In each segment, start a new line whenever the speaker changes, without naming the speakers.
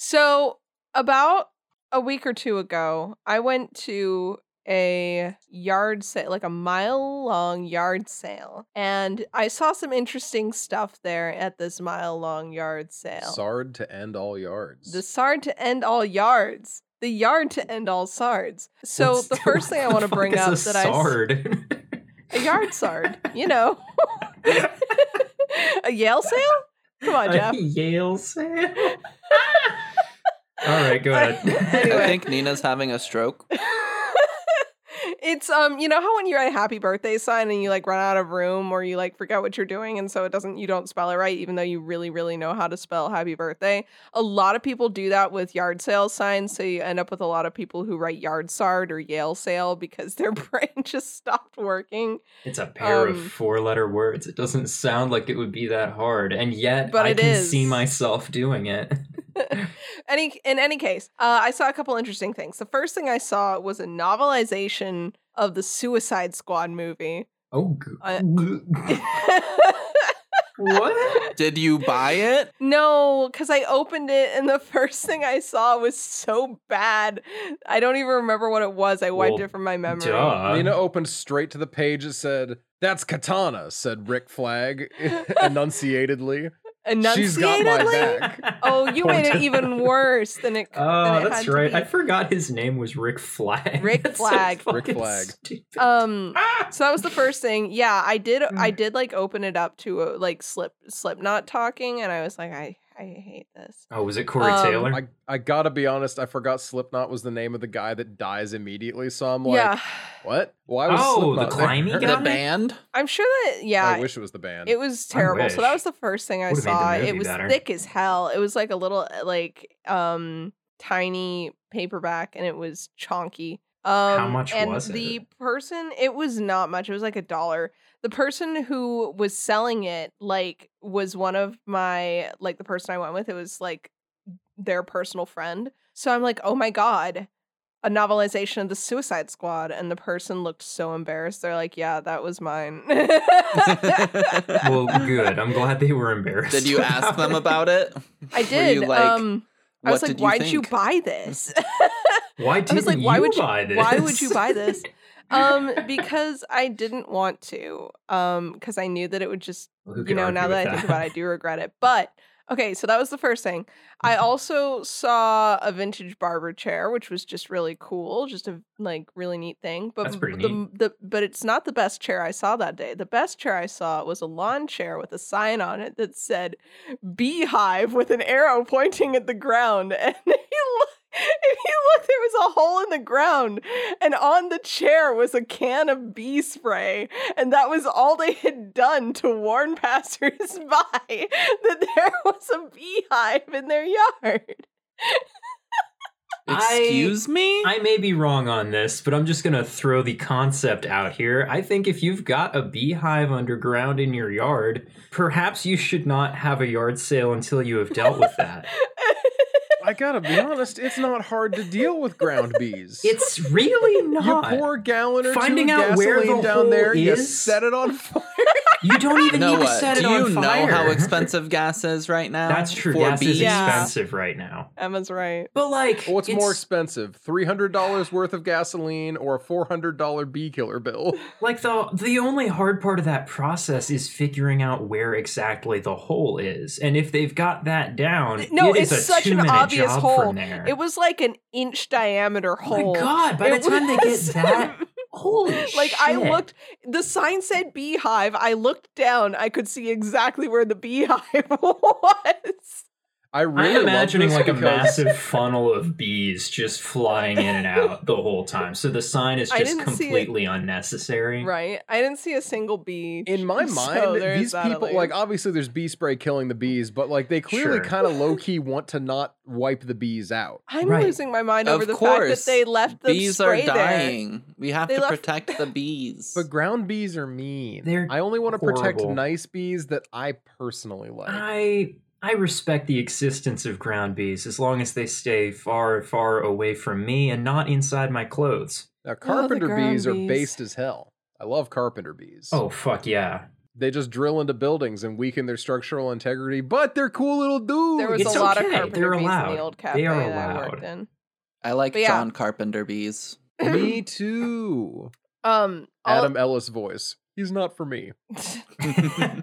So, about a week or two ago, I went to a yard sale, like a mile long yard sale, and I saw some interesting stuff there at this mile long yard sale.
Sard to end all yards.
the sard to end all yards, the yard to end all sards. So,
What's-
the first thing I want to
what the fuck
bring
is
up
a
that I s-
sword?
a yard sard, you know, a Yale sale. Come on,
A
Jeff.
Yale sale. All right, go ahead.
Anyway.
I think Nina's having a stroke.
it's um you know how when you're at a happy birthday sign and you like run out of room or you like forget what you're doing and so it doesn't you don't spell it right even though you really really know how to spell happy birthday a lot of people do that with yard sale signs so you end up with a lot of people who write yard sard or yale sale because their brain just stopped working
It's a pair
Um,
of four-letter words. It doesn't sound like it would be that hard, and yet
But
I
it
can
is.
see myself doing it.
any in any case uh, i saw a couple interesting things the first thing i saw was a novelization of the suicide squad movie
Oh, g-
I-
g- what?
Did you buy it?
No, because I opened it and the first thing I saw was so bad. I don't even remember what it was. I wiped
Well,
it from my memory.
Duh.
Nina opened straight to the page that said, That's Katana, said Rick Flag enunciatedly. She's got my
Enunciatedly?
back.
Oh, you made it even worse than it. than
Oh,
it had
that's
to
right.
be.
I forgot his name was Rick Flag.
Rick
That's so
Flag. Rick
fucking
Flag.
stupid.
um.
Ah!
So that was the first thing. Yeah, I did. I
Mm.
did like open it up to uh, like slip Slipknot talking, and I was like, I I hate this.
Oh, was it Corey
um,
Taylor?
I, I gotta be honest, I forgot Slipknot was the name of the guy that dies immediately, so I'm like,
yeah,
What? Why was
Oh, the
Slipknot there?
climby guy?
The band?
I'm sure that. Yeah,
I wish it was the band.
It was terrible. So that
wish.
was the first thing I
Would've made the
saw. It
movie
was
better.
thick as hell. It was like a little uh, like um tiny paperback and it was chonky. Um
much
and
was
the
it?
person it was not much. It was like a dollar. The person who was selling it like was one of my like the person I went with. It was like their personal friend. So I'm like, "Oh my god, a novelization of the Suicide Squad, and the person looked so embarrassed. They're like, "Yeah, that was mine."
well, good. I'm glad they were embarrassed.
Did you ask them about it?
I
Were
did.
you like,
um, I was
"What
like,
did
"Why'd you
think?"
buy this?"
Why
I
didn't
was like, why
you
would you-
buy this?
why would you buy this? um, because I didn't want to. Um, because I knew that it would just
Well, who
you
can
know, now
argue
that I
with
think about it, I do regret it. But okay, so that was the first thing. I
Mm-hmm.
also saw a vintage barber chair, which was just really cool, just a like really neat thing. But
That's pretty
the,
neat.
the but it's not the best chair I saw that day. The best chair I saw was a lawn chair with a sign on it that said beehive with an arrow pointing at the ground. And he looked if you look, there was a hole in the ground, and on the chair was a can of bee spray, and that was all they had done to warn passersby that there was a beehive in their yard.
I-
Excuse me?
I may be wrong on this, but I'm just gonna throw the concept out here. I think if you've got a beehive underground in your yard, perhaps you should not have a yard sale until you have dealt with that.
I gotta be honest, it's not hard to deal with ground bees.
it's really
you
not.
pour a gallon or
Finding
two of
out where
gasoline
the
down there,
hole
you
is?
set it on fire.
You don't even
No,
need to
uh,
set
do
it on
you
fire.
know how expensive gas is right now?
That's true.
For
Gas is
bees?
Yeah.
expensive right now.
Emma's right.
But like,
What's
it's-
more expensive, three hundred dollars worth of gasoline or a four hundred dollar bee killer bill?
Like the the only hard part of that process is figuring out where exactly the hole is, and if they've got that down,
No,
it is
it's
a
such an
two-minute
obvious
job
hole.
From there.
It was like an inch diameter hole.
Oh my god! By
It
the time they get
was-
that, holy
Like I
shit.
looked, the sign said beehive. I looked down. I could see exactly where the beehive was.
I really
I'm
love
imagining
this
like a
because-
massive funnel of bees just flying in and out the whole time. So the sign is
I
just
didn't see it.
completely unnecessary.
Right. I didn't see a single bee.
In my
So
mind,
there's
these
that at
people
least.
like obviously there's bee spray killing the bees, but like they clearly
Sure.
kind of low key want to not wipe the bees out.
I'm
Right.
losing my mind
Of
over the fact
course.
that they left the
bees are
spray
dying. We have
They
to
left-
protect the bees.
But ground bees are mean.
They're
I only want to protect
horrible.
nice bees that I personally like.
I I respect the existence of ground bees as long as they stay far, far away from me and not inside my clothes.
now carpenter
ground
bees are
bees.
based as hell. I love carpenter bees.
Oh fuck yeah.
they just drill into buildings and weaken their structural integrity, but they're cool little dudes.
There was
It's
a lot
okay.
of carpenter
They're
bees in
allowed.
the old
They
cafe
are
that I worked
allowed.
in.
I like
But yeah.
John Carpenter bees.
me too.
Um, all-
Adam Ellis voice. He's not for me.
oh,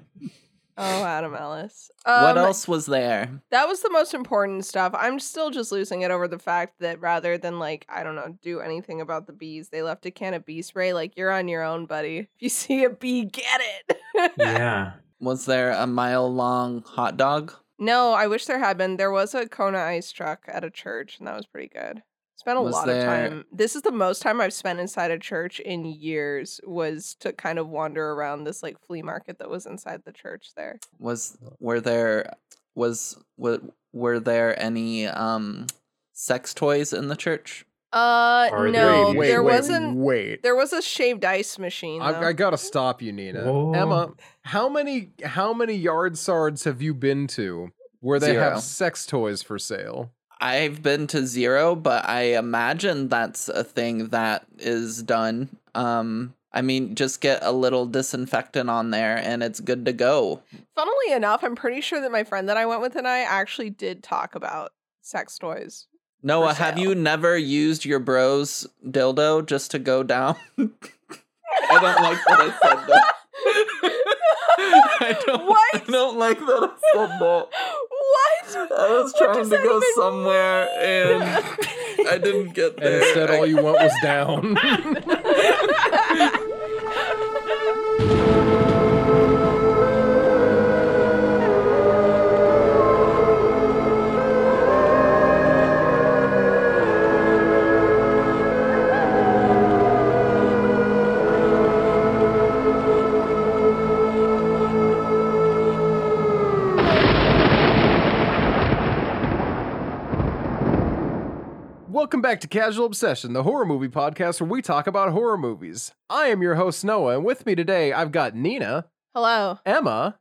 Adam Ellis. Um,
what else was there?
That was the most important stuff. I'm still just losing it over the fact that rather than like I don't know do anything about the bees, they left a can of bee spray. Like you're on your own, buddy. If you see a bee, get it.
yeah.
Was there a mile long hot dog?
No, I wish there had been. There was a Kona ice truck at a church, and that was pretty good. Spent a
Was
lot of
there-
time. This is the most time I've spent inside a church in years. Was to kind of wander around this like flea market that was inside the church there.
Was were there was were, were there any um sex toys in the church?
Uh,
Are
no,
they-
wait,
there
wait,
wasn't.
Wait,
There was a shaved ice machine. Though.
I, I gotta stop you, Nina.
Whoa.
Emma, how many how many yard sards have you been to where they
Zero.
have sex toys for sale?
I've been to zero, but I imagine that's a thing that is done. Um I mean, just get a little disinfectant on there and it's good to go.
Funnily enough, I'm pretty sure that my friend that I went with and I actually did talk about sex toys.
Noah,
For
have
sale.
you never used your bro's dildo just to go down? I don't like that I said that. I don't, I
What?
don't like that I said that.
What?
I was
What
trying
does
to
that
go
even
somewhere and I didn't get
And
there.
instead all you want was down. Welcome back to Casual Obsession, the horror movie podcast where we talk about horror movies. I am your host Noah, and with me today I've got Nina,
Hello.
Emma,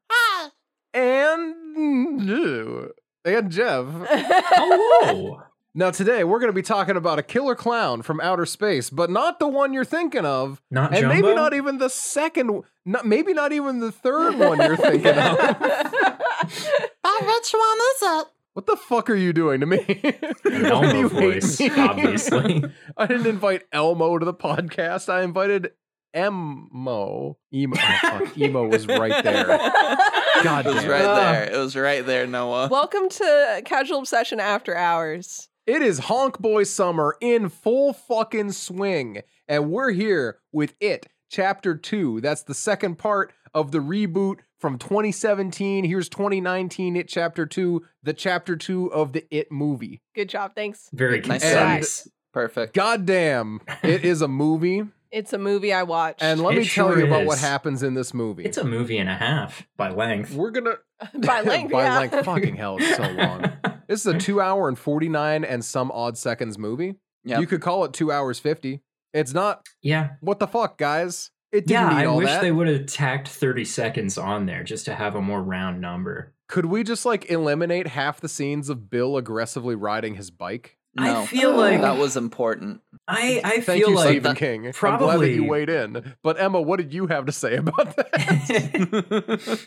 and and Jeff.
Hello.
Now today we're going to be talking about a killer clown from outer space, but not the one you're thinking of,
Not
and
Jumbo?
maybe not even the second, not, maybe not even the third one you're thinking of.
which one is it?
What the fuck are you doing to me?
An
Why do
Elmo
you hate
voice,
me?
obviously.
I didn't invite Elmo to the podcast. I invited Emo. Emo. Oh, fuck. Emo was right there. God
It was
damn.
right
Ah.
there. It was right there, Noah.
Welcome to Casual Obsession After Hours.
It is Honk Boy Summer in full fucking swing. And we're here with it, chapter two. That's the second part of the reboot from 2017. Here's 2019 It Chapter Two, the chapter two of the It movie.
Good job. Thanks.
Very
Nice
concise.
Perfect.
Goddamn, it is a movie.
It's a movie I watched.
And let
It
me tell
sure
you about
is.
what happens in this movie.
It's a movie and a half by length.
we're gonna
by length.
by
yeah.
length. Fucking hell, it's so long. This is a two hour and 49 and some odd seconds movie.
Yep.
You could call it two hours 50. It's not,
yeah.
what the fuck, guys? It didn't
Yeah,
need
I
all
wish
that.
they would have tacked 30 seconds on there just to have a more round number.
could we just like eliminate half the scenes of Bill aggressively riding his bike?
No,
I feel like
that was important.
I, I
Oh, Thank
feel
you,
like
Stephen King. I'm glad that
probably-
you weighed in. But Emma, what did you have to say about that?
like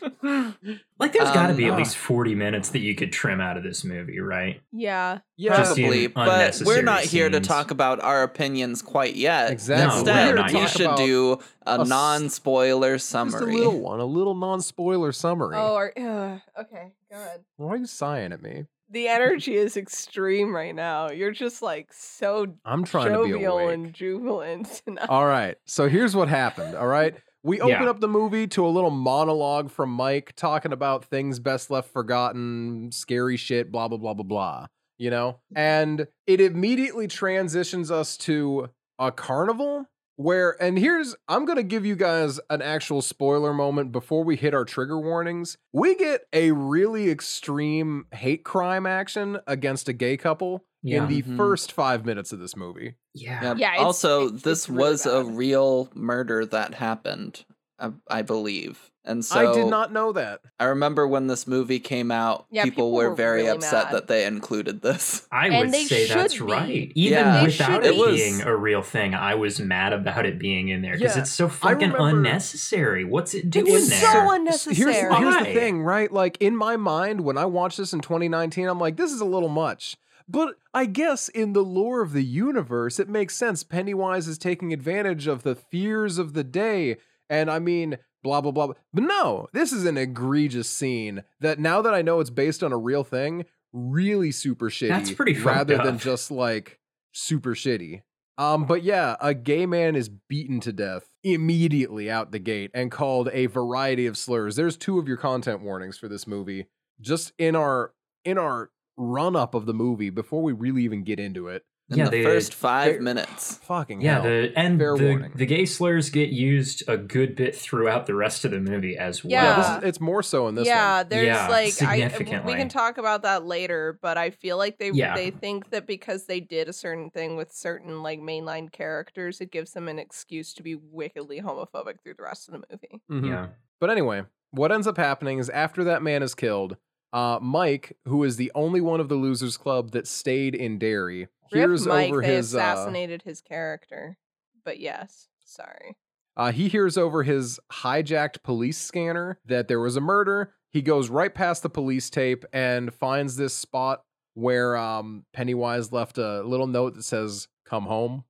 there's got to
Um,
be at
uh.
least 40 minutes that you could trim out of this movie, right?
yeah.
yeah,
Just in
Probably, but we're
unnecessary
not here to
scenes.
talk about our opinions quite yet.
Exactly.
No, we're
Instead,
not
we
yet.
should
Talk
do a,
a s-
non-spoiler
just a
summary.
little one, a little non-spoiler summary.
Oh, or, ugh. okay. Go ahead.
Why are you sighing at me?
The energy is extreme right now. You're just like so
I'm trying to be
jovial
awake.
and jubilant. And I-
All right. So here's what happened. All right. We open
Yeah.
up the movie to a little monologue from Mike talking about things best left forgotten, scary shit, blah, blah, blah, blah, blah. You know? And it immediately transitions us to a carnival where, and here's, I'm going to give you guys an actual spoiler moment before we hit our trigger warnings. We get a really extreme hate crime action against a gay couple
Yeah. Mm-hmm.
in the
Mhm.
first five minutes of this movie.
yeah.
Yep.
Yeah, it's-
also,
it's-
this
it's really
was a
bad.
real murder that happened. I, I believe. And so
I did not know that.
I remember when this movie came out,
Yeah,
people,
people
were,
were
very
really
upset
mad.
that they included this.
I
And
would
they
say that's
should be.
right. Even
Yeah.
They
without
should
it
be. It was-
being a real thing, I was mad about it being in there because
Yeah,
it's so fucking
remember-
unnecessary. What's it doing
It's
there?
so
S-
unnecessary.
Here's, here's the
Why?
thing, right? Like in my mind, when I watched this in 2019, I'm like, this is a little much. But I guess in the lore of the universe, it makes sense. Pennywise is taking advantage of the fears of the day. And I mean, blah, blah, blah. blah. But no, this is an egregious scene that now that I know it's based on a real thing, really super shitty.
That's pretty fucked
Rather than
up.
just like super shitty. Um, but yeah, a gay man is beaten to death immediately out the gate and called a variety of slurs. There's two of your content warnings for this movie. Just in our in our run up of the movie before we really even get into it.
In
Yeah,
the
they-
first five
they-
minutes.
Fucking
Yeah,
hell.
the, and
Fair
the,
warning.
the gay slurs get used a good bit throughout the rest of the movie as well.
Yeah,
Yeah.
this is, it's more so in this
yeah,
one.
there's
Yeah,
like I we
significantly.
can talk about that later, but I feel like they
Yeah.
they think that because they did a certain thing with certain like mainline characters, it gives them an excuse to be wickedly homophobic through the rest of the movie.
Mhm.
yeah.
But anyway, what ends up happening is after that man is killed, uh, Mike, who is the only one of the losers club that stayed in Derry,
Rip
hears
Mike,
over
they
his uh,
assassinated his character. But yes, sorry.
Uh, he hears over his hijacked police scanner that there was a murder. He goes right past the police tape and finds this spot where um, Pennywise left a little note that says, Come home,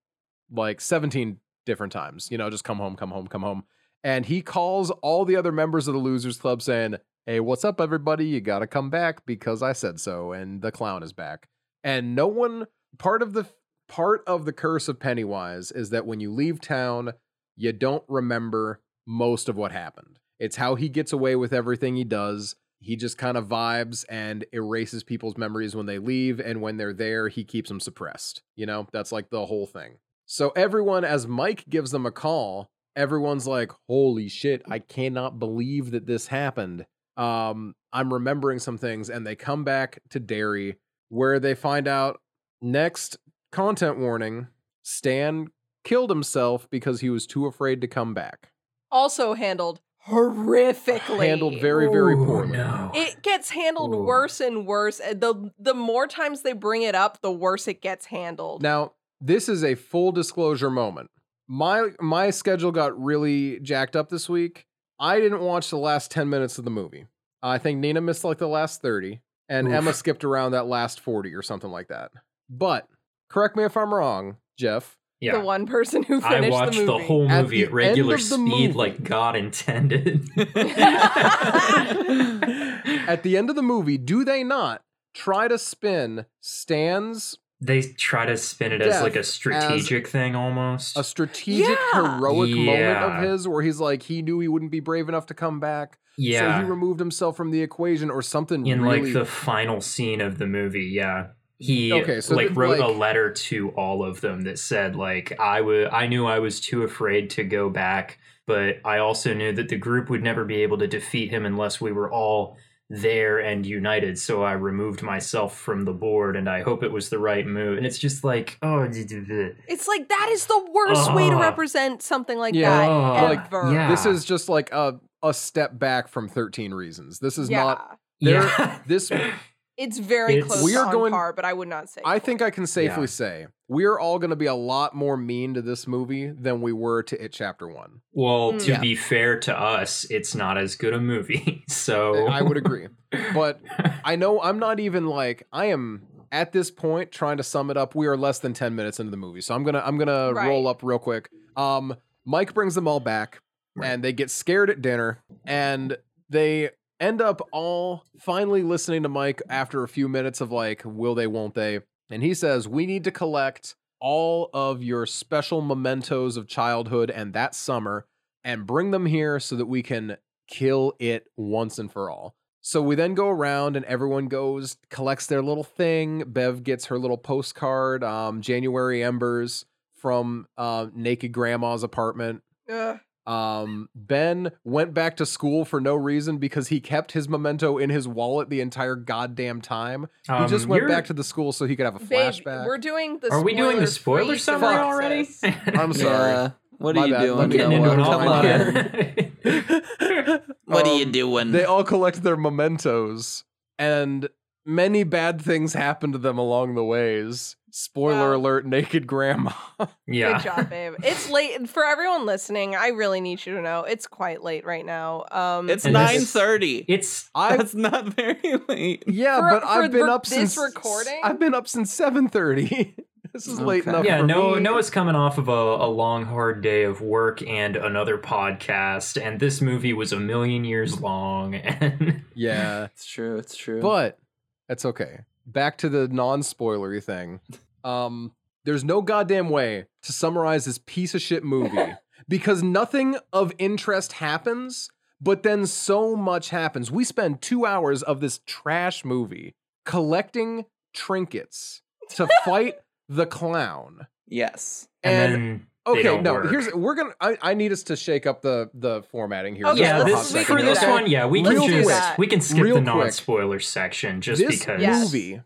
like 17 different times. You know, just come home, come home, come home. And he calls all the other members of the Losers Club saying, Hey, what's up, everybody? You got to come back because I said so. And the clown is back. And no one, part of the part of the curse of Pennywise is that when you leave town, you don't remember most of what happened. It's how he gets away with everything he does. He just kind of vibes and erases people's memories when they leave. And when they're there, he keeps them suppressed. You know, that's like the whole thing. So, everyone, as Mike gives them a call, everyone's like, holy shit, I cannot believe that this happened. Um, I'm remembering some things. And they come back to Derry where they find out next content warning Stan killed himself because he was too afraid to come back.
Also handled horrifically.
Handled very, very
Ooh,
poorly.
No.
it gets handled
Ooh.
worse and worse. and The the more times they bring it up, the worse it gets handled.
Now, this is a full disclosure moment. My my schedule got really jacked up this week. I didn't watch the last 10 minutes of the movie. I think Nina missed like the last 30 and
Oof.
Emma skipped around that last 40 or something like that. But correct me if I'm wrong, Jeff.
yeah.
The one person who finished
I watched
the,
the,
movie.
whole
At
movie
the
at, regular
end of the
speed
movie-
like God intended.
At the end of the movie, do they not try to spin Stan's
they try to spin it as
Death
like a
as
strategic thing almost.
a strategic
Yeah.
heroic moment
Yeah.
of his where he's like he knew he wouldn't be brave enough to come back
yeah.
so he removed himself from the equation or something
in
really
like the final scene of the movie, yeah. He
Okay, so
like
then,
wrote a
like-
letter to all of them that said like I wa- I knew I was too afraid to go back, but I also knew that the group would never be able to defeat him unless we were all there and united. So I removed myself from the board and I hope it was the right move. And it's just like, oh, d- d- d-
It's like that is the worst way to
Ugh.
represent something like
Uh-huh. Yeah.
that
Ugh.
ever.
Yeah.
this is just like a a step back from 13 reasons this is
Yeah.
not There-
yeah.
this
it's very
It's-
close.
We are
on
going-
par, but I would not say.
i think i can safely
Yeah.
say we're all going to be a lot more mean to this movie than we were to it chapter 1
Well,
Mm.
to
Yeah.
be fair to us, it's not as good a movie. So
i would agree but i know i'm not even like i am at this point trying to sum it up we are less than 10 minutes into the movie so i'm gonna i'm gonna
Right.
roll up real quick um mike brings them all back
Right.
and they get scared at dinner and they end up all finally listening to mike after a few minutes of like will they won't they and he says we need to collect all of your special mementos of childhood and that summer and bring them here so that we can kill it once and for all so we then go around and everyone goes, collects their little thing. Bev gets her little postcard, um, January Embers from uh, Naked Grandma's apartment.
Ugh.
Um, ben went back to school for no reason because he kept his memento in his wallet the entire goddamn time. He
Um,
just went
you're-
back to the school so he could have a
Babe,
flashback.
we're doing the.
Are we doing the spoiler
spoiler-free
summary already?
synopsis.
I'm sorry.
Yeah. What
My
are you
bad, let
I'm
doing?
me
getting
know
into
what?
an
Come
online.
What are you
Um,
doing?
They all collect their mementos, and many bad things happen to them along the ways. Spoiler
Wow.
alert: Naked Grandma.
Yeah.
Good job, babe. It's late for everyone listening. I really need you to know it's quite late right now. Um,
it's
And this-
nine thirty.
It's
I
That's not very late.
yeah,
For-
but
for
I've been
the-
up
this
since
recording?
I've been up since seven thirty. this is late
Okay.
enough.
yeah,
for
no,
me.
Noah's coming off of a, a long, hard day of work and another podcast, and this movie was a million years long. And
Yeah,
It's true. It's true.
but that's okay. Back to the non-spoilery thing. Um, there's no goddamn way to summarize this piece of shit movie because nothing of interest happens, but then so much happens. We spend two hours of this trash movie collecting trinkets to fight the clown.
yes.
And-
and, then
Okay,
don't
no,
work.
here's we're gonna. I, I need us to shake up the the formatting here.
Okay,
just for
yeah,
a hot
this,
we
second,
for this
okay?
one, yeah, we can
Real
just
quick.
we can skip
Real
the
quick.
non-spoiler section just
this
because.
Yes.
movie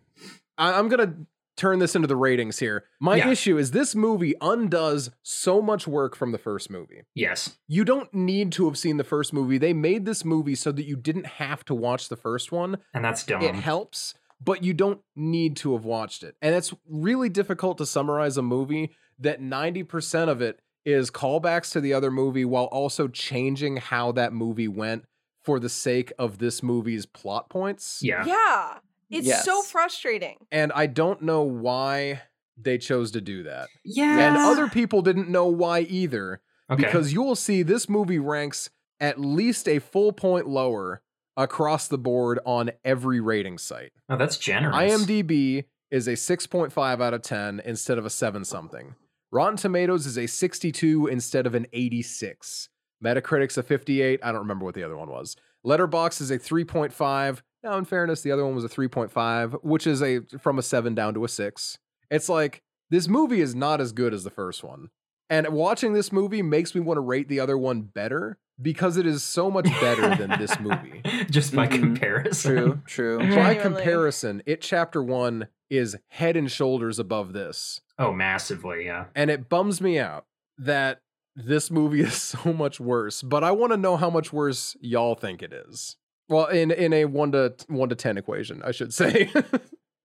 I, am gonna turn this into the ratings here my
Yeah.
issue is this movie undoes so much work from the first movie
Yes,
you don't need to have seen the first movie they made this movie so that you didn't have to watch the first one
and that's dumb.
it helps but you don't need to have watched it and it's really difficult to summarize a movie that 90% of it is callbacks to the other movie while also changing how that movie went for the sake of this movie's plot points
yeah.
yeah, it's so
Yes.
frustrating.
and I don't know why they chose to do that.
Yeah.
And other people didn't know why either
okay.
because you will see this movie ranks at least a full point lower across the board on every rating site.
oh, that's generous.
IMDb is a 6.5 out of 10 instead of a 7 something. Rotten Tomatoes is a 62 instead of an 86. Metacritic's a 58. I don't remember what the other one was. Letterbox is a 3.5. Now, in fairness, the other one was a 3.5, which is a from a 7 down to a 6. It's like this movie is not as good as the first one. And watching this movie makes me want to rate the other one better because it is so much better than this movie. Mm-hmm.
just by
Mhm.
comparison.
True. True.
Yeah.
By
Genuinely.
comparison, it chapter one is head and shoulders above this.
Oh, massively. Yeah.
And it bums me out that this movie is so much worse, but I want to know how much worse y'all think it is. Well, in in a one to one to ten equation, I should say.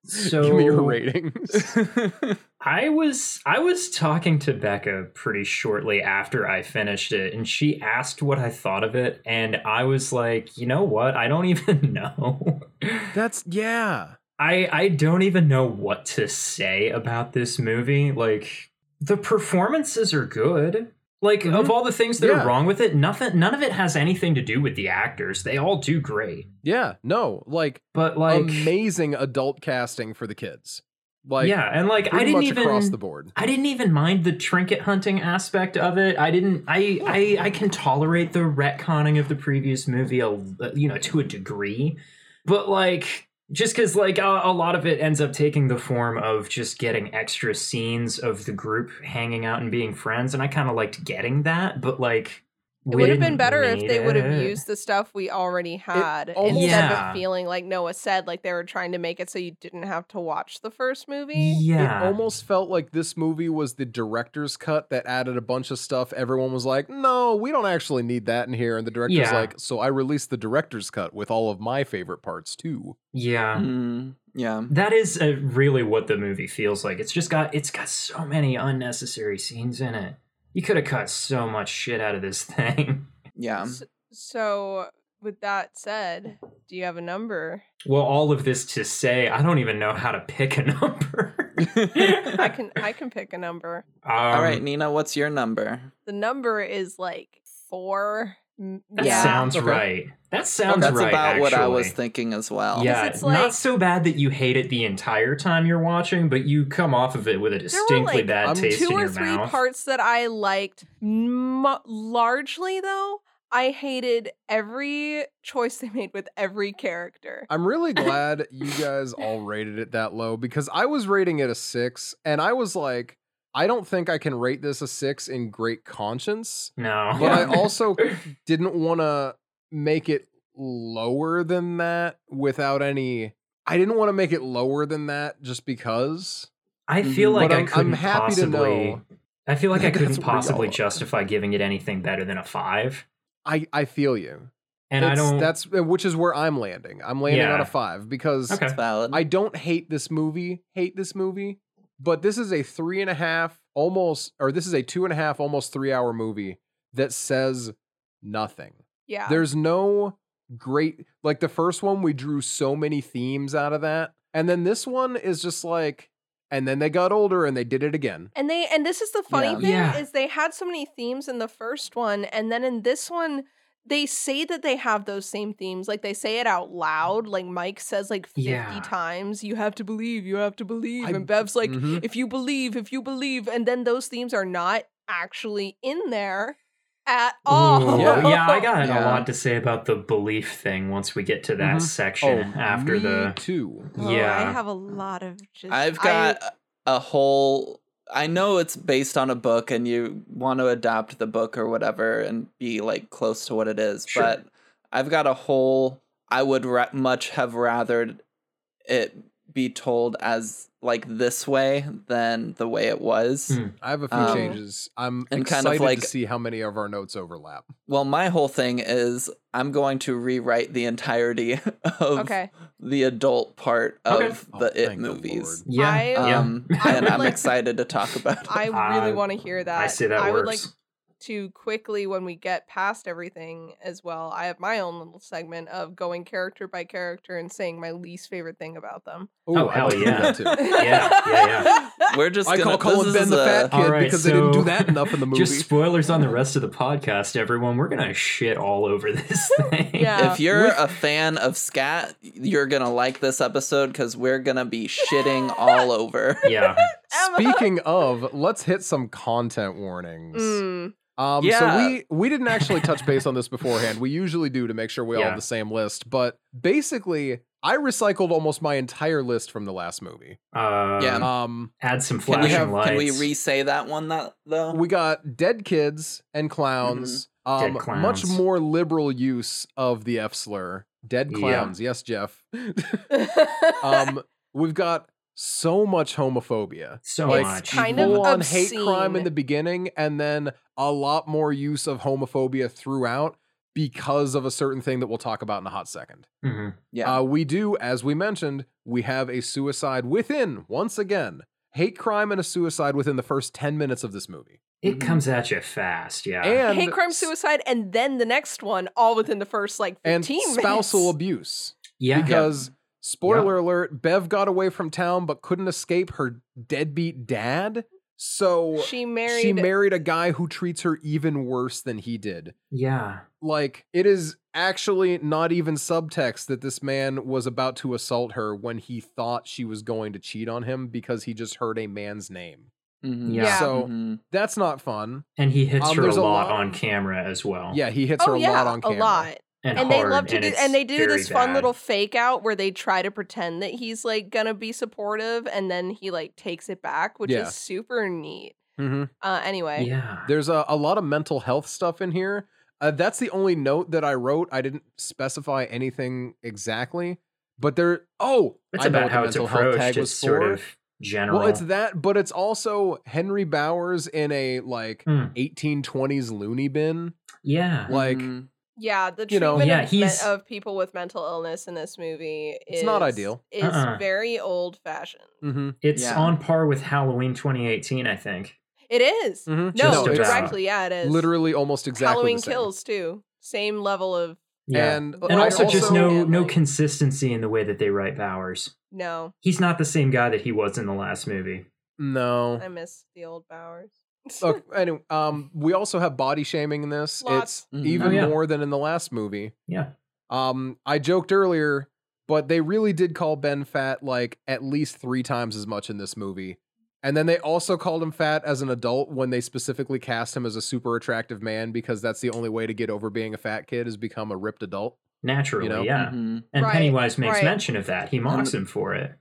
So
Give me your ratings.
I was I was talking to Becca pretty shortly after I finished it, and she asked what I thought of it, and I was like, you know what? I don't even know.
That's yeah.
I I don't even know what to say about this movie. Like the performances are good. Like of
Mhm.
all the things that
Yeah.
are wrong with it, nothing none of it has anything to do with the actors. They all do great.
Yeah. No, like,
But like
amazing adult casting for the kids. Like
Yeah, and like I
pretty
didn't
much
even
across the board.
I didn't even mind the trinket hunting aspect of it. I didn't. I I, I can tolerate the retconning of the previous movie, a, you know, to a degree, but like just because like a, a lot of it ends up taking the form of just getting extra scenes of the group hanging out and being friends, and I kind of liked getting that, but like
It
we
would have been
didn't
better if
need
they would have
it.
used the stuff we already had
almost-
instead
Yeah.
of feeling like Noah said, like they were trying to make it so you didn't have to watch the first movie.
Yeah,
It almost felt like this movie was the director's cut that added a bunch of stuff. Everyone was like, no, we don't actually need that in here. And the director's
Yeah.
like, so I released the director's cut with all of my favorite parts too.
yeah.
Mm, yeah.
That is uh really what the movie feels like. It's just got it's got so many unnecessary scenes in it. You could have cut so much shit out of this thing.
Yeah.
S- so, with that said, do you have a number?
Well, all of this to say, I don't even know how to pick a number. Um,
I can I can pick a number.
All right, Nina, what's your number?
The number is like four. M-
That
yeah.
sounds
Okay.
right. That sounds
That's
right.
about what I
actually.
was thinking as well.
Yeah,
Because it's like-
not so bad that you hate it the entire time you're watching, but you come off of it with a distinctly
like,
bad
um,
taste
two
in
or
your
three
mouth.
parts that I liked. Mo- largely, though, I hated every choice they made with every character.
I'm really glad you guys all rated it that low because I was rating it a six and I was like, I don't think I can rate this a six in great conscience.
no,
But I also didn't want to make it lower than that without any. I didn't want to make it lower than that just because.
I feel
Mhm.
Mm-hmm.
like
But
I
I'm- I'm
couldn't
happy to
possibly.
know
I feel like I
that
couldn't
that's where y'all
possibly
are.
justify giving it anything better than a five.
I I feel you.
And
that's,
I don't.
That's uh, which is where I'm landing. I'm landing on
Yeah.
a five because
Okay.
It's valid.
I don't hate this movie. Hate this movie, but this is a three and a half almost, or this is a two and a half almost three hour movie that says nothing.
Yeah.
There's no great like the first one we drew so many themes out of that. And then this one is just like and then they got older and they did it again.
And they and this is the funny
Yeah.
thing
Yeah.
is they had so many themes in the first one and then in this one they say that they have those same themes like they say it out loud like Mike says like 50
Yeah.
times you have to believe you have to believe
I-
and Bev's like
Mm-hmm.
Mhm.
if you believe if you believe and then those themes are not actually in there at all.
Ooh,
Yeah.
yeah, I got
Yeah.
a lot to say about the belief thing once we get to that
Mhm.
section after
me
the
two.
Oh, I
Yeah.
have a lot of just
I've
I-
got a whole. I know it's based on a book, and you want to adapt the book or whatever, and be like close to what it is.
Sure.
But I've got a whole. I would ra- much have rathered it be told as like this way than the way it was.
Hmm.
I have a few
Um,
changes. I'm
and
excited
kind of like-
to see how many of our notes overlap.
Well, my whole thing is I'm going to rewrite the entirety of
Okay.
the adult part of
Okay.
Oh,
the It
thank the
movies.
Lord.
yeah,
I-
yeah.
Um,
I
and
would
I'm
like-
excited to talk about it.
I really
I-
want to hear that.
I say that
I
works.
would like to quickly when we get past everything as well i have my own little segment of going character by character and saying my least favorite thing about them
Ooh,
Oh,
I
hell
like
yeah.
that too.
yeah,
We're just
I
gonna,
call Colin
this
Ben
is
the
a-
fat kid
Alright,
because they didn't do
so-
that enough in the movie.
Just spoilers on the rest of the podcast, everyone. We're gonna shit all over this thing.
Yeah.
If you're a fan of scat, you're gonna like this episode because we're gonna be shitting all over.
yeah.
Speaking of, let's hit some content warnings.
Mm,
Um, So
Yeah.
we we didn't actually touch base on this beforehand. We usually do to make sure we all
Yeah.
have the same list. But basically, I recycled almost my entire list from the last movie.
Uh,
Yeah.
Um,
Add some
Can we
flashing
have?
lights.
Can we re-say that one? That though.
we got dead kids and clowns. Um,
Mm-hmm. Dead clowns.
Much more liberal use of the F slur. Dead
Yeah.
clowns. Yes, Jeff.
Mm.
um, we've got so much homophobia.
so
Like,
much?
kind of
full on hate
obscene.
crime in the beginning and then a lot more use of homophobia throughout because of a certain thing that we'll talk about in a hot second.
Mhm.
yeah.
Uh, we do, as we mentioned, we have a suicide within, once again, hate crime and a suicide within the first 10 minutes of this movie.
It comes at you fast. Yeah.
Mm-hmm. And
hate crime
s-
suicide and then the next one all within the first like 15
and spousal
minutes.
abuse.
yeah.
Because, spoiler alert, Bev got away from town but couldn't escape her deadbeat dad. So
she married
she married a guy who treats her even worse than he did.
yeah.
like it is actually not even subtext that this man was about to assault her when he thought she was going to cheat on him because he just heard a man's name.
Mhm.
Yeah.
Yeah.
So
Mhm.
that's not fun.
And he hits
Um,
her a
there's
lot,
a lot-
on camera as well.
Yeah, he hits
oh
her a
yeah
lot on
a
camera.
lot
And,
and
hard,
they love to do
it's
and they do
very
this fun
bad.
little fake out where they try to pretend that he's like gonna be supportive and then he like takes it back which
Yeah.
is super neat
Mhm.
uh anyway
Yeah.
There's a, a lot of mental health stuff in here. Uh, that's the only note that I wrote. I didn't specify anything exactly, but there. Oh,
That's
I know
about
what the
how it's
mental health
approached.
tag
It's
was
sort
for.
of general.
Well, it's that, but it's also Henry Bowers in a like
Hmm. Uh-huh.
1820s loony bin.
yeah.
Like,
Mm-hmm.
Mhm.
Yeah, the treatment
You know-
of,
Yeah,
men-
he's-
of people with mental illness in this movie is
It's not ideal.
Is
Uh-uh.
very old fashioned.
Mm-hmm.
It's
Yeah.
on par with Halloween 2018, I think.
It is.
Mm-hmm.
No,
Just about.
directly, yeah, it is.
literally almost exactly
Halloween
the same.
kills too. Same level of
Yeah.
And,
But
and
I
also, just
also-
no
And,
no
like-
consistency in the way that they write Bowers.
no.
He's not the same guy that he was in the last movie.
no.
I miss the old Bowers.
Look, anyway, um, we also have body shaming in this.
Lots.
It's
Mhm.
even
Oh, yeah.
more than in the last movie.
Yeah.
Um, I joked earlier, but they really did call Ben fat like at least three times as much in this movie. And then they also called him fat as an adult when they specifically cast him as a super attractive man because that's the only way to get over being a fat kid is become a ripped adult.
Naturally,
You know? Mm-hmm.
yeah.
Mhm.
And
Right,
Pennywise makes
right.
mention of that. He mocks him for it.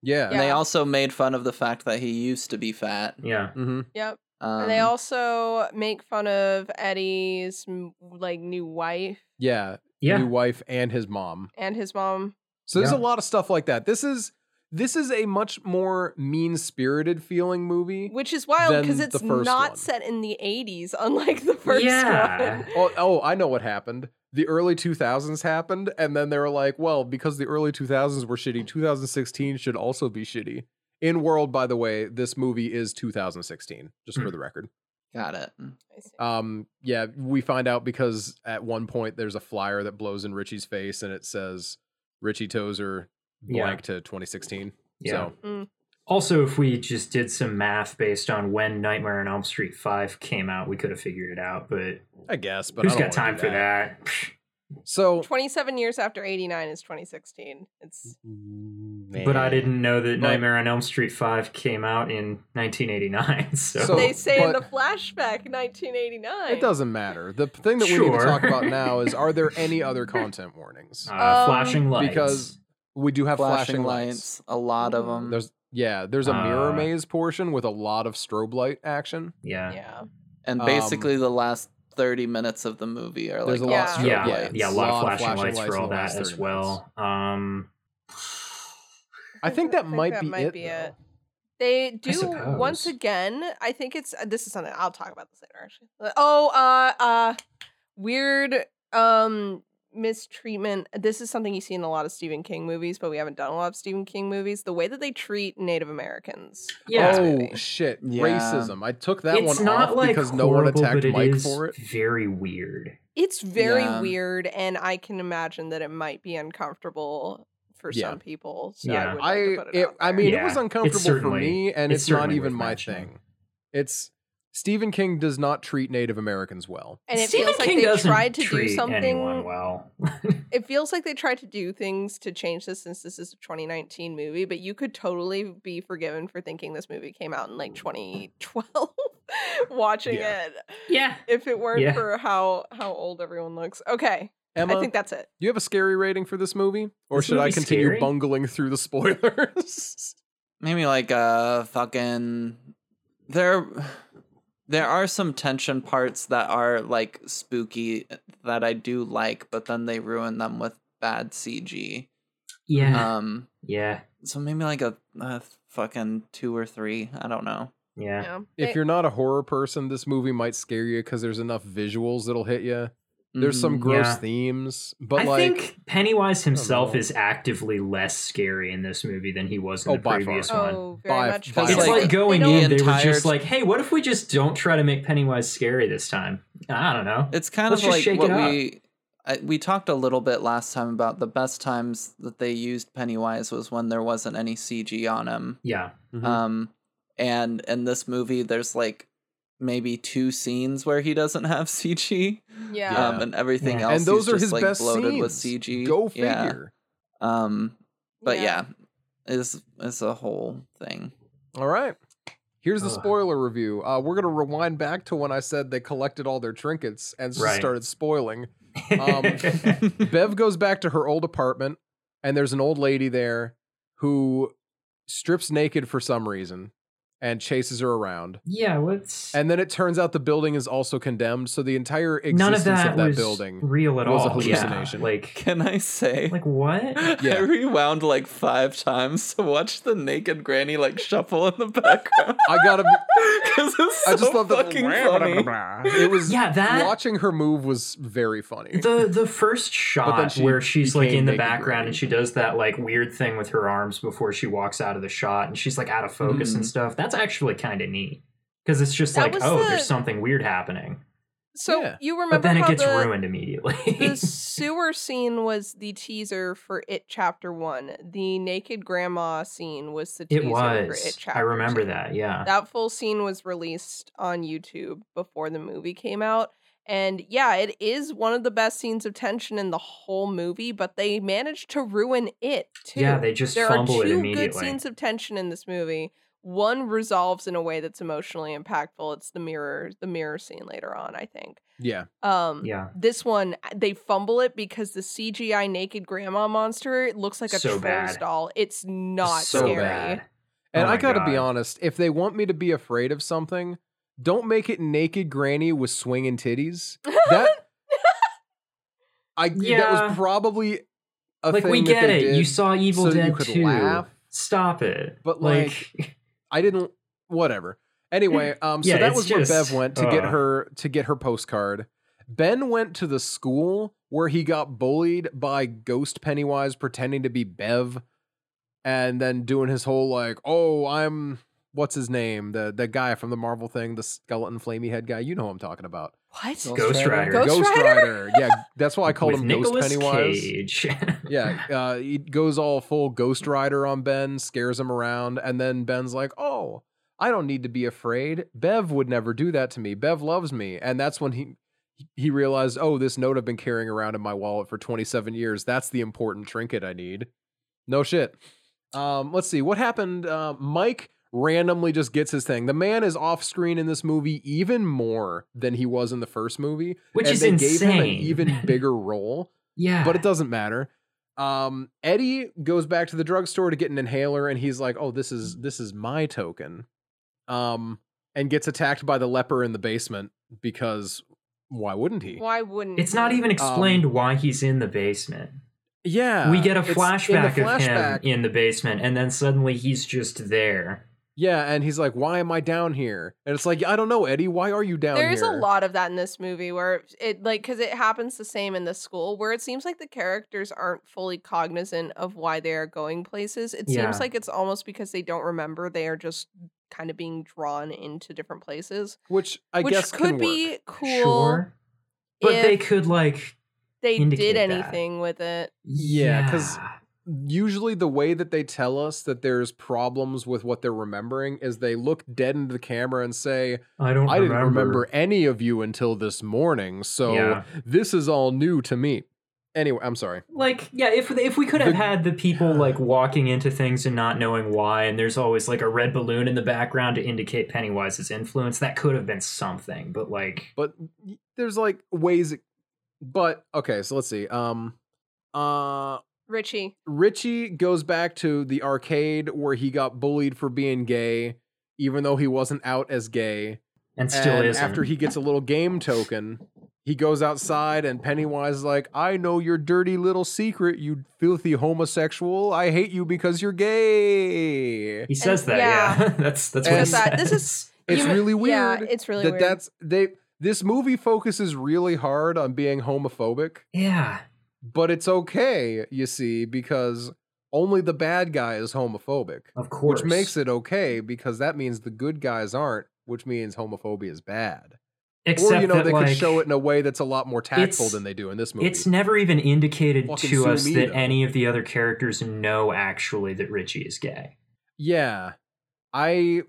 Yeah.
And they
Yeah.
also made fun of the fact that he used to be fat.
Yeah.
Mm-hmm.
Yep.
Um,
and they also make fun of Eddie's m- like new wife
Yeah.
Yeah.
New wife and his mom.
and his mom.
So there's a
Yeah.
lot of stuff like that. This is This is a much more mean spirited feeling movie.
Which is wild because
Then
it's
the first
not
one.
set in the 80s, unlike the first
Yeah.
one.
Oh, oh, I know what happened. The early 2000s happened, and then they were like, well, because the early 2000s were shitty, 2016 should also be shitty. In World, by the way, this movie is 2016, just for
Hmm.
the record.
Got it.
I see.
Um, yeah, we find out because at one point there's a flyer that blows in Richie's face and it says Richie Tozer
Yeah.
blank to 2016.
Yeah.
So
Also, if we just did some math based on when Nightmare on Elm Street 5 came out, we could have figured it out, but,
I guess, but
who's
I don't
got
wanna
time
do
for that?
So
27 years after 89 is 2016. It's
But I didn't know that
But-
Nightmare on Elm Street 5 came out in 1989, so,
So-
they say in the
but-
flashback 1989.
It doesn't matter. The thing that we need to
Sure.
talk about now is are there any other content warnings?
uh,
Um,
flashing lights.
because- We do have flashing,
Flashing,
lights.
lights. Mm. A lot of
Mhm.
them.
There's yeah, there's a mirror
Uh,
maze portion with a lot of strobe light action.
yeah. yeah.
Yeah.
and
um,
basically the last 30 minutes of the movie are like
There's a
all
lot-
strobe
Yeah,
lights.
a lot, of flashing, lights,
lights
for
in
all
the
that
last
as
30
well. Um,
I think that might be it, though.
They do once
suppose.
again. I think it's uh, this is something I'll talk about this later. Actually, Uh, oh, uh, uh, weird um mistreatment. This is something you see in a lot of Stephen King movies, but we haven't done a lot of Stephen King movies. The way that they treat Native Americans. in
Yeah.
this
Oh
movie.
shit!
Yeah.
Racism. I took that
it's
one
not
off
like
because
horrible,
no one
but
attacked
it
Mike
is
for it.
Very weird.
it's very
Yeah.
weird, and I can imagine that it might be uncomfortable for
Yeah.
some people. So I,
Yeah.
would
I
like to put it
it-
out
I
there.
mean it
Yeah,
was
it's
uncomfortable for
certainly-
me, and
it's
it's, not
certainly
even
worth
my
mentioning.
thing. It's Stephen King does not treat Native Americans well.
and it
Stephen
feels like
King
they
doesn't
tried to do
treat
something
anyone well.
it feels like they tried to do things to change this since this is a 2019 movie, but you could totally be forgiven for thinking this movie came out in like 2012 watching
Yeah.
it
yeah.
if it weren't
Yeah.
for how how old everyone looks. Okay,
Emma,
I think that's it.
do you have a scary rating for this movie, or
This
should I
movie's
continue
scary?
bungling through the spoilers?
maybe like a fucking there there are some tension parts that are like spooky that I do like but then they ruin them with bad CG
Uh,
Yeah.
um
yeah.
so maybe like a, a fucking 2 or 3 I don't know
Yeah.
Yeah.
if you're not a horror person, this movie might scare you because there's enough visuals that'll hit you. There's some
Mhm.
gross
Yeah.
themes, but
I
like
think Pennywise himself
know.
is actively less scary in this movie than he was in
Oh,
the
by far.
previous one.
oh, very
By-
much.
by
feels
It's
like
like,
they
going
don't-
in, they were
entire-
just like, "Hey, what if we just don't try to make Pennywise scary this time?" I don't know.
Mm-hmm. It's kind
Let's
of
just
like
shake
what
it up.
we I, we talked a little bit last time about the best times that they used Pennywise was when there wasn't any CG on him.
yeah,
Mhm.
Um, and in this movie, there's like maybe two scenes where he doesn't have CG.
Yeah.
Yeah.
Um, and everything
Yeah.
else,
and those
is
are
just,
his
like,
best
bloated
scenes.
with CG.
Go
Yeah.
figure.
Um, but yeah, it's it's a whole thing.
All right. Here's the
Ugh.
spoiler review. Uh, we're gonna rewind back to when I said they collected all their trinkets and s-
Right.
started spoiling. Bev goes back to her old apartment, and there's an old lady there who strips naked for some reason and chases her around.
yeah. What's
And then it turns out the building is also condemned, so the entire existence
none of that, was
building.
real at
was a
all. Yeah,
hallucination.
Like,
Can I say?
like what?
Yeah.
I rewound like five times to watch the naked granny like shuffle in the background.
I gotta. Be,
Because it's so
I just love the
fucking funny.
It was
Yeah, that
watching her move was very funny.
the the first
then
shot
she
where she's like
became
in the
naked
background
granny.
and she does that like weird thing with her arms before she walks out of the shot and she's like out of focus and
Mm.
Mhm.
stuff. That's actually kind of neat because it's just
That
like,
was
oh,
the-
there's something weird happening,
So
Yeah.
you remember
but then it
how
gets
the,
ruined immediately.
the sewer scene was the teaser for It Chapter One. The naked grandma scene was the teaser
it
for It
was.
Chapter
I remember
Two.
that. Yeah.
that full scene was released on YouTube before the movie came out. And yeah, it is one of the best scenes of tension in the whole movie, but they managed to ruin it too.
Yeah, they just
there are
fumble it
two
immediately.
good scenes of tension in this movie. One resolves in a way that's emotionally impactful. It's the mirror, the mirror scene later on, I think.
Oh
yeah,
Um
yeah.
this one they fumble it because the CGI naked grandma monster looks like a
So
troll's
bad.
doll. It's not
So
scary.
bad.
and
Oh
I
my
gotta be
God.
honest. If they want me to be afraid of something, don't make it naked granny with swinging titties. That I that
Yeah.
was probably a
Like
thing
we
that
get
they
it. You
did
saw Evil
so that
Dead
you could
2.
laugh.
Stop it.
But,
like
I didn't. Whatever. Anyway, um, so
Mm. Yeah,
that
it's
was
just-
where Bev went to get
uh.
her to get her postcard. Ben went to the school where he got bullied by Ghost Pennywise pretending to be Bev, and then doing his whole like, "Oh, I'm what's his name? The the guy from the Marvel thing, the skeleton flamey head guy. You know who I'm talking about?
What?
Ghost
Ghost
Rider.
Rider.
Ghost Rider?
yeah, that's why I called
with
him
Nicolas
Ghost Pennywise.
Cage.
Yeah, uh, he goes all full Ghost Rider on Ben, scares him around, and then Ben's like, "Oh, I don't need to be afraid. Bev would never do that to me. Bev loves me." And that's when he he realized, "Oh, this note I've been carrying around in my wallet for 27 years. That's the important trinket I need." No shit. Um, let's see what happened. Uh, Mike randomly just gets his thing. The man is off screen in this movie even more than he was in the first movie,
Which
and
is
they
insane.
gave him an even bigger role
yeah.
but it doesn't matter. Um, Eddie goes back to the drugstore to get an inhaler, and he's like, "Oh, this is this is my token," um, and gets attacked by the leper in the basement because why wouldn't he?
Why wouldn't
It's not
he?
even explained why he's in the basement.
um, Yeah,
we get a
it's in the
flashback,
flashback.
of him in the basement, and then suddenly he's just there.
Yeah, and he's like, "Why am I down here?" And it's like, "I don't know, Eddie. Why are you down
There's
here?"
a lot of that in this movie where it like because it happens the same in the school where it seems like the characters aren't fully cognizant of why they are going places. It
Yeah.
seems like it's almost because they don't remember they are just kind of being drawn into different places,
which I
which
guess
could
can
be
work.
cool
Sure. But
if
they could like
they
indicate
did
that.
anything with it.
Yeah, 'cause- usually the way that they tell us that there's problems with what they're remembering is they look dead into the camera and say,
I don't
I didn't
remember.
remember any of you until this morning, so
Yeah.
this is all new to me. Anyway, I'm sorry.
Like yeah, if if we could have
The-
had the people like walking into things and not knowing why, and there's always like a red balloon in the background to indicate Pennywise's influence, that could have been something. But like,
But y- there's like ways but okay, so let's see. Um uh
Richie,
Richie goes back to the arcade where he got bullied for being gay even though he wasn't out as gay.
and still
and
isn't.
after he gets a little game token, he goes outside and Pennywise is like, "I know your dirty little secret, you filthy homosexual. I hate you because you're gay."
he says that, yeah.
yeah.
that's that's
And-
what he
That- this is-
says.
It's
You ma-
really weird.
Yeah, it's really
that
weird.
that's they this movie focuses really hard on being homophobic
yeah.
but it's okay you see because only the bad guy is homophobic
Of course.
which makes it okay because that means the good guys aren't which means homophobia is bad
Except
or you know
that,
they
like,
could show it in a way that's a lot more tactful
it's-
than they do in this movie
It's never even indicated
Fucking
to us
Zumi,
that
though.
any of the other characters know actually that Richie is gay.
yeah i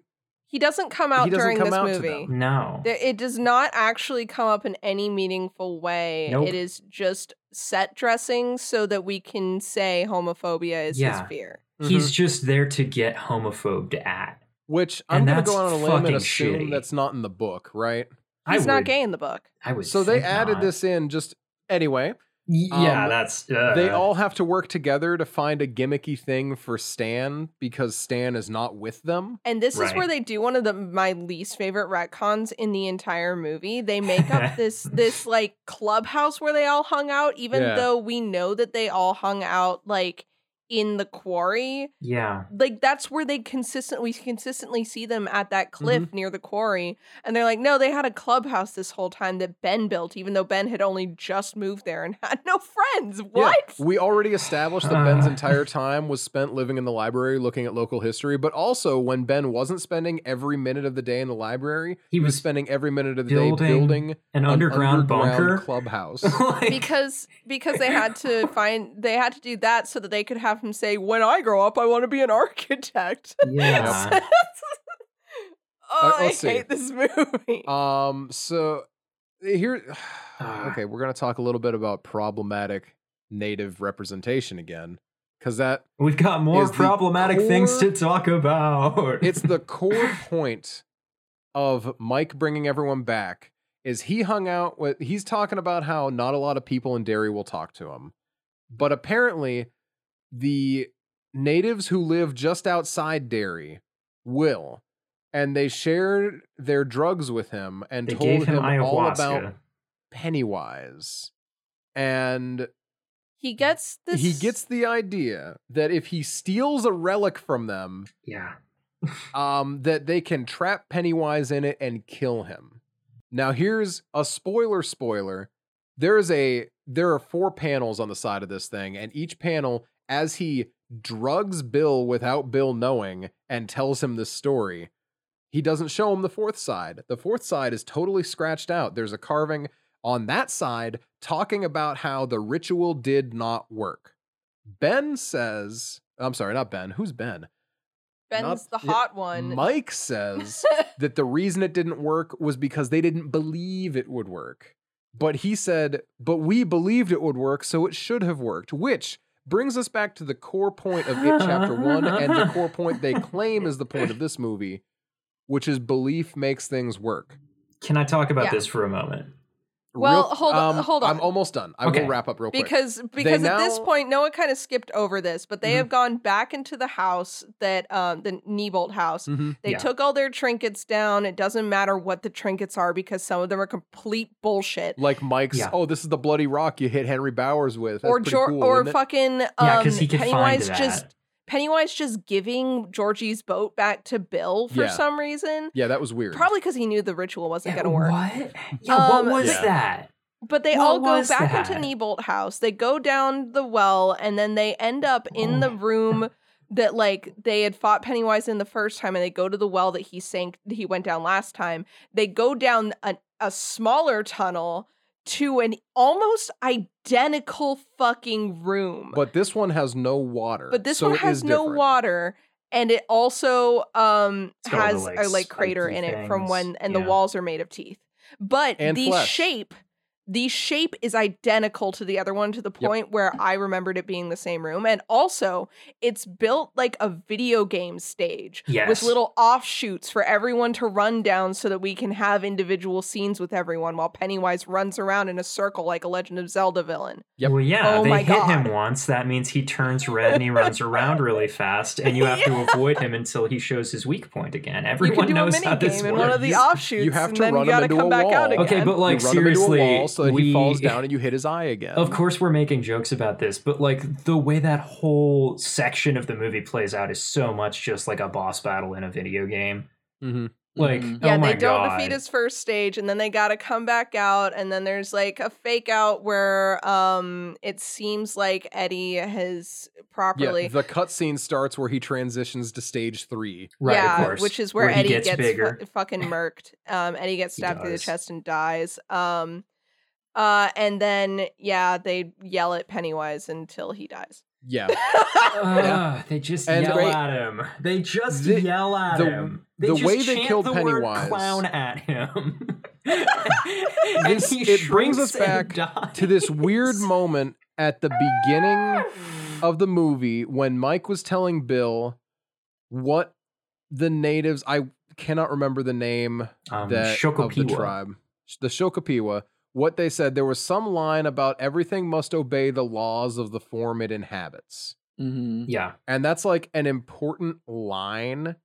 he doesn't come out
doesn't
during
come
this
out to
movie.
them.
No.
There- It does not actually come up in any meaningful way.
Nope.
It is just set dressing so that we can say homophobia is
Yeah.
his fear.
He's just there to get homophobed at.
mm-hmm, which i'm
And
gonna
that's
go on a limb
fucking
and assume
shitty.
that's not in the book right
He's
I
not
would,
gay in the book.
I would.
so they
think
added
not.
this in just anyway
Y- Yeah,
um,
that's. Uh,
they all have to work together to find a gimmicky thing for Stan because Stan is not with them.
And this is where
Right.
they do one of the my least favorite retcons in the entire movie. They make up this this like clubhouse where they all hung out, even
Yeah.
though we know that they all hung out like in the quarry.
Yeah.
Like that's where they consistently we consistently see them at that cliff
Mm-hmm.
near the quarry. And they're like, no, they had a clubhouse this whole time that Ben built, even though Ben had only just moved there and had no friends. What?
Yeah, we already established that Ben's
Uh.
entire time was spent living in the library looking at local history, but also when Ben wasn't spending every minute of the day in the library,
He
he was
was
spending every minute of the day
building
building an
An underground, bunker.
clubhouse.
Like-
because because they had to find they had to do that so that they could have him say when i grow up i want to be an architect
Yeah.
oh
Uh,
i
let's see.
hate this movie
um so here
Ah.
okay, we're going to talk a little bit about problematic native representation again cuz that
We've got more
is the
problematic things
core-
to talk about.
it's the core point of Mike bringing everyone back is he hung out with he's talking about how not a lot of people in Derry will talk to him. But apparently the natives who live just outside Derry will and they shared their drugs with him and
They
told
gave him
all
ayahuasca.
about Pennywise. And
He gets this.
He gets the idea that if he steals a relic from them,
Yeah.
um, that they can trap Pennywise in it and kill him. Now here's a spoiler spoiler. There is a there are four panels on the side of this thing, and each panel, as he drugs Bill without Bill knowing and tells him this story, he doesn't show him the fourth side. The fourth side is totally scratched out. There's a carving on that side talking about how the ritual did not work. Ben says, I'm sorry, not Ben. Who's Ben?
Ben's
not-
the
yeah,
hot one.
Mike says that the reason it didn't work was because they didn't believe it would work. But he said, but we believed it would work, so it should have worked, which brings us back to the core point of it chapter one and the core point they claim is the point of this movie, which is belief makes things work.
Can I talk about
Yeah.
this for a moment?
Well, hold on-
um,
hold
I'm
on.
almost done. I
Okay.
will wrap up real quick.
because because at this
now- Mm-hmm.
point Noah kind of skipped over this, but they
Mhm.
have gone back into the house that um the Niebolt house.
Mhm.
They
Yeah.
took all their trinkets down. It doesn't matter what the trinkets are because some of them are complete bullshit.
like Mike's,
Yeah.
oh, this is the bloody rock you hit Henry Bowers with. That's
or
pretty
Geor-
cool,
or
isn't it?
fucking um,
Yeah, because he could find
Pennywise
that.
just Pennywise just giving Georgie's boat back to Bill for
Yeah.
some reason.
yeah, that was weird.
Probably because he knew the ritual wasn't going
Yeah,
to work.
What? Yeah,
Uh, Um,
what was
Yeah.
that?
But they
What
all go
was
back
that?
into Niebolt House. They go down the well, and then they end up in
Oh.
the room that like they had fought Pennywise in the first time, and they go to the well that he sank. He went down last time. They go down a, a smaller tunnel to an almost identical fucking room.
But this one has no water.
But this
so
one
it
has
is
no
different.
water, and it also um
It's got all
has
the, like,
a like crater in
spiky
it from
things.
when, and the
Yeah.
walls are made of teeth. But
And
the
flesh.
shape, the shape is identical to the other one to the point where I remembered it being the same room, and also it's built like a video game stage with
Yes.
little offshoots for everyone to run down, so that we can have individual scenes with everyone while Pennywise runs around in a circle like a Legend of Zelda villain.
Yep.
Well, yeah,
Oh
they
my
hit
God.
him once. That means he turns red and he runs around really fast, and you have to avoid him until he shows his weak point again. Everyone
you can do
knows
a
how
mini
this
game in one
works.
of the
You-
offshoots.
you have
and
to
then
run
you
him
gotta
into
come
a
back out
wall.
again.
Okay, but oh like
you run
seriously,
him into a wall so that he
we-
falls down and you hit his eye again.
Of course, we're making jokes about this, but like the way that whole section of the movie plays out is so much just like a boss battle in a video game.
Mhm.
Like,
Mhm.
yeah,
oh my
they don't
God.
defeat his first stage, and then they gotta come back out, and then there's like a fake out where um it seems like Eddie has properly
Yeah, the cutscene starts where he transitions to stage three.
Right, of
yeah,
course,
which is where,
where he
Eddie
gets
gets, fu-
bigger.
fucking murked. Um, Eddie gets
He
stabbed through the
does.
chest and dies. Um, uh, and then yeah, they yell at Pennywise until he dies.
Yeah.
Ugh, Ah, they just
And
yell
great-
at him. They just
The-
yell at
the-
him. They
the
just
way they
chant
killed
the
Pennywise-
word clown at him. and
This-
he
it brings
shrinks
us
and
back To this weird
dies.
moment at the beginning of the movie when Mike was telling Bill what the natives, I cannot remember the name
um,
that of the
Shokopiwa.
tribe, the Shokopiwa, what they said, there was some line about everything must obey the laws of the form it inhabits.
Mm-hmm.
Yeah,
and that's like an important line.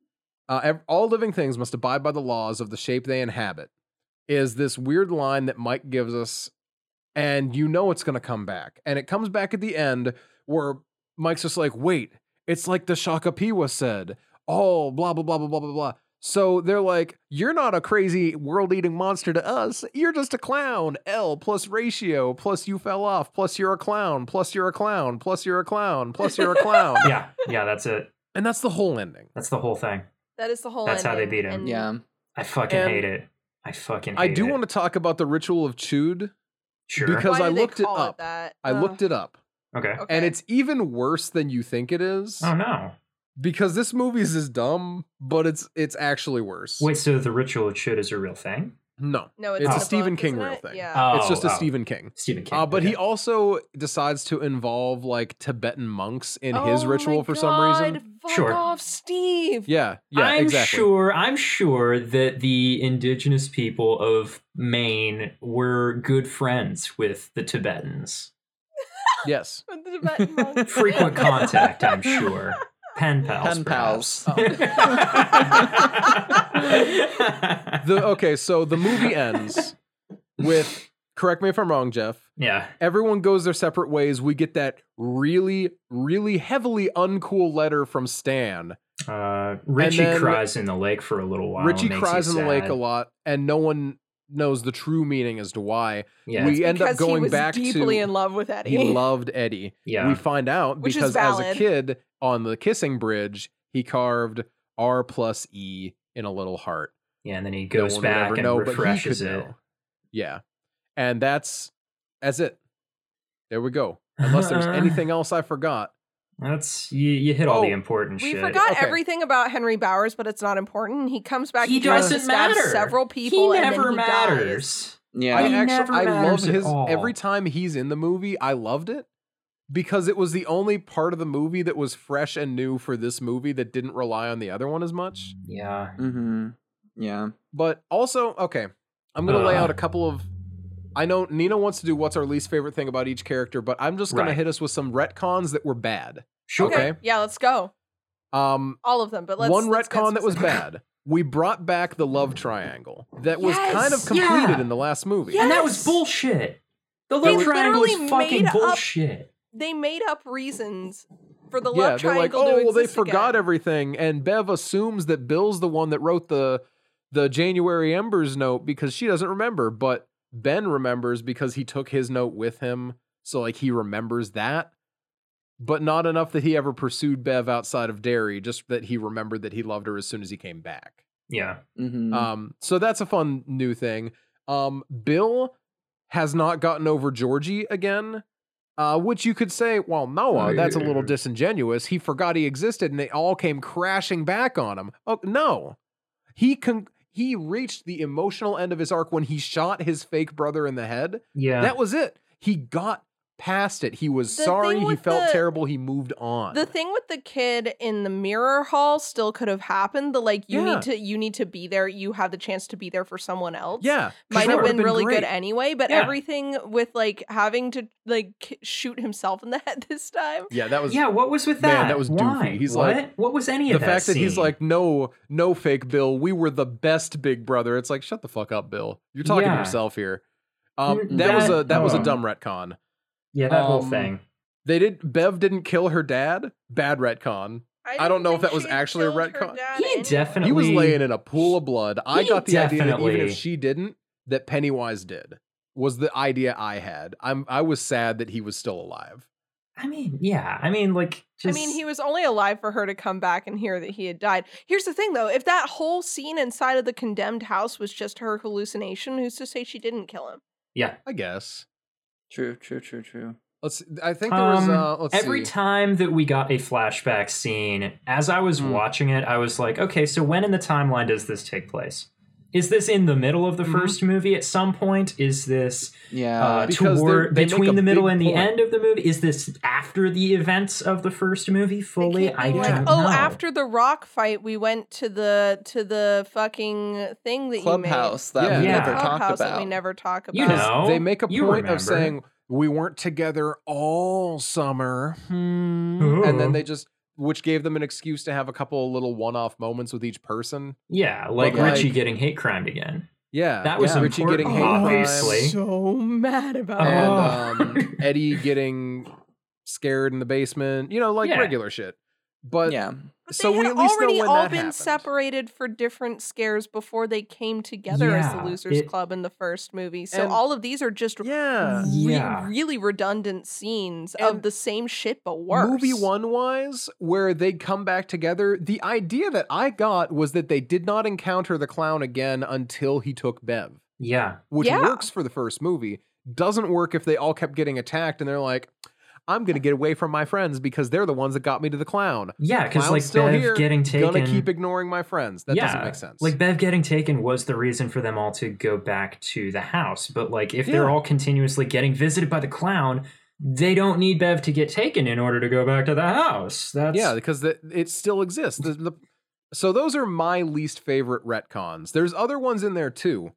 Uh, ev- all living things must abide by the laws of the shape they inhabit. Is this weird line that Mike gives us, and you know it's going to come back, and it comes back at the end where Mike's just like, "Wait, it's like the Shakapiwa said." Oh, blah blah blah blah blah blah blah. So they're like, "You're not a crazy world-eating monster to us. You're just a clown." L plus ratio plus you fell off plus you're a clown plus you're a clown plus you're a clown plus you're a clown.
yeah, yeah. That's it.
And that's the whole ending.
That's the whole thing.
That is the whole.
That's how they
ending,
beat him.
and-
Yeah.
I fucking
And-
hate it. I fucking.
I
hate
do
it.
want to talk about the ritual of Chewed.
Sure.
because-
Why
I
do they
looked it
call
up.
that?
I looked it up,
Oh. okay.
Okay.
and it's even worse than you think it is
Oh no.
because this movie's is dumb, but it's it's actually worse.
Wait. So the ritual of shit is a real thing?
no,
no, it's,
it's
in
a
the
Stephen
book,
King
isn't
real
it?
thing.
Yeah.
it's just a
oh.
Stephen King.
Stephen King.
Uh, but he
okay.
also decides to involve like Tibetan monks in
Oh
his ritual for some reason.
Oh Fuck
Sure.
off, Steve.
Yeah, yeah,
I'm
exactly.
sure. I'm sure that the indigenous people of Maine were good friends with the Tibetans.
Yes.
With the Tibetan monks.
Frequent contact. I'm sure. Pen pals.
Pen
perhaps.
pals.
Oh. The okay, so the movie ends with correct me if I'm wrong, Jeff.
Yeah.
Everyone goes their separate ways. We get that really, really heavily uncool letter from Stan.
Uh, Richie
then-
cries in the lake for a little while.
Richie
It makes you
cries in the lake
sad.
a lot, and no one knows the true meaning as to why.
Yeah.
we end up
because he
going
was
back
deeply
to
in love with Eddie.
he loved Eddie.
yeah.
We find out
Which is
because as a
valid.
kid on the kissing bridge, he carved R plus E in a little heart.
yeah. And then he
No
goes
one would
back
ever
and
know, but he
refreshes
could
it.
know. Yeah. And that's that's it. There we go. Unless there's
Uh,
anything else I forgot.
That's you. You hit all
Oh,
the important
we
shit.
forgot
Okay.
everything about Henry Bowers, but it's not important. He comes back.
He
He, tries to
doesn't
stab
matter.
several
He
people. and then
never
he dies.
matters.
Yeah.
I
He
actually
never
I love
matters at
his
all.
every time he's in the movie, I loved it because it was the only part of the movie that was fresh and new for this movie that didn't rely on the other one as much.
Yeah.
mm-hmm. Yeah.
But also, okay, I'm gonna lay
Uh.
out a couple of. I know Nina wants to do what's our least favorite thing about each character, but I'm just gonna
Right.
hit us with some retcons that were bad.
Sure.
Okay.
Yeah, let's go.
Um,
All of them, but let's
one
let's get
retcon that was
specific.
bad. We brought back the love triangle that was kind of
Yes,
completed
yeah.
in the last movie.
Yeah.
And that was
Yes.
bullshit. The
They
love triangle is
literally
fucking
made up-
bullshit.
They made up reasons for the
yeah,
love
they're like,
triangle.
oh,
to
well, they
exist
forgot
again.
everything, and Bev assumes that Bill's the one that wrote the the January Embers note because she doesn't remember, but Ben remembers because he took his note with him, so like he remembers that, but not enough that he ever pursued Bev outside of Derry, just that he remembered that he loved her as soon as he came back.
Yeah.
Mm-hmm.
Um, so that's a fun new thing. Um, Bill has not gotten over Georgie again, uh, which you could say, well, Noah, that's a little
Yeah.
disingenuous. He forgot he existed, and they all came crashing back on him. Oh no, he con- he reached the emotional end of his arc when he shot his fake brother in the head.
Yeah.
That was it. He got past it. He was
The
sorry.
thing
He
with
felt
the-
terrible. He moved on.
The thing with the kid in the mirror hall still could have happened. The like you
Yeah.
need to you need to be there. You have the chance to be there for someone else.
yeah, 'cause
Might
that
have
would've
been, really
great.
good anyway, but
Yeah.
everything with like having to like k- shoot himself in the head this time.
Yeah, that was
yeah. What was with that?
Man, that was doofy.
Why?
He's
what?
like-
what was any
the
of that?
fact that he's
scene?
like, no, no fake Bill, we were the best Big Brother. It's like, shut the fuck up, Bill. You're talking
Yeah.
to yourself here. Um,
Mm,
that, was a
that-
that was a
oh.
dumb retcon.
yeah, that whole
um,
thing.
They did. Bev didn't kill her dad. Bad retcon.
I,
don't know if
think
that was
she
actually a
killed her
retcon.
dad
He
anyway.
definitely-
He was laying in a pool of blood. I
He
got the idea that even
definitely-
if she didn't, that Pennywise did. Was the idea I had. I'm I was sad that he was still alive.
I mean, yeah. I mean, like, just.
I mean, he was only alive for her to come back and hear that he had died. Here's the thing, though: if that whole scene inside of the condemned house was just her hallucination, who's to say she didn't kill him?
Yeah.
I guess.
True, true, true, true.
Let's. I think there was.
Um,
Uh, let's
Every
see.
time that we got a flashback scene, as I was
Mm.
watching it, I was like, okay, so when in the timeline does this take place? Is this in the middle of the
Mhm.
first movie at some point? Is this
Yeah.
uh,
because they're-
toward,
they make a
between the middle
big
and the
point.
end of the movie? Is this after the events of the first movie
They
fully?
can't be
I
like,
don't
oh,
know.
after the rock fight, we went to the to the fucking thing that
Clubhouse
Yeah.
that we
Yeah.
you made.
never talked
Clubhouse that
about.
we never talk about.
You
Because
know,
they make a point
you remember.
of saying we weren't together all summer, hmm,"
Ooh.
and then they just, which gave them an excuse to have a couple of little one-off moments with each person.
yeah, like
But, like-
Richie getting hate crimed again.
Yeah,
That was
yeah, Richie
important,
getting hate
obviously.
crimes,
so mad about
and
it.
Oh.
um, Eddie getting scared in the basement. You know, like
Yeah.
regular shit. But
yeah.
But
so
they
we
had
at least know
already
when
all
that
been
happened.
separated for different scares before they came together as the
Yeah,
Losers
it-
Club in the first movie. So
And-
all of these are just
yeah.
re-
Yeah.
really redundant scenes of
And
the same shit but worse.
Movie one wise, where they come back together, the idea that I got was that they did not encounter the clown again until he took Bev.
Yeah,
which
Yeah.
works for the first movie, doesn't work if they all kept getting attacked and they're like, I'm gonna get away from my friends because they're the ones that got me to the clown.
yeah, because
Clown's
like
still
Bev
here,
getting taken.
Gonna keep ignoring my friends. That doesn't make sense.
Like Bev getting taken was the reason for them all to go back to the house. But like if they're
Yeah.
all continuously getting visited by the clown, they don't need Bev to get taken in order to go back to the house. That's
yeah, because the, it still exists. The- the- so those are my least favorite retcons. There's other ones in there too,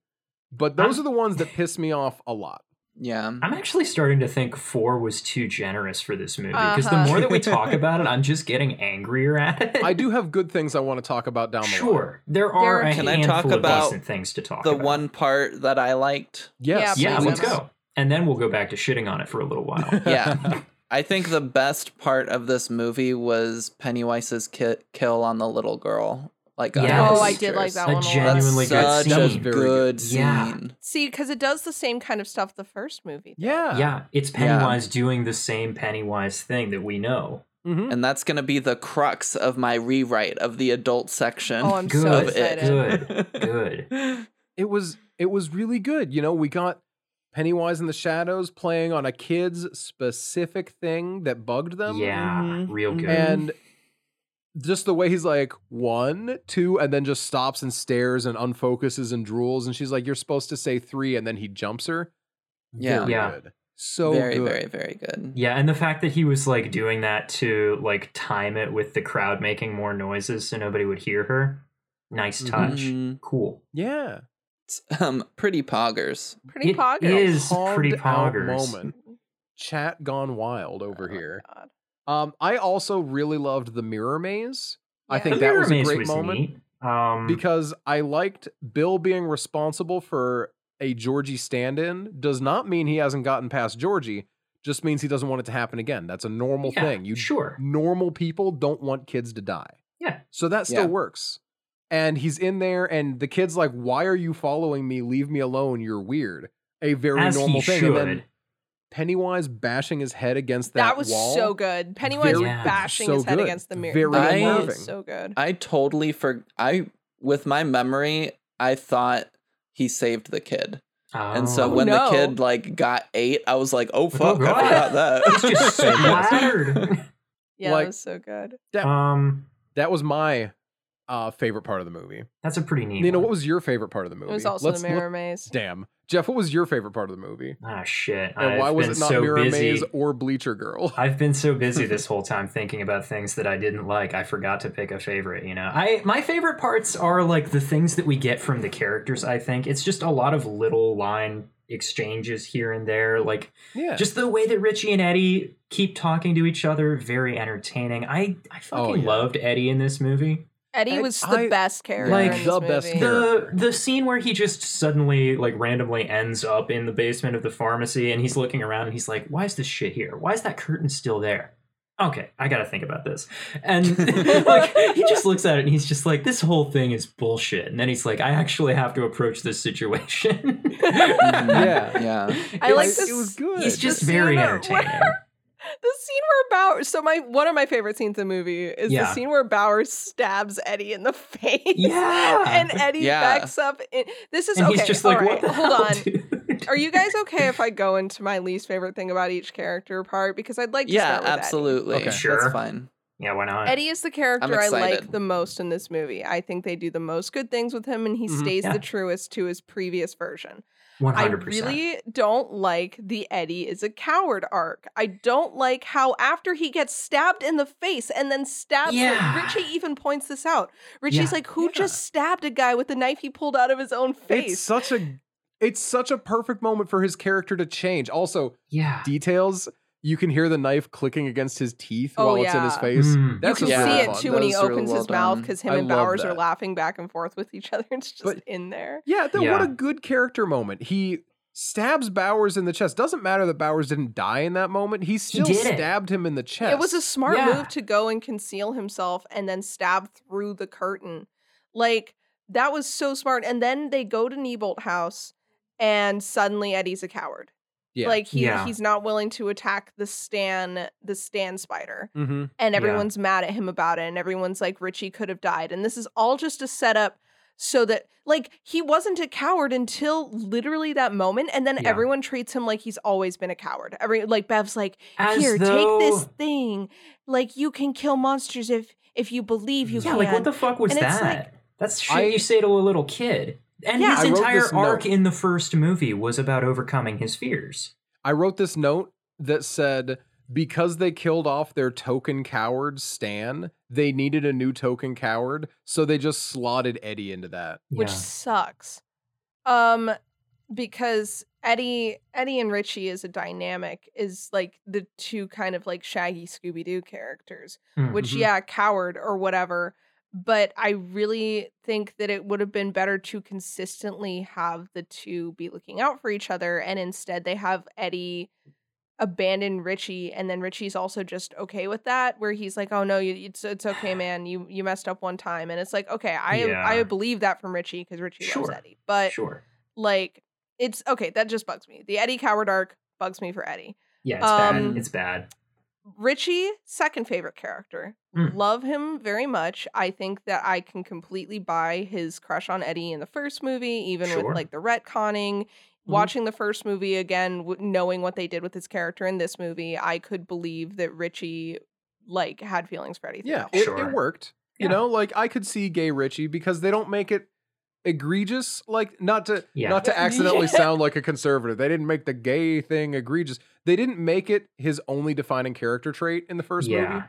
but those
I'm-
are the ones that piss me off a lot.
Yeah.
I'm actually starting to think four was too generous for this movie because
Uh-huh.
the more that we talk about it, I'm just getting angrier at it.
I do have good things I want to talk about down the line.
Sure, there are
Derek,
a
Can I
handful
talk
of
about
decent things to talk
The
about.
one part that I liked.
Yes.
yeah,
please.
let's go, and then we'll go back to shitting on it for a little while.
Yeah. I think the best part of this movie was Pennywise's ki- kill on the little girl. Like under
Yes.
Oh, I
the
did like
bleachers.
that
A
one a lot.
genuine- genuinely good
such
scene.
a
Very
good
good.
scene.
Yeah.
See, because it does the same kind of stuff the first movie. did.
Yeah.
yeah, it's
Yeah.
Pennywise doing the same Pennywise thing that we know.
Mhm.
And that's going to be the crux of my rewrite of the adult section.
Oh, I'm
Good,
so
of
excited.
good, good.
It was it was really good. You know, we got Pennywise in the Shadows playing on a kid's specific thing that bugged them.
yeah,
mm-hmm.
Mhm.
real good.
And just the way he's like one, two, and then just stops and stares and unfocuses and drools, and she's like, "You're supposed to say three, and then he jumps her.
Yeah.
Very
Yeah.
good. So
very,
good.
very, very good.
Yeah, and the fact that he was like doing that to like time it with the crowd making more noises so nobody would hear her. Nice
Mhm.
touch.
Mhm.
Cool.
Yeah,
It's, um, pretty poggers.
Pretty
It
poggers.
is pretty
Calmed out
poggers.
moment. Chat gone wild
Oh,
over
Uh-huh.
here.
God.
Um, I also really loved the mirror maze. I
Yeah.
think
The
that
mirror
was a
maze
great moment
neat. Um,
because I liked Bill being responsible for a Georgie stand-in. Does not mean he hasn't gotten past Georgie. Just means he doesn't want it to happen again. That's a normal
yeah,
thing. You
sure.
normal people don't want kids to die.
Yeah.
So that still
Yeah.
works. And he's in there, and the kid's like, "Why are you following me? Leave me alone. You're weird." A very
As
normal
he
thing.
should.
And then Pennywise bashing his head against
That,
that,
was
wall.
so good. Pennywise
Very- Yeah.
bashing
So
his head
good.
against the mirror.
Very
that
unnerving.
was so good.
I totally for I with my memory, I thought he saved the kid. And so
Oh.
when
no.
the kid like got eight, I was like, "Oh fuck, I
God.
forgot that."
He's Oh. just splattered.
Yeah,
like-
that was so good.
um,
That was my uh, favorite part of the movie.
that's a pretty neat.
Nina,
one.
what was your favorite part of the
It
movie?
was also
Let's
the
look-
mirror maze.
damn, Jeff, what was your favorite part of the movie?
Ah, shit.
And
I've
why was
been
it not
so
Mirror
busy.
Maze or Bleacher Girl?
I've been so busy this whole time thinking about things that I didn't like. I forgot to pick a favorite, you know. I my favorite parts are like the things that we get from the characters, I think. It's just a lot of little line exchanges here and there, like
yeah,
just the way that Richie and Eddie keep talking to each other, very entertaining. I I fucking
Oh, yeah.
loved Eddie in this movie.
Eddie
Ed-
was the
I-
best character.
like,
in this
the best
movie.
character.
The the scene where he just suddenly like randomly ends up in the basement of the pharmacy and he's looking around and he's like, "Why is this shit here? Why is that curtain still there?" Okay, I gotta think about this. And like he just looks at it and he's just like, "This whole thing is bullshit." And then he's like, "I actually have to approach this situation."
Mhm.
Yeah.
yeah.
I like
It's-
this-
It was good.
He's just
The
very
scene where-
entertaining.
The scene where Bauer. So my one of my favorite scenes in the movie is
Yeah.
the scene where Bauer stabs Eddie in the face.
Yeah.
And Eddie
Yeah.
backs up. In, this is
And
okay.
he's just like,
all
"What
right,
the
hold
hell,
on.
dude?"
Are you guys okay if I go into my least favorite thing about each character part? Because I'd like to
Yeah,
start with Eddie.
absolutely.
Okay.
Sure.
That's fine.
Yeah, why not?
Eddie is the character I like
excited.
the most in this movie. I think they do the most good things with him, and he
Mhm.
stays
Yeah.
the truest to his previous version.
One
I
hundred percent.
really don't like the Eddie is a coward arc. I don't like how after he gets stabbed in the face and then stabbed,
Yeah.
Richie even points this out. Richie's
Yeah.
like, "Who
Yeah.
just stabbed a guy with the knife he pulled out of his own
it's
face?"
such a it's such a perfect moment for his character to change. Also,
Yeah.
details you can hear the knife clicking against his teeth
Oh,
while it's in his
yeah.
face.
Mm.
That's
you
just
can
Yeah.
see
really
it
fun.
too when he
Those are
opens
well
his mouth
done.
because him
I
and
love
Bowers are
that.
laughing back and forth with each other. It's just
But-
in there.
Yeah, that, what
Yeah.
a good character moment. He stabs Bowers in the chest. Doesn't matter that Bowers didn't die in that moment. He still
did it.
stabbed him in the chest.
It was a smart
Yeah.
move to go and conceal himself and then stab through the curtain. Like that was so smart. And then they go to Niebolt House and suddenly Eddie's a coward.
Yeah.
Like he
Yeah.
he's not willing to attack the Stan the Stan spider.
Mhm.
And
Yeah.
everyone's mad at him about it and everyone's like Richie could have died. And this is all just a setup so that like he wasn't a coward until literally that moment and then
Yeah.
everyone treats him like he's always been a coward. Every like Bev's like
As
here
though-
take this thing like you can kill monsters if if you believe you
yeah,
can
like what the fuck was
And it's
that?
like-
That's shit
I-
you say to a little kid. And
Yeah.
his
I wrote
entire
this note.
arc in the first movie was about overcoming his fears.
I wrote this note that said because they killed off their token coward Stan, they needed a new token coward, so they just slotted Eddie into that.
which
yeah.
sucks um because Eddie Eddie and Richie is a dynamic is like the two kind of like shaggy Scooby Doo characters
Hmm.
which
Mhm.
yeah coward or whatever but i really think that it would have been better to consistently have the two be looking out for each other and instead they have eddie abandon richie and then richie's also just okay with that where he's like oh no you, it's it's okay man you you messed up one time and it's like okay i i
Yeah.
believe that from richie because richie loves
Sure.
eddie but
sure.
like it's okay that just bugs me the eddie coward arc bugs me for eddie
Yeah, it's
um,
bad. It's bad.
Richie, second favorite character.
Mm.
Love him very much. I think that I can completely buy his crush on Eddie in the first movie, even
Sure.
with like the retconning. Watching the first movie again, w- knowing what they did with his character in this movie, I could believe that Richie like had feelings for Eddie.
Yeah,
throughout.
it,
Sure.
it worked. You
Yeah.
know, like I could see gay Richie because they don't make it egregious. Like not to
Yeah.
not to accidentally
Yeah.
sound like a conservative. They didn't make the gay thing egregious. They didn't make it his only defining character trait in the first
yeah.
movie.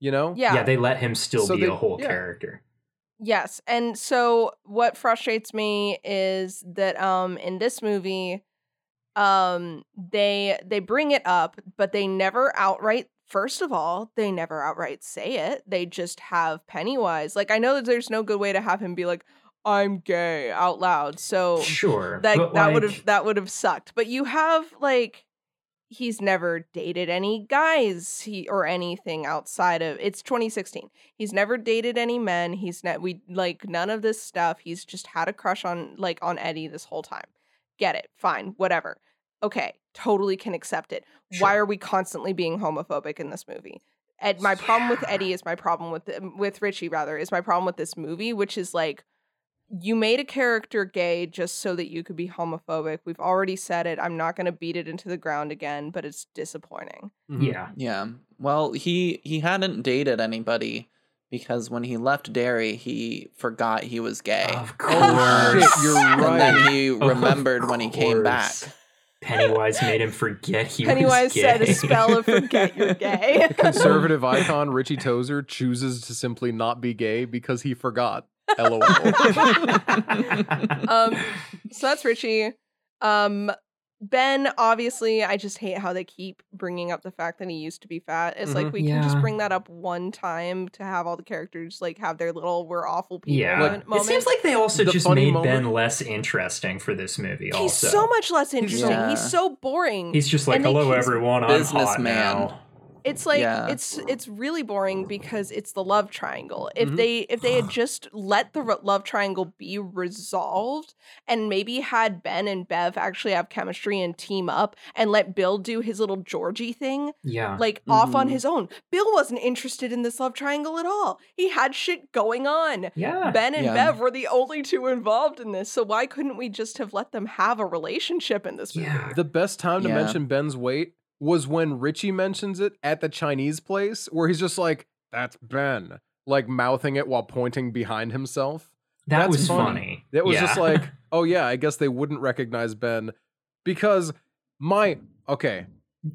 You know,
yeah.
Yeah, they let him still
So
be
they-
a whole
yeah.
character.
Yes. And so what frustrates me is that um in this movie um they they bring it up but they never outright first of all they never outright say it. They just have Pennywise. Like I know that there's no good way to have him be like I'm gay out loud. So
Sure.
Oh. that
but,
that
like,
would have that would have sucked. But you have like he's never dated any guys he or anything outside of it's 2016. He's never dated any men. He's not we like none of this stuff. He's just had a crush on like on Eddie this whole time. Get it. Fine. Whatever. Okay. Totally can accept it. Why
Sure.
are we constantly being homophobic in this movie? Ed, my problem with
Yeah.
Eddie is my problem with um, with Richie rather is my problem with this movie, which is like you made a character gay just so that you could be homophobic. We've already said it. I'm not going to beat it into the ground again, but it's disappointing.
Mhm.
Yeah.
Yeah. Well, he he hadn't dated anybody because when he left Derry, he forgot he was gay.
Of
Oh,
course.
shit, you're
And
right.
then he
Of
remembered when he came back.
course. Pennywise made him forget he was
Pennywise
gay.
said a spell of forget you're gay.
Conservative icon Richie Tozer chooses to simply not be gay because he forgot. LOL.
Um, so that's Richie. Um, ben, obviously, I just hate how they keep bringing up the fact that he used to be fat. It's like
Mhm.
we can just
Mm-hmm. Yeah.
bring that up one time to have all the characters like have their little "we're awful people"
Yeah.
moment.
it seems like they also
The
just
funny
made
moment-
Ben less interesting for this movie.
he's
also,
so much less interesting.
Yeah.
He's so boring.
He's just like,
and they
"Hello,
keep-
everyone. I'm hot
Businessman.
now."
It's like
Yeah.
it's it's really boring because it's the love triangle. If
Mm-hmm.
Mhm.
they if they had just let the re- love triangle be resolved and maybe had Ben and Bev actually have chemistry and team up and let Bill do his little Georgie thing
Yeah,
like off on
mm-hmm.
Mhm.
his own. Bill wasn't interested in this love triangle at all. He had shit going on.
yeah.
Ben and
Yeah.
Bev were the only two involved in this, so why couldn't we just have let them have a relationship in this movie?
Yeah.
The best time to
Yeah.
mention Ben's weight was when Richie mentions it at the Chinese place, where he's just like, "That's Ben," like mouthing it while pointing behind himself.
that
That's
was
funny.
funny.
That was
Yeah.
just like, "Oh yeah, I guess they wouldn't recognize Ben," because my okay,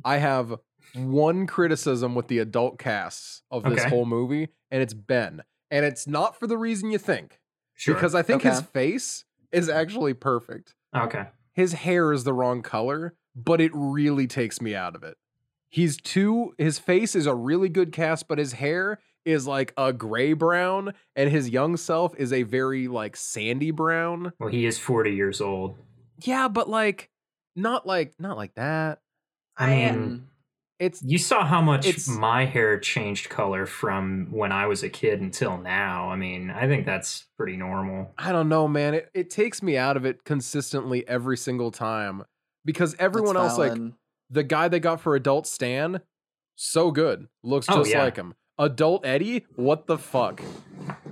I have one criticism with the adult casts of this
Okay.
whole movie, and it's Ben, and it's not for the reason you think,
sure.
because I think his
Okay.
face is actually perfect
okay,
his hair is the wrong color, but it really takes me out of it. He's too his face is a really good cast, but his hair is like a gray brown, and his young self is a very like sandy brown.
well, he is forty years old.
Yeah, but like not like not like that.
I mean,
Mm.
It's
you saw how much
It's-
my hair changed color from when I was a kid until now. I mean, I think that's pretty normal.
I don't know, man. It it takes me out of it consistently every single time. Because everyone else, like the guy they got for adult Stan, so good. Looks
Oh,
just
yeah.
like him. Adult Eddie, what the fuck?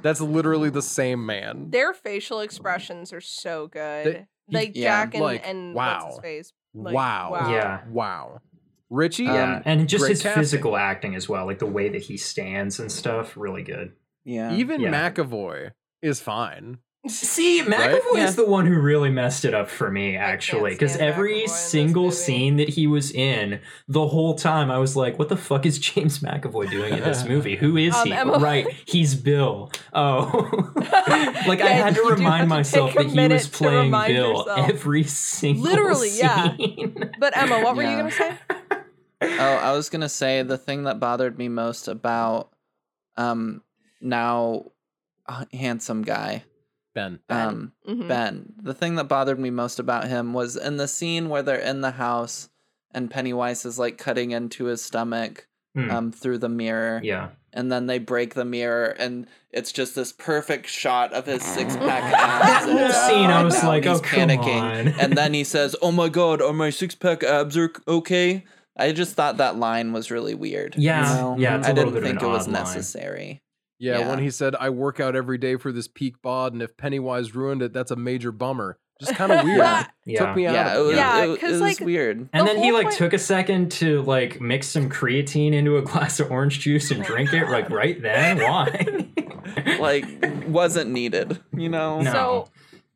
That's literally the same man.
Their facial expressions are so good.
They-
like
Yeah,
Jack and,
like,
and
wow.
what's his face. like,
wow.
wow.
Yeah.
Wow. Richie,
Yeah,
Um,
and just
great
his
casting.
physical acting as well, like the way that he stands and stuff, really good.
yeah.
even
yeah.
McAvoy is fine.
See, McAvoy's
Yeah.
the one who really messed it up for me,
can't
actually, because
stand McAvoy in
every
this
single
movie.
scene that he was in, the whole time, I was like, "What the fuck is James McAvoy doing in this movie? Who is
Um,
he?
Emma-
Right, he's Bill. Oh, like
Yeah,
I had to
you do
remind
have to
myself
take a
that he
minute
was
to
playing
remind
Bill
yourself.
every single
Literally, yeah.
scene.
But Emma, what were you
Yeah.
gonna say?
Oh, I was gonna say the thing that bothered me most about um now uh, handsome guy
Ben.
Ben.
um
Mhm.
Ben. The thing that bothered me most about him was in the scene where they're in the house and Pennywise is like cutting into his stomach
Hmm,
um through the mirror
yeah,
and then they break the mirror and it's just this perfect shot of his six pack abs. and
That
it's
whole scene, I
falling
was
down,
like,
he's
"Oh, come on."
and then he says, "Oh my god, are my six pack abs are okay?" I just thought that line was really weird. you
Yeah,
know?
yeah, it's a
I
little
didn't
bit of
think
an
it was
odd line.
necessary.
Yeah, when
Yeah.
he said, I work out every day for this peak bod, and if Pennywise ruined it, that's a major bummer. Just kind of weird.
Yeah.
yeah.
Took me
Yeah,
out
it
of
was,
it.
Yeah,
it, it
'cause,
was
like,
weird.
And
The
then he
whole
like
point-
took a second to like mix some creatine into a glass of orange juice and drink it like right then. Why?
Like, wasn't needed. You know.
No.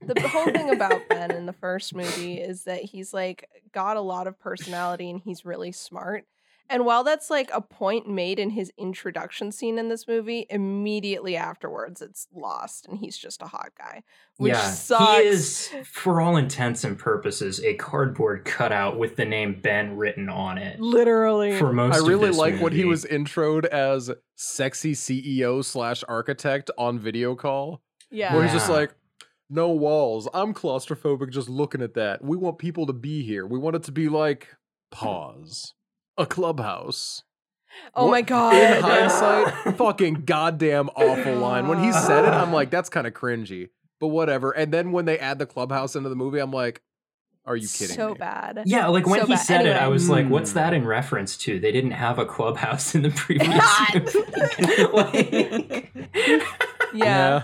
So the whole thing about Ben in the first movie is that he's like got a lot of personality and he's really smart. And while that's like a point made in his introduction scene in this movie, immediately afterwards it's lost and he's just a hot guy. Which sucks.
he is for all intents and purposes a cardboard cutout with the name Ben written on it.
literally
For most,
I
of
really
this
like what he
movie.
was introed as sexy CEO slash architect on video call,
yeah.
where he's just
Yeah.
like, no walls. I'm claustrophobic just looking at that. We want people to be here. We want it to be like, pause, a clubhouse.
oh my
What-
god.
In hindsight, fucking goddamn awful line. When he said it, I'm like, that's kind of cringy, but whatever. And then when they add the clubhouse into the movie, I'm like, are you kidding
so
me?
bad.
Yeah, like when
So
he
bad.
said it, I
Anyway.
was like,
Hmm.
"What's that in reference to?" They didn't have a clubhouse in the previous movie.
Yeah.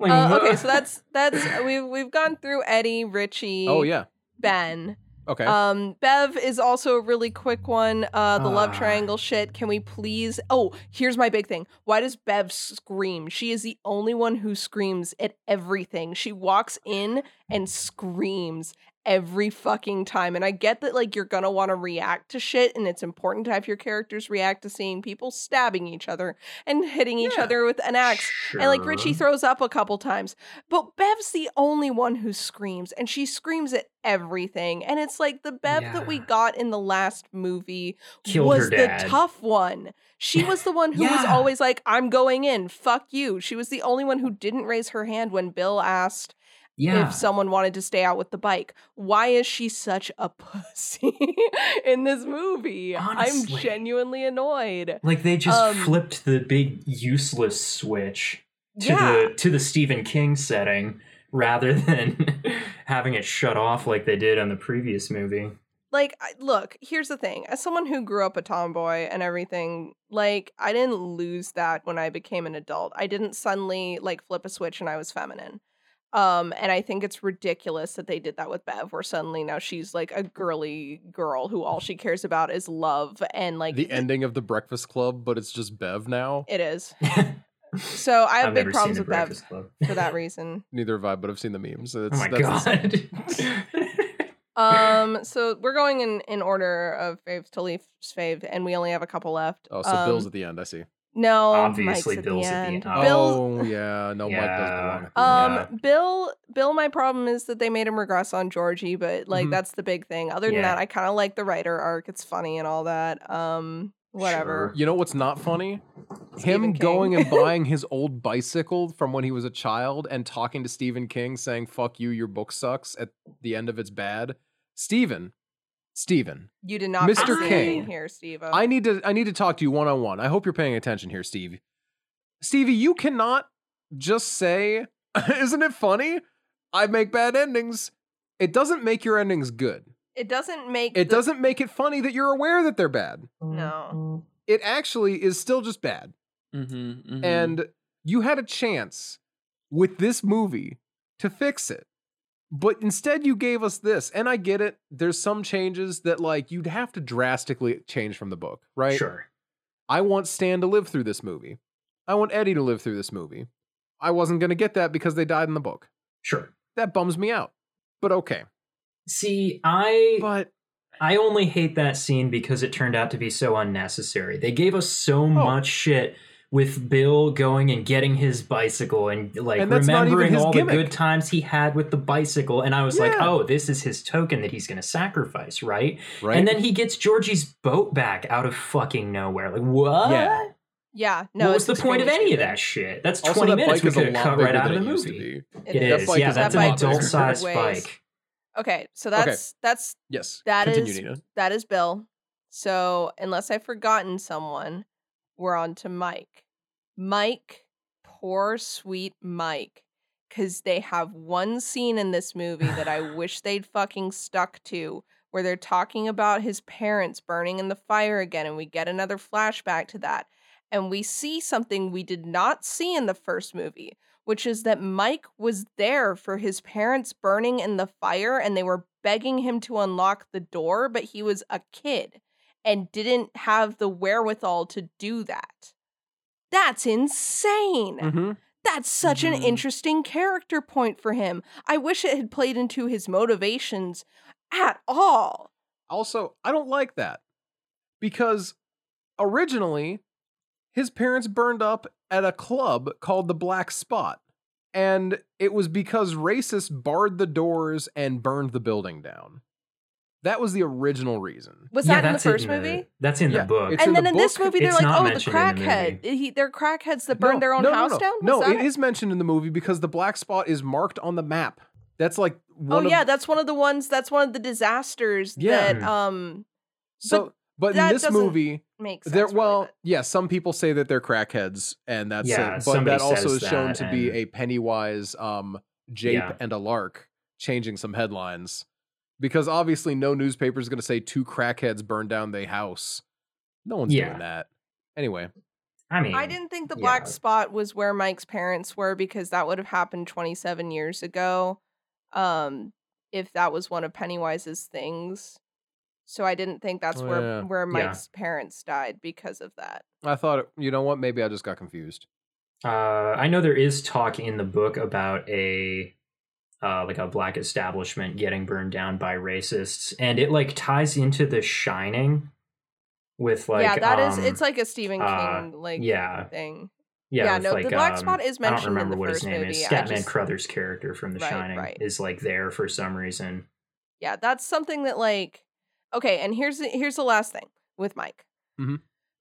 like,
Uh,
what?
okay, so that's that's we've we've gone through Eddie, Richie,
Oh yeah.
Ben.
Okay.
Um, Bev is also a really quick one. Uh, the love
Ah.
triangle shit. Can we please? Oh, here's my big thing. Why does Bev scream? She is the only one who screams at everything. She walks in and screams every fucking time. And I get that, like, you're gonna want to react to shit, and it's important to have your characters react to seeing people stabbing each other and hitting each
Yeah.
other with an axe. And like Richie
Sure.
throws up a couple times. But Bev's the only one who screams, and she screams at everything. And it's like the Bev that we
Yeah.
got in the last movie
Killed
was
her
the
dad.
tough one. She was the one who was
Yeah.
always like, I'm going in, fuck you. She was the only one who didn't raise her hand when Bill asked
yeah.
if someone wanted to stay out with the bike. Why is she such a pussy in this movie?
Honestly.
I'm genuinely annoyed.
Like they just
Um,
flipped the big useless switch to
yeah.
the to the Stephen King setting rather than having it shut off like they did on the previous movie.
like I- look here's the thing as someone who grew up a tomboy and everything like i didn't lose that when i became an adult i didn't suddenly like flip a switch and i was feminine um and i think it's ridiculous that they did that with bev where suddenly now she's like a girly girl who all she cares about is love and like
the ending of the Breakfast Club, but it's just Bev now.
it is
I
so i have
have
big problems
seen
with
The
bev
Breakfast Club.
for that reason
Neither have I, but I've seen the memes. It's,
oh my
that's the same.
god.
um so we're going in in order of faves to leave fave and we only have a couple left
Oh, so
um,
Bill's at the end. I see.
no
Obviously
Mike's at
Bill's
the
at the
end.
end. Oh,
Bill's-
oh yeah, no, Mike does belong. At the end.
Um,
Yeah.
Bill, Bill, my problem is that they made him regress on Georgie, but like
Mhm.
that's the big thing. Other than
Yeah.
that, I kind of like the writer arc. It's funny and all that. Um, whatever.
Sure.
You know what's not funny?
Stephen
Him going
King.
and buying his old bicycle from when he was a child and talking to Stephen King saying, fuck you, your book sucks at the end of it's bad. Stephen, Stephen,
You did not
Mr.
Mr. King
King.
here, Steve.
I need to I need to talk to you one on one. I hope you're paying attention here, Steve. Stevie, you cannot just say, isn't it funny? I make bad endings. It doesn't make your endings good.
it doesn't make
It
the-
doesn't make it funny that you're aware that they're bad.
No.
It actually is still just bad.
Mm-hmm,
and you had a chance with this movie to fix it but instead you gave us this and i get it there's some changes that like you'd have to drastically change from the book right
Sure.
i want stan to live through this movie i want eddie to live through this movie I wasn't going to get that because they died in the book.
Sure.
That bums me out. But okay.
See, I
But
I only hate that scene because it turned out to be so unnecessary. They gave us
Oh.
so much shit with Bill going and getting his bicycle and like
And that's not even
remembering
his
all
gimmick.
the good times he had with the bicycle and I was like,
Yeah.
"Oh, this is his token that he's going to sacrifice, right?
right.
And then he gets Georgie's boat back out of fucking nowhere. Like, what?
Yeah.
Yeah, no.
what was
it's
the point of
extremely
any of
stupid.
that shit? That's 20
also, that
minutes
bike
we
is a
could have
lot
cut
bigger
right out
than
of
it
the
used to
movie.
It
That
It
is.
is.
bike
yeah,
is a
that's
lot
an
bigger.
adult sized
Ways.
bike.
Okay, so that's that's
be. Yes.
that is
Continue, Nina.
that is Bill. So unless I've forgotten someone, we're on to Mike. Mike, poor sweet Mike, because they have one scene in this movie that I wish they'd fucking stuck to, where they're talking about his parents burning in the fire again, and we get another flashback to that, and we see something we did not see in the first movie. Which is that Mike was there for his parents burning in the fire and they were begging him to unlock the door, but he was a kid and didn't have the wherewithal to do that. That's insane.
Mhm.
That's such an
Mm-hmm.
Mhm.
interesting character point for him. I wish it had played into his motivations at all.
Also, I don't like that because originally his parents burned up at a club called the Black Spot. And it was because racists barred the doors and burned the building down. That was the original reason.
Was
yeah,
that in the
that's
first
the-
movie?
that's in
Yeah,
the book.
it's
and
in
then
the
in this
book.
movie, they're
It's
like,
not
"Oh, the
mentioned in the
crackhead!
movie.
He, they're crackheads that burned
No,
their own
no, no,
house
no.
down."
No,
Was that
it is mentioned in the movie because the black spot is marked on the map. That's like one
oh
of
yeah, that's one of the ones. That's one of the disasters
Yeah.
that um
so but, in
that
this
doesn't
movie
makes sense.
there
really,
well
but-
yeah some people say that they're crackheads and that's it.
Yeah,
but
somebody
that also is
says
shown
that,
to be
and-
a pennywise um jape
Yeah.
and a lark changing some headlines because obviously no newspaper is going to say two crackheads burned down their house no one's
Yeah.
doing that anyway
I mean,
I didn't think the black
yeah.
spot was where Mike's parents were because that would have happened 27 years ago. Um, if that was one of Pennywise's things. So I didn't think that's
Oh,
where
yeah.
where
Yeah.
Mike's parents died because of that.
i thought it- you know what maybe i just got confused
Uh, I know there is talk in the book about a uh, like a black establishment getting burned down by racists, and it like ties into The Shining with like
yeah, that is
um,
it's like a Stephen
uh,
King like
yeah.
thing.
yeah,
yeah,
with,
no, the
like,
black
um,
spot is
I
mentioned
don't
in
remember
the
what
first
his name
movie,
is.
I
Scatman
just-
Crothers' character from The
Right,
Shining
right.
is like there for some reason.
Yeah, that's something that like okay, and here's the, here's the last thing with Mike.
Mhm.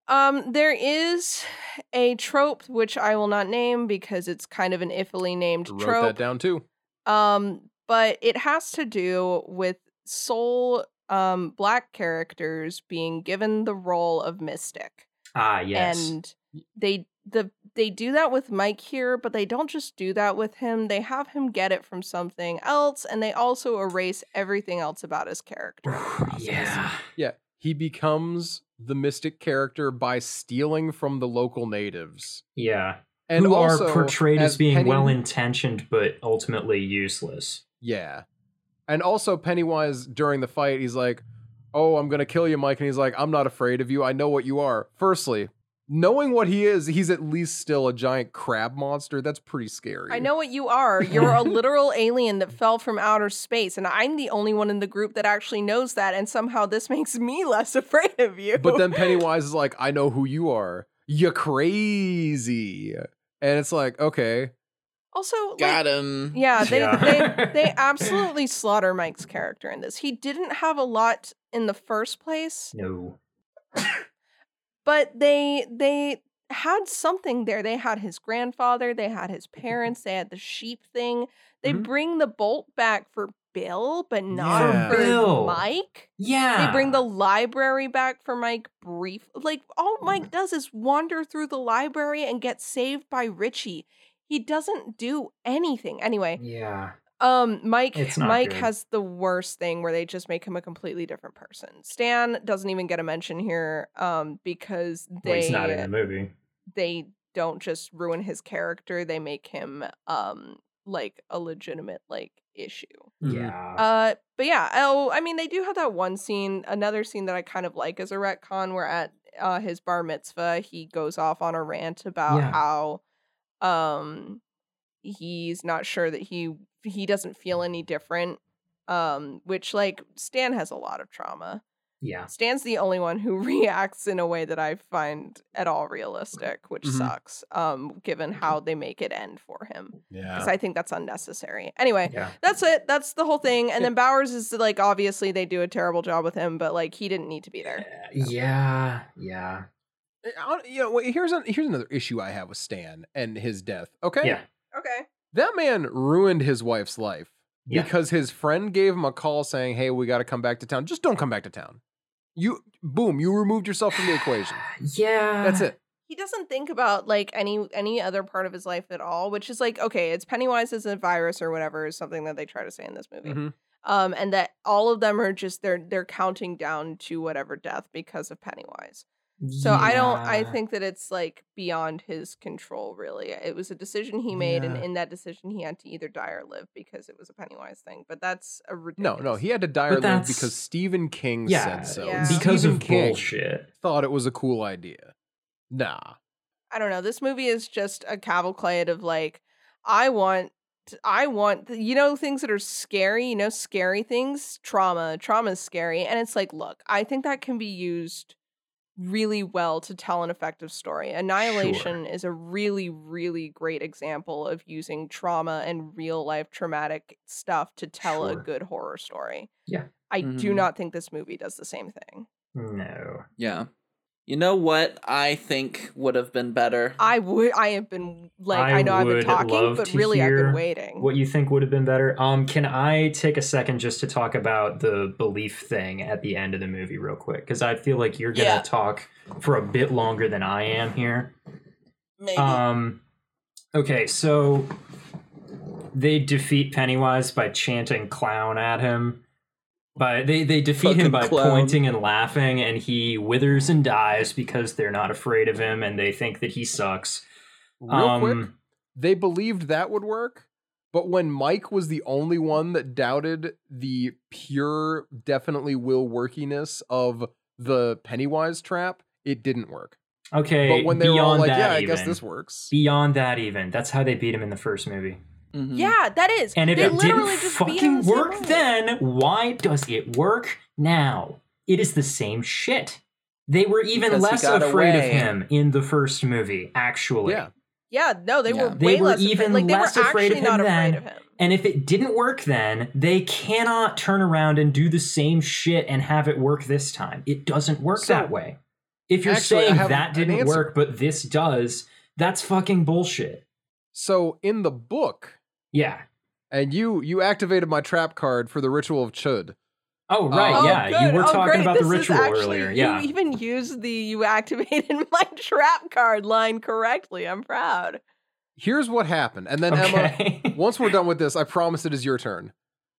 Um, there is a trope which I will not name because it's kind of an iffily named
wrote that
trope.
down too
Um, but it has to do with soul um black characters being given the role of mystic.
Ah, yes.
And they the they do that with Mike here, but they don't just do that with him. They have him get it from something else, and they also erase everything else about his character. in the process.
yeah.
yeah he becomes the mystic character by stealing from the local natives
Yeah.
and
Who
also
are portrayed as being
Penny-
well intentioned but ultimately useless.
Yeah. And also Pennywise during the fight, he's like, "Oh, I'm going to kill you, Mike." And he's like, "I'm not afraid of you. I know what you are." Firstly, knowing what he is, he's at least still a giant crab monster. That's pretty scary.
I know what you are. You're a literal alien that fell from outer space, and I'm the only one in the group that actually knows that, and somehow this makes me less afraid of you.
But then Pennywise is like, "I know who you are. You crazy." And it's like, "Okay,
also, like,
Got him.
yeah, they,
Yeah.
they they absolutely slaughter Mike's character in this. He didn't have a lot in the first place,
No.
but they they had something there. They had his grandfather, they had his parents, they had the sheep thing. They
Mhm.
bring the bolt back for Bill, but not
Yeah.
for
Bill.
Mike.
Yeah.
They bring the library back for Mike brief. Like all
Mm.
Mike does is wander through the library and get saved by Richie. He doesn't do anything. Anyway,
Yeah.
um Mike
Mm. It's not
Mike
good.
has the worst thing where they just make him a completely different person. Stan doesn't even get a mention here um because
Well, he's
they uh,
not in the movie.
they don't just ruin his character, they make him um like a legitimate like issue.
Yeah.
Uh, but yeah, oh, I mean, they do have that one scene, another scene that I kind of like as a retcon, where at uh, his bar mitzvah, he goes off on a rant about
Yeah.
how, um, he's not sure that he he doesn't feel any different. Um, which like Stan has a lot of trauma.
Yeah.
Stan's the only one who reacts in a way that I find at all realistic, which
Mhm.
sucks. Um, given how they make it end for him,
Yeah.
because I think that's unnecessary. Anyway,
Yeah.
that's it. That's the whole thing. And then Bowers is like, obviously they do a terrible job with him, but like he didn't need to be there.
Yeah. Yeah.
Eh, I, you know, wait, here's an, here's another issue I have with Stan and his death. Okay,
Yeah.
Okay.
that man ruined his wife's life
Yeah.
because his friend gave him a call saying, "Hey, we got to come back to town. Just don't come back to town." You boom, you removed yourself from the equation.
Yeah.
That's it.
he doesn't think about like any any other part of his life at all which is like okay it's pennywise as a virus or whatever is something that they try to say in this movie
Mhm.
um and that all of them are just they're they're counting down to whatever death because of pennywise so i don't i
Yeah.
think that it's like beyond his control really it was a decision he made and
Yeah.
in that decision he had to either die or live because it was a pennywise thing but that's a
No,
ridiculous
no, he had to die or live
that's-
because Stephen King said
Yeah.
so.
Yeah.
Because
Stephen
of
King
bullshit.
thought it was a cool idea. Nah.
I don't know. This movie is just a cavalcade of like, I want, I want, th- you know, things that are scary, you know, scary things, trauma, trauma is scary. And it's like, look, I think that can be used really well to tell an effective story. Annihilation is a really, really great example of using trauma and real life traumatic stuff to tell a
Sure.
good horror story.
Yeah. Mm-hmm.
I do
Mhm.
not think this movie does the same thing.
No.
Yeah. You know what I think would have been better?
I would, I have been like, I,
I
know I've been
would
talking,
love
but
to
really I've been
hear
waiting.
What you think would have been better? Um, can I take a second just to talk about the belief thing at the end of the movie real quick? Because I feel like you're gonna
Yeah.
talk for a bit longer than I am here.
Maybe.
Um, okay, so they defeat Pennywise by chanting "clown" at him. By they they defeat
Fucking
him by
clown.
pointing and laughing, and he withers and dies because they're not afraid of him and they think that he sucks. Um,
Real quick, they believed that would work. But when Mike was the only one that doubted the pure, definitely will workiness of the Pennywise trap, it didn't work.
Okay,
but when they were
beyond
all like,
that,
yeah, I
even,
guess this works.
Beyond that, even that's how they beat him in the first movie.
Mhm.
Yeah, that is.
Mm-hmm. And if
they
it
literally
didn't
just beat him the
fucking
same
work
way.
then, why does it work now? It is the same shit. They were even
Because he
less
got
afraid
away.
of him in the the first movie, actually.
Yeah.
Yeah, no, they were
Yeah.
They
way
were
less afraid-
even
like they
less
were
afraid of
actually
him
not
then.
afraid of him.
And if it didn't work then, they cannot turn around and do the same shit and have it work this time. It doesn't work
So-
that way. If you're
Actually, I
saying
have
that
an
didn't
answer.
work, but this does, that's fucking bullshit.
So in the book,
Yeah.
and you you activated my trap card for the ritual of Chud.
Oh, right.
Oh,
yeah.
good.
You were
Oh,
talking
great.
about the
This is
ritual
actually-
earlier. Yeah.
You even used the you activated my trap card line correctly. I'm proud.
Here's what happened. And then Emma,
okay.
once we're done with this, I promise it is your turn.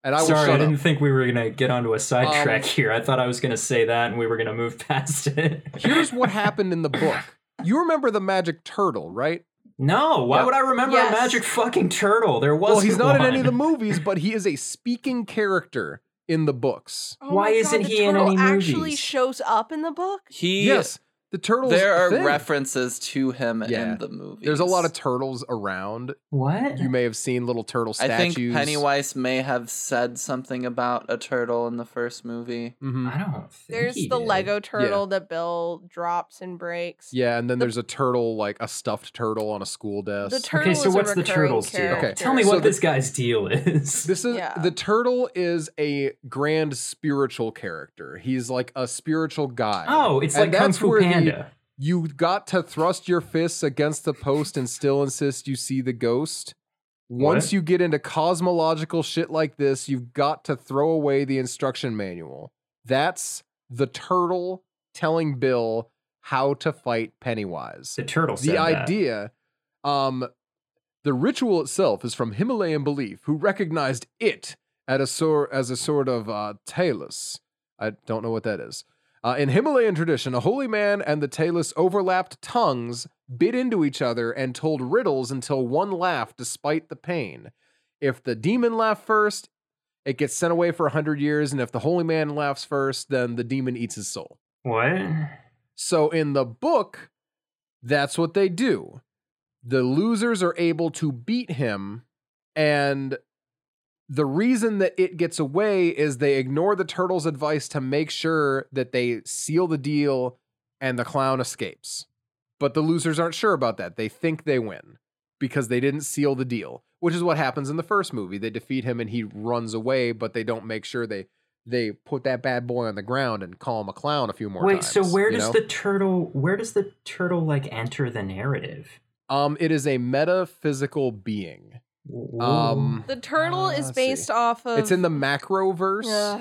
And I will
Sorry,
shut
I
up.
didn't think we were gonna get onto a sidetrack
Um,
here. I thought I was gonna say that, and we were gonna move past it.
Here's what happened in the book. You remember the magic turtle, right?
No, why
Yeah.
would I remember
Yes.
a magic fucking turtle? There was.
Well, he's not in
one.
any of the movies, but he is a speaking character in the books.
Oh
Why
my
isn't
God, the
he in
turtle
any
actually
movies?
shows up in the book?
He
Yes, the turtles.
there are
thing.
references to him
Yeah.
in the movie.
There's a lot of turtles around.
What?
You may have seen little turtle
I
statues.
think Pennywise may have said something about a turtle in the first movie.
Mhm.
I don't. Think
There's
he
the
did.
Lego turtle that Bill drops and breaks.
Yeah, and then there's a turtle, like a stuffed turtle on a school desk.
The turtle
Okay, so
is
what's
a
the
recurring
turtle's deal?
character.
Okay.
Tell me
So
what
the-
this guy's deal is.
This is
Yeah.
the turtle is a grand spiritual character. He's like a spiritual guy.
oh, it's
And
like Kung
that's
Fu
where the-
Panda.
You got to thrust your fists against the post and still insist you see the ghost. Once
What?
you get into cosmological shit like this, you've got to throw away the instruction manual. That's the turtle telling Bill how to fight Pennywise.
The, turtle.
the
said that.
idea um the ritual itself is from himalayan belief who recognized it at a sor- as a sort of uh talus i don't know what that is uh, in himalayan tradition a holy man and the talus overlapped tongues bit into each other and told riddles until one laughed despite the pain if the demon laughed first it gets sent away for 100 years and if the holy man laughs first then the demon eats his soul
What?
so in the book, that's what they do. the losers are able to beat him and the reason that it gets away is they ignore the turtle's advice to make sure that they seal the deal and the clown escapes but the losers aren't sure about that they think they win because they didn't seal the deal which is what happens in the first movie they defeat him and he runs away but they don't make sure they they put that bad boy on the ground and call him a clown a few more
Wait,
times
so where
you
does
know?
the turtle where does the turtle like enter the narrative?
um it is a metaphysical being Um,
The turtle
Ah,
is
I see.
based off of.
It's in the macro verse
Ugh.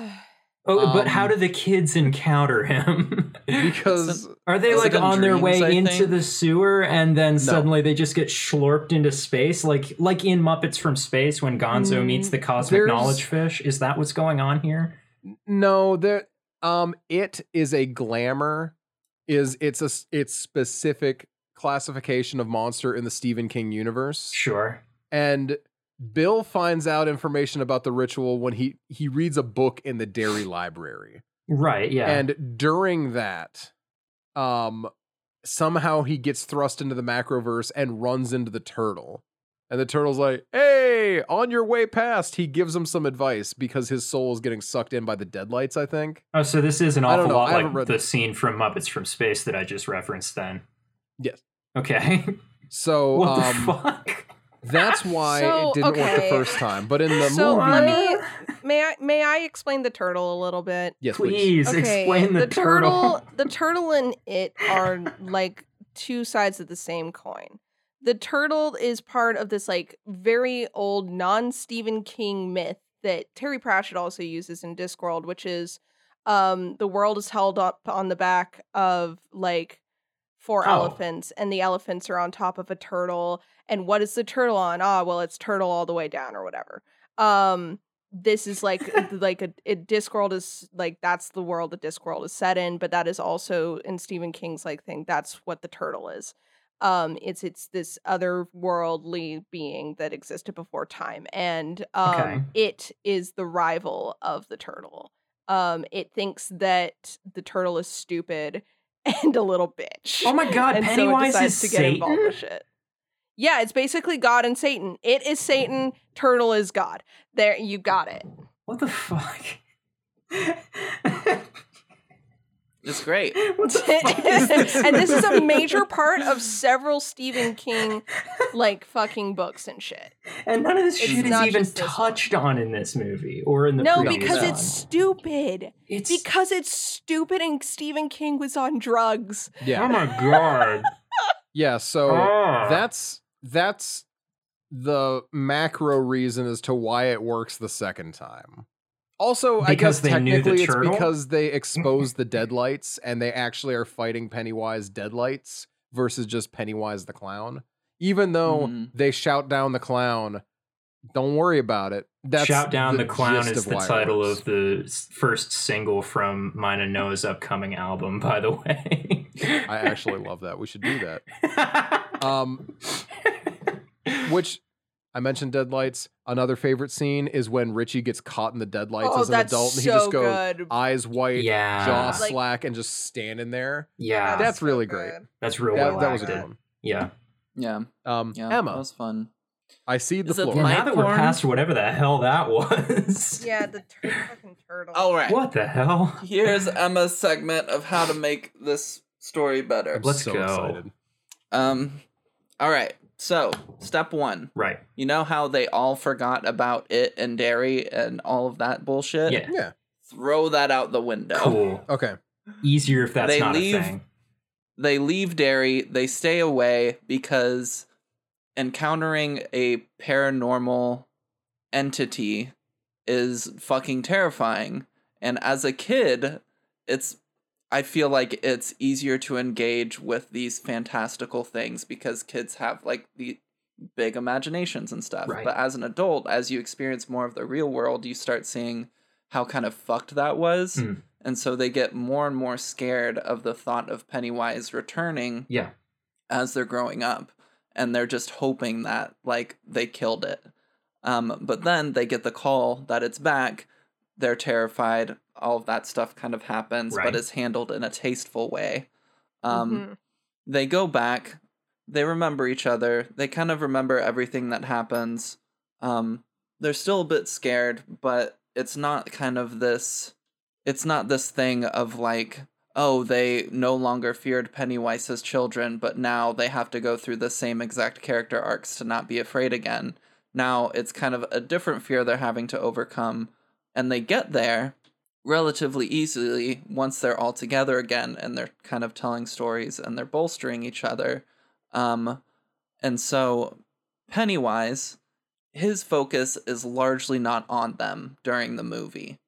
oh, but
um,
how do the kids encounter him?
because
Are they
Is
like
it in
on their
dreams,
way
I
into
think?
the sewer and then suddenly they just get schlorped into space like like in Muppets from Space when Gonzo
Mm,
meets the cosmic
there's-
knowledge fish? Is that what's going on here?
no, there um it is a glamour is it's a s- it's specific classification of monster in the Stephen King universe.
Sure.
and Bill finds out information about the ritual when he he reads a book in the dairy library.
Right, yeah.
And during that um somehow he gets thrust into the macroverse and runs into the turtle. And the turtle's like, "Hey, on your way past." He gives him some advice because his soul is getting sucked in by the deadlights, I think.
oh, so this is an
I don't
awful
know, I
lot
haven't read
like the
it.
scene from Muppets from Space that I just referenced then.
Yes.
Okay.
So,
what the
um
fuck?
that's why
So,
it didn't work the
okay.
first time, but in the
So,
movie
let me- May I may I explain the turtle a little bit?
Yes, please.
Please explain the, turtle.
The turtle and it are like two sides of the same coin. The turtle is part of this like very old non Stephen King myth that Terry Pratchett also uses in Discworld, which is um, the world is held up on the back of like four
Oh.
elephants, and the elephants are on top of a turtle. And what is the turtle on? Ah, well, it's turtle all the way down or whatever. Um, this is like like a it, Discworld is like that's the world that Discworld is set in, but that is also in Stephen King's like thing. That's what the turtle is. Um, it's it's this otherworldly being that existed before time, and um,
Okay.
it is the rival of the turtle. Um, it thinks that the turtle is stupid and a little bitch
Oh my god,
and
Pennywise
so it decides
is
to get
Satan.
involved with shit. Yeah, it's basically God and Satan. It is Satan. Turtle is God. There, you got it.
What the fuck?
It's great.
What the fuck is this?
and this is a major part of several Stephen King, like fucking books and shit.
And none of this
It's
shit is
not
even
just this one.
touched on in this movie or in the
No,
previous
because
one.
it's stupid.
it's
Because it's stupid, and Stephen King was on drugs.
oh
Yeah. Oh,
my god.
Yeah, so
Ah.
that's that's the macro reason as to why it works the second time. Also,
Because
I
they
guess
knew the
technically it's
turtle?
because they exposed the deadlights and they actually are fighting Pennywise deadlights versus just Pennywise the clown. Even though
Mm-hmm.
Mhm.
they shout down the clown, don't worry about it. That's
Shout Down the, Clown
gist
is the
why it
title
works.
of the s- first single from Mina Noah's upcoming album, by the way.
I actually love that. We should do that. Um, Which I mentioned deadlights. Another favorite scene is when Richie gets caught in the deadlights
oh,
as an
that's
adult, and he
so
just goes "Ah,
good.
eyes white,
yeah.
jaw
Like-
slack, and just standing there.
yeah.
That's
That's,
so
really great.
good.
real
That,
well
that was a
acted.
good one.
Yeah.
Yeah,
Um,
yeah. That
Emma,
was fun.
I see the
Is it
floor.
Yeah, now
Light
that we're
porn?
past whatever the hell that was.
Yeah, the tur- fucking turtle.
All right.
What the hell?
Here's Emma's segment of how to make this story better.
I'm
Let's
so
go.
excited.
Um, all right. So, step one.
Right.
You know how they all forgot about it and dairy and all of that bullshit?
Yeah.
Yeah.
Throw that out the window.
Cool.
Okay.
Easier if that's
They
not a
leave-
thing.
They leave dairy, they stay away because encountering a paranormal entity is fucking terrifying. And as a kid, it's I feel like it's easier to engage with these fantastical things because kids have like the big imaginations and stuff.
Right.
But as an adult, as you experience more of the real world, you start seeing how kind of fucked that was.
Mm.
And so they get more and more scared of the thought of Pennywise returning
Yeah.
as they're growing up and they're just hoping that like they killed it um but then they get the call that it's back they're terrified all of that stuff kind of happens
Right.
Mm-hmm.
but it's handled in a tasteful way um
Mhm.
they go back They remember each other. They kind of remember everything that happens. Um, they're still a bit scared, but it's not kind of this. It's not this thing of like, oh, they no longer feared Pennywise as children, but now they have to go through the same exact character arcs to not be afraid again. Now it's kind of a different fear they're having to overcome, and they get there relatively easily once they're all together again and they're kind of telling stories and they're bolstering each other. Um, and so Pennywise, his focus is largely not on them during the movie.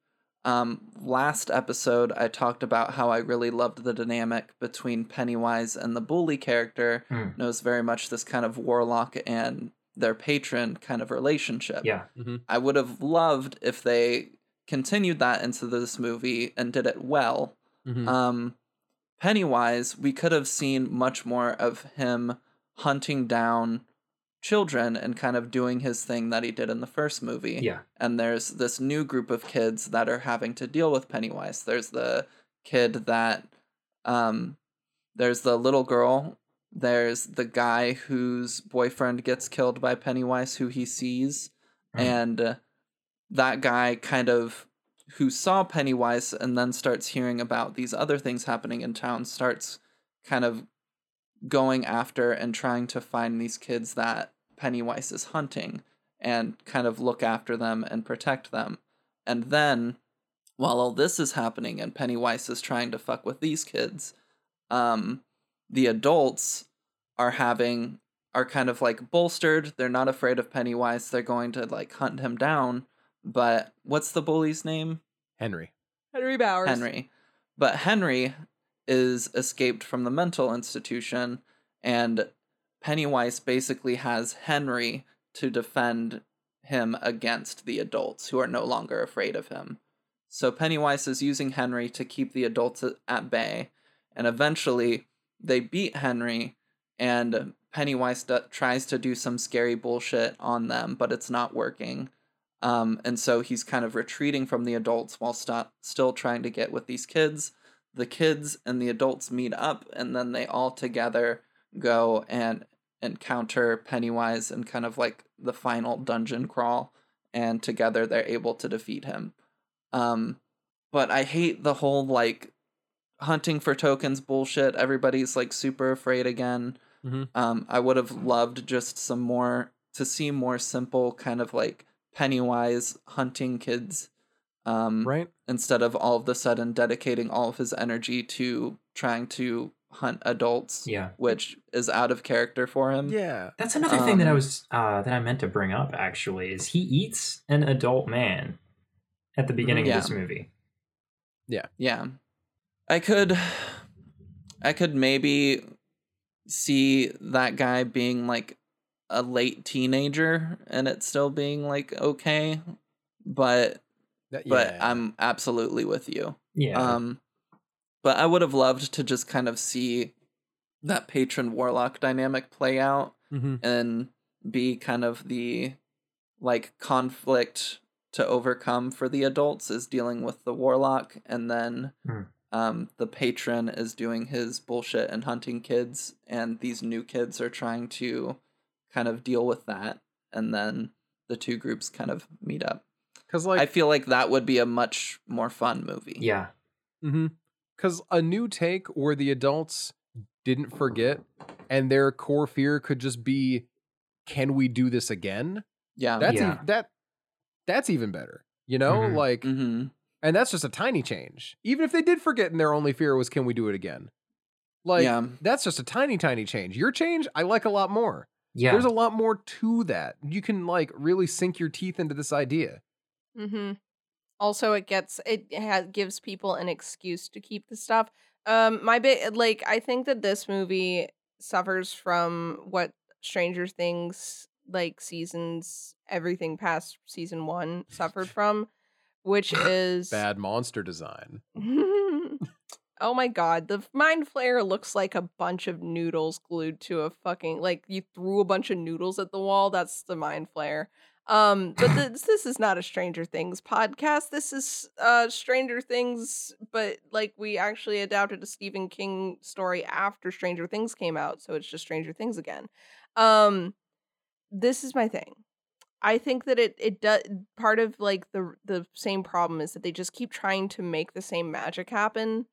Um, last episode, I talked about how I really loved the dynamic between Pennywise and the bully character.
Hmm.
And it was very much this kind of warlock and their patron kind of relationship.
Yeah.
I would have loved if they continued that into this movie and did it well.
Mm. Uh,
Um, Pennywise, we could have seen much more of him hunting down children and kind of doing his thing that he did in the first movie.
Yeah.
And there's this new group of kids that are having to deal with Pennywise. There's the kid that, um, there's the little girl. There's the guy whose boyfriend gets killed by Pennywise, who he sees,
Mm.
and uh, that guy kind of who saw Pennywise and then starts hearing about these other things happening in town starts kind of going after and trying to find these kids that Pennywise is hunting and kind of look after them and protect them. And then while all this is happening and Pennywise is trying to fuck with these kids, um the adults are having are kind of like bolstered. They're not afraid of Pennywise. They're going to like hunt him down. But what's the bully's name?
Henry.
Henry Bowers.
Henry. But Henry is escaped from the mental institution, and Pennywise basically has Henry to defend him against the adults who are no longer afraid of him. So Pennywise is using Henry to keep the adults at- at bay, and eventually they beat Henry, and Pennywise d- tries to do some scary bullshit on them, but it's not working. Um, and so he's kind of retreating from the adults while st- still trying to get with these kids. The kids and the adults meet up, and then they all together go and encounter Pennywise and kind of like the final dungeon crawl. And together they're able to defeat him. Um, but I hate the whole like hunting for tokens bullshit. Everybody's like super afraid again.
Mhm.
Um, I would have loved just some more to see more simple kind of like Pennywise hunting kids, um,
Right?
instead of all of the sudden dedicating all of his energy to trying to hunt adults,
Yeah.
which is out of character for him.
Yeah.
That's another thing that I
Um,
was uh, that I meant to bring up actually is he eats an adult man at the beginning
Mm-hmm. Yeah.
of this movie.
Yeah. I could I could maybe see that guy being like a late teenager and it still being like okay, but
That-
but
yeah.
I'm absolutely with you.
Yeah,
Um, but I would have loved to just kind of see that patron warlock dynamic play out
Mhm.
and be kind of the like conflict to overcome for the adults is dealing with the warlock and then
Hmm.
um, the patron is doing his bullshit and hunting kids and these new kids are trying to kind of deal with that and then the two groups kind of meet up
Cause like
i feel like that would be a much more fun movie
yeah,
Because mm-hmm. a new take where the adults didn't forget and their core fear could just be, can we do this again?
yeah
That's ev-
Yeah.
that that's even better. You know,
Mhm.
like
hmm
and that's just a tiny change. Even if they did forget and their only fear was can we do it again? Like hmm.
yeah
that's just a tiny, tiny change. Your change, I like a lot more.
yeah.
There's a lot more to that. You can like really sink your teeth into this idea.
Mm-hmm. Also, it gets it ha- gives people an excuse to keep the stuff. Um, my bit like I think that this movie suffers from what Stranger Things like seasons everything past season one suffered from, which is
Bad monster design.
oh my god, the mind flayer looks like a bunch of noodles glued to a fucking like you threw a bunch of noodles at the wall. That's the mind flayer. Um, but this, this is not a Stranger Things podcast. This is uh Stranger Things, but like we actually adapted a Stephen King story after Stranger Things came out, so it's just Stranger Things again. Um, this is my thing. I think that it it does part of like the the same problem is that they just keep trying to make the same magic happen,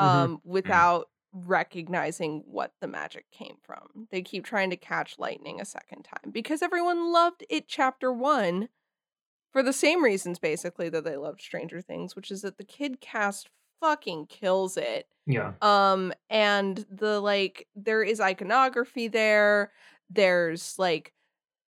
Mhm.
um, without recognizing what the magic came from. They keep trying to catch lightning a second time because everyone loved it chapter 1 for the same reasons basically that they loved Stranger Things, which is that the kid cast fucking kills it.
Yeah.
Um and the like there is iconography there. There's like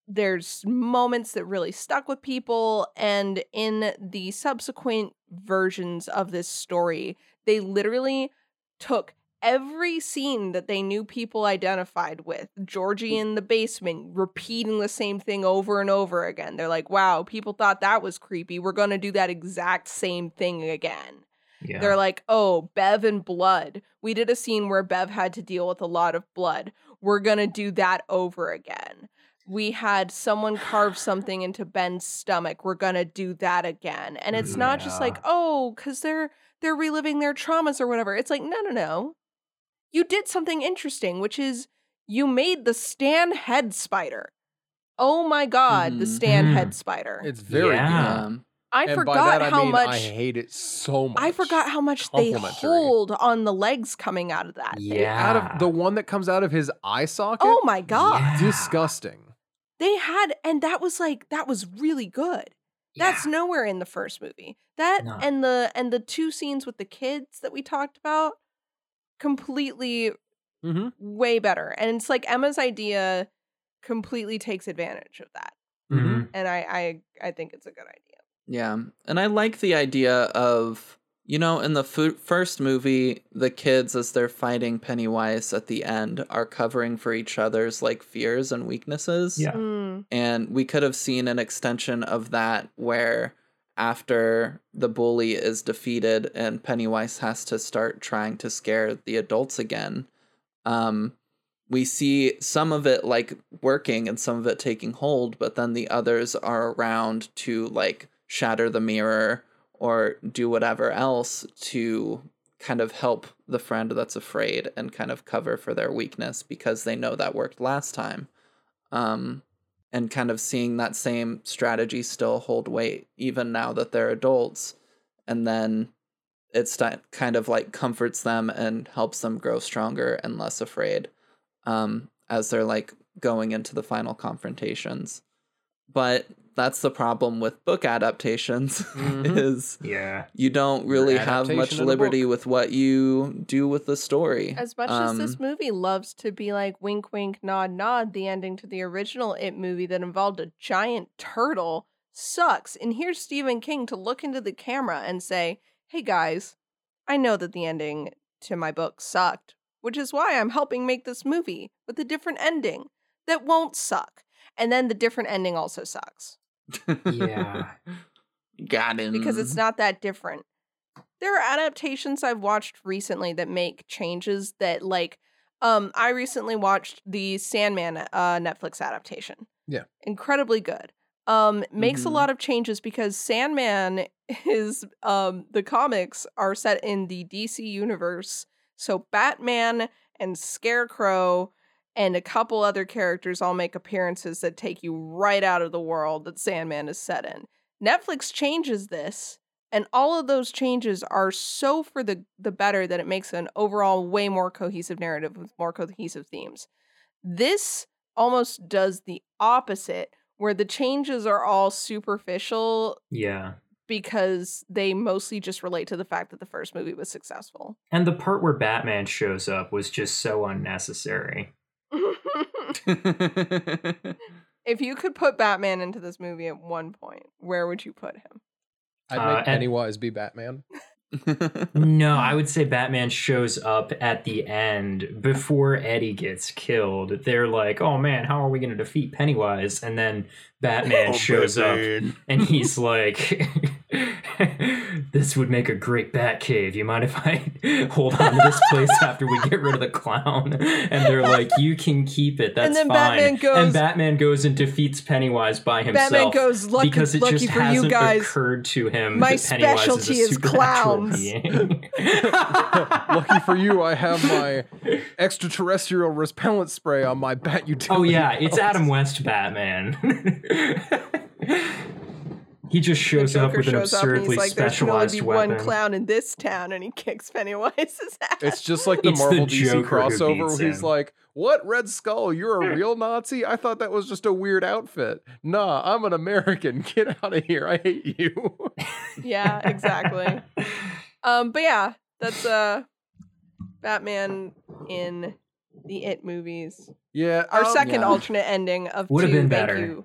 there's moments that really stuck with people and in the subsequent versions of this story, they literally took every scene that they knew people identified with georgie in the basement repeating the same thing over and over again they're like wow people thought that was creepy we're going to do that exact same thing again
Yeah.
they're like, oh, Bev and blood. We did a scene where Bev had to deal with a lot of blood. We're going to do that over again. We had someone carve something into Ben's stomach. We're going to do that again. And it's not just like,
Yeah.
oh, cuz they're they're reliving their traumas or whatever. It's like, no, no, no. You did something interesting, which is you made the Stan head spider. Oh my god, the
Mhm.
Stan
Mm.
head spider.
Mm-hmm. It's very
Yeah.
good.
Ah.
Um,
I
and
forgot
by that,
how
I mean,
much
I hate it so much.
I forgot how much they
Complimentary.
hold on the legs coming out of that. They-
Yeah.
out of the one that comes out of his eye socket.
oh my god.
Yeah.
disgusting.
They had and that was like that was really good. That's
Yeah.
nowhere in the first movie. That
No.
and the and the two scenes with the kids that we talked about completely
Mm-hmm.
way better. And it's like Emma's idea completely takes advantage of that.
Mhm.
And I I I think it's a good idea.
yeah. And I like the idea of, you know, in the fu- first movie, the kids, as they're fighting Pennywise at the end, are covering for each other's like fears and weaknesses.
Yeah.
Mm,
And we could have seen an extension of that where after the bully is defeated and Pennywise has to start trying to scare the adults again, um, we see some of it like working and some of it taking hold, but then the others are around to like shatter the mirror or do whatever else to kind of help the friend that's afraid and kind of cover for their weakness because they know that worked last time. Um, and kind of seeing that same strategy still hold weight even now that they're adults and then it's that kind of like comforts them and helps them grow stronger and less afraid um, as they're like going into the final confrontations but that's the problem with book adaptations
Mhm.
is
Yeah.
you don't
Your
really have much
adaptation of the
liberty with what you do with the story
As much as this
Um,
movie loves to be like wink, wink, nod, nod, the ending to the original It movie that involved a giant turtle sucks. And here's Stephen King to look into the camera and say, hey guys, I know that the ending to my book sucked, which is why I'm helping make this movie with a different ending that won't suck. And then the different ending also sucks
Yeah.
Um, got him
because it's not that different. There are adaptations I've watched recently that make changes that like um I recently watched the Sandman uh Netflix adaptation.
Yeah.
Incredibly good. Um makes a
Mhm.
lot of changes because Sandman is um the comics are set in the DC universe. So Batman and Scarecrow and a couple other characters all make appearances that take you right out of the world that Sandman is set in. Netflix changes this, and all of those changes are so for the the better that it makes an overall way more cohesive narrative with more cohesive themes. This almost does the opposite, where the changes are all superficial
Yeah.
because they mostly just relate to the fact that the first movie was successful.
And the part where Batman shows up was just so unnecessary.
if you could put Batman into this movie at one point, where would you put him?
I'd
Uh,
make
and-
Pennywise be Batman.
No, I would say Batman shows up at the end before Eddie gets killed. They're like, "Oh man, how are we going to defeat Pennywise?" And then Batman shows up and he's like this would make a great bat cave. You mind if I hold on to this place after we get rid of the clown? And they're like, you can keep it. That's
And then
fine.
Batman goes-
and Batman goes and defeats Pennywise by himself.
Batman goes, "Lucky-
because it
lucky
just
for you
hasn't
guys.
occurred to him.
My
that Pennywise
specialty is
is, a supernatural
clowns."
being.
Lucky for you, I have my extraterrestrial repellent spray on my bat
oh
utility.
yeah, it's Adam West Batman. he just shows up
Joker
with an
shows up and
absurdly
he's like, "There can only
specialized
be
weapon.
one clown in this town," and he kicks Pennywise's ass.
It's just like the
It's the
Marvel DC
Joker who
crossover
beats
where he's
him.
like, What, Red Skull? You're a real Nazi? I thought that was just a weird outfit. Nah, I'm an American. Get out of here. I hate you.
yeah, exactly. um, but yeah, that's uh, Batman in the It movies.
yeah.
Our
um,
second
yeah.
alternate ending of
Would've
two,
been
thank
better.
you.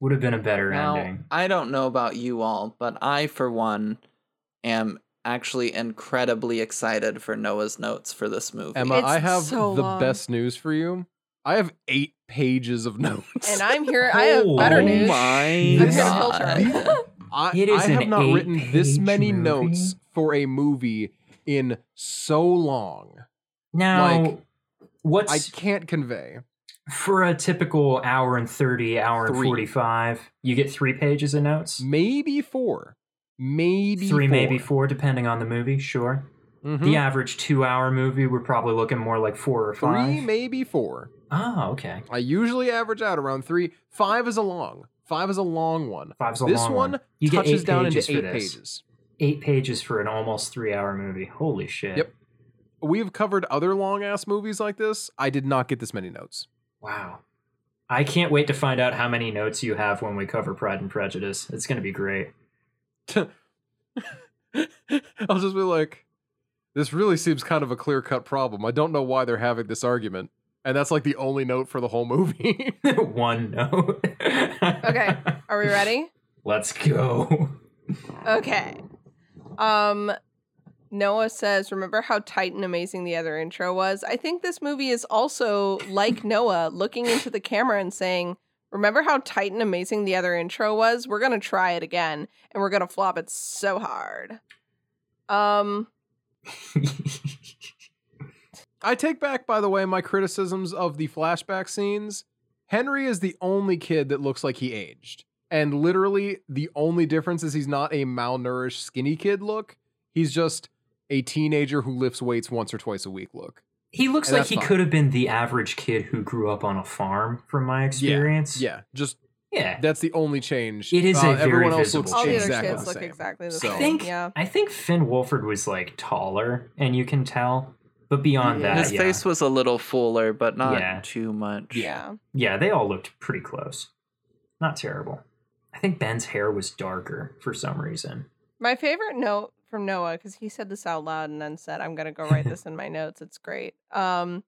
Would have been a better
Now,
ending.
I don't know about you all, but I, for one, am actually incredibly excited for Noah's notes for this movie.
Emma,
It's
I have
so
the
long.
best news for you. I have eight pages of notes.
And I'm here. I have better
Oh
news.
my
I'm here to
God.
uh,
filter. 'em.
I,
It is
I have
an
not written this
eight-page
many
movie?
notes for a movie in so long.
Now,
Like,
what's
I can't convey.
for a typical hour and 30, hour
Three.
and 45? You get three pages of notes?
Maybe four. Maybe
three,
four.
maybe four, depending on the movie, sure.
Mhm.
The average two hour movie, we're probably looking more like four or five.
Three, maybe four.
oh, okay.
I usually average out around three. Five is a long. Five is a long one.
Five's a
this
long
one
one. You get
touches
eight
down into
pages for
eight
this.
pages.
Eight pages for an almost three hour movie. Holy shit.
Yep. We've covered other long ass movies like this. I did not get this many notes.
Wow. I can't wait to find out how many notes you have when we cover Pride and Prejudice. It's going to be great.
I'll just be like, this really seems kind of a clear cut problem. I don't know why they're having this argument. And that's like the only note for the whole movie.
one note.
Okay, are we ready?
Let's go.
Okay. Um Noah says, remember how tight and amazing the other intro was? I think this movie is also like Noah looking into the camera and saying, Remember how tight and amazing the other intro was? We're gonna try it again and we're gonna flop it so hard. Um
I take back, by the way, my criticisms of the flashback scenes. Henry is the only kid that looks like he aged. And literally, the only difference is he's not a malnourished, skinny kid look. He's just a teenager who lifts weights once or twice a week look.
he looks
And
like
that's
he
fine.
could have been the average kid who grew up on a farm, from my experience.
Yeah, just
Yeah.
that's the only change. uh,
It is a very
everyone else
visible
looks
all the
change.
other
exactly
kids
the
look
same.
exactly the
So-
same.
I think
yeah.
I think Finn Wolford was like taller, and you can tell. But beyond
Yeah.
that,
His
yeah.
face was a little fuller, but not
Yeah.
too much.
Yeah.
yeah, they all looked pretty close. Not terrible. I think Ben's hair was darker for some reason.
My favorite note from Noah, because he said this out loud and then said, I'm going to go write this in my notes. It's great. Um,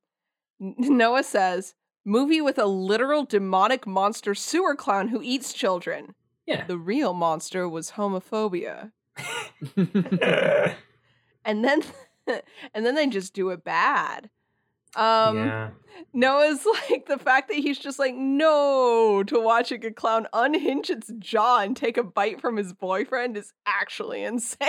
N- Noah says, movie with a literal demonic monster sewer clown who eats children.
Yeah.
The real monster was homophobia.
Um,
And then, and then they just do it bad. Um,
yeah.
Noah's like the fact that he's just like no to watching a clown unhinge its jaw and take a bite from his boyfriend is actually insane.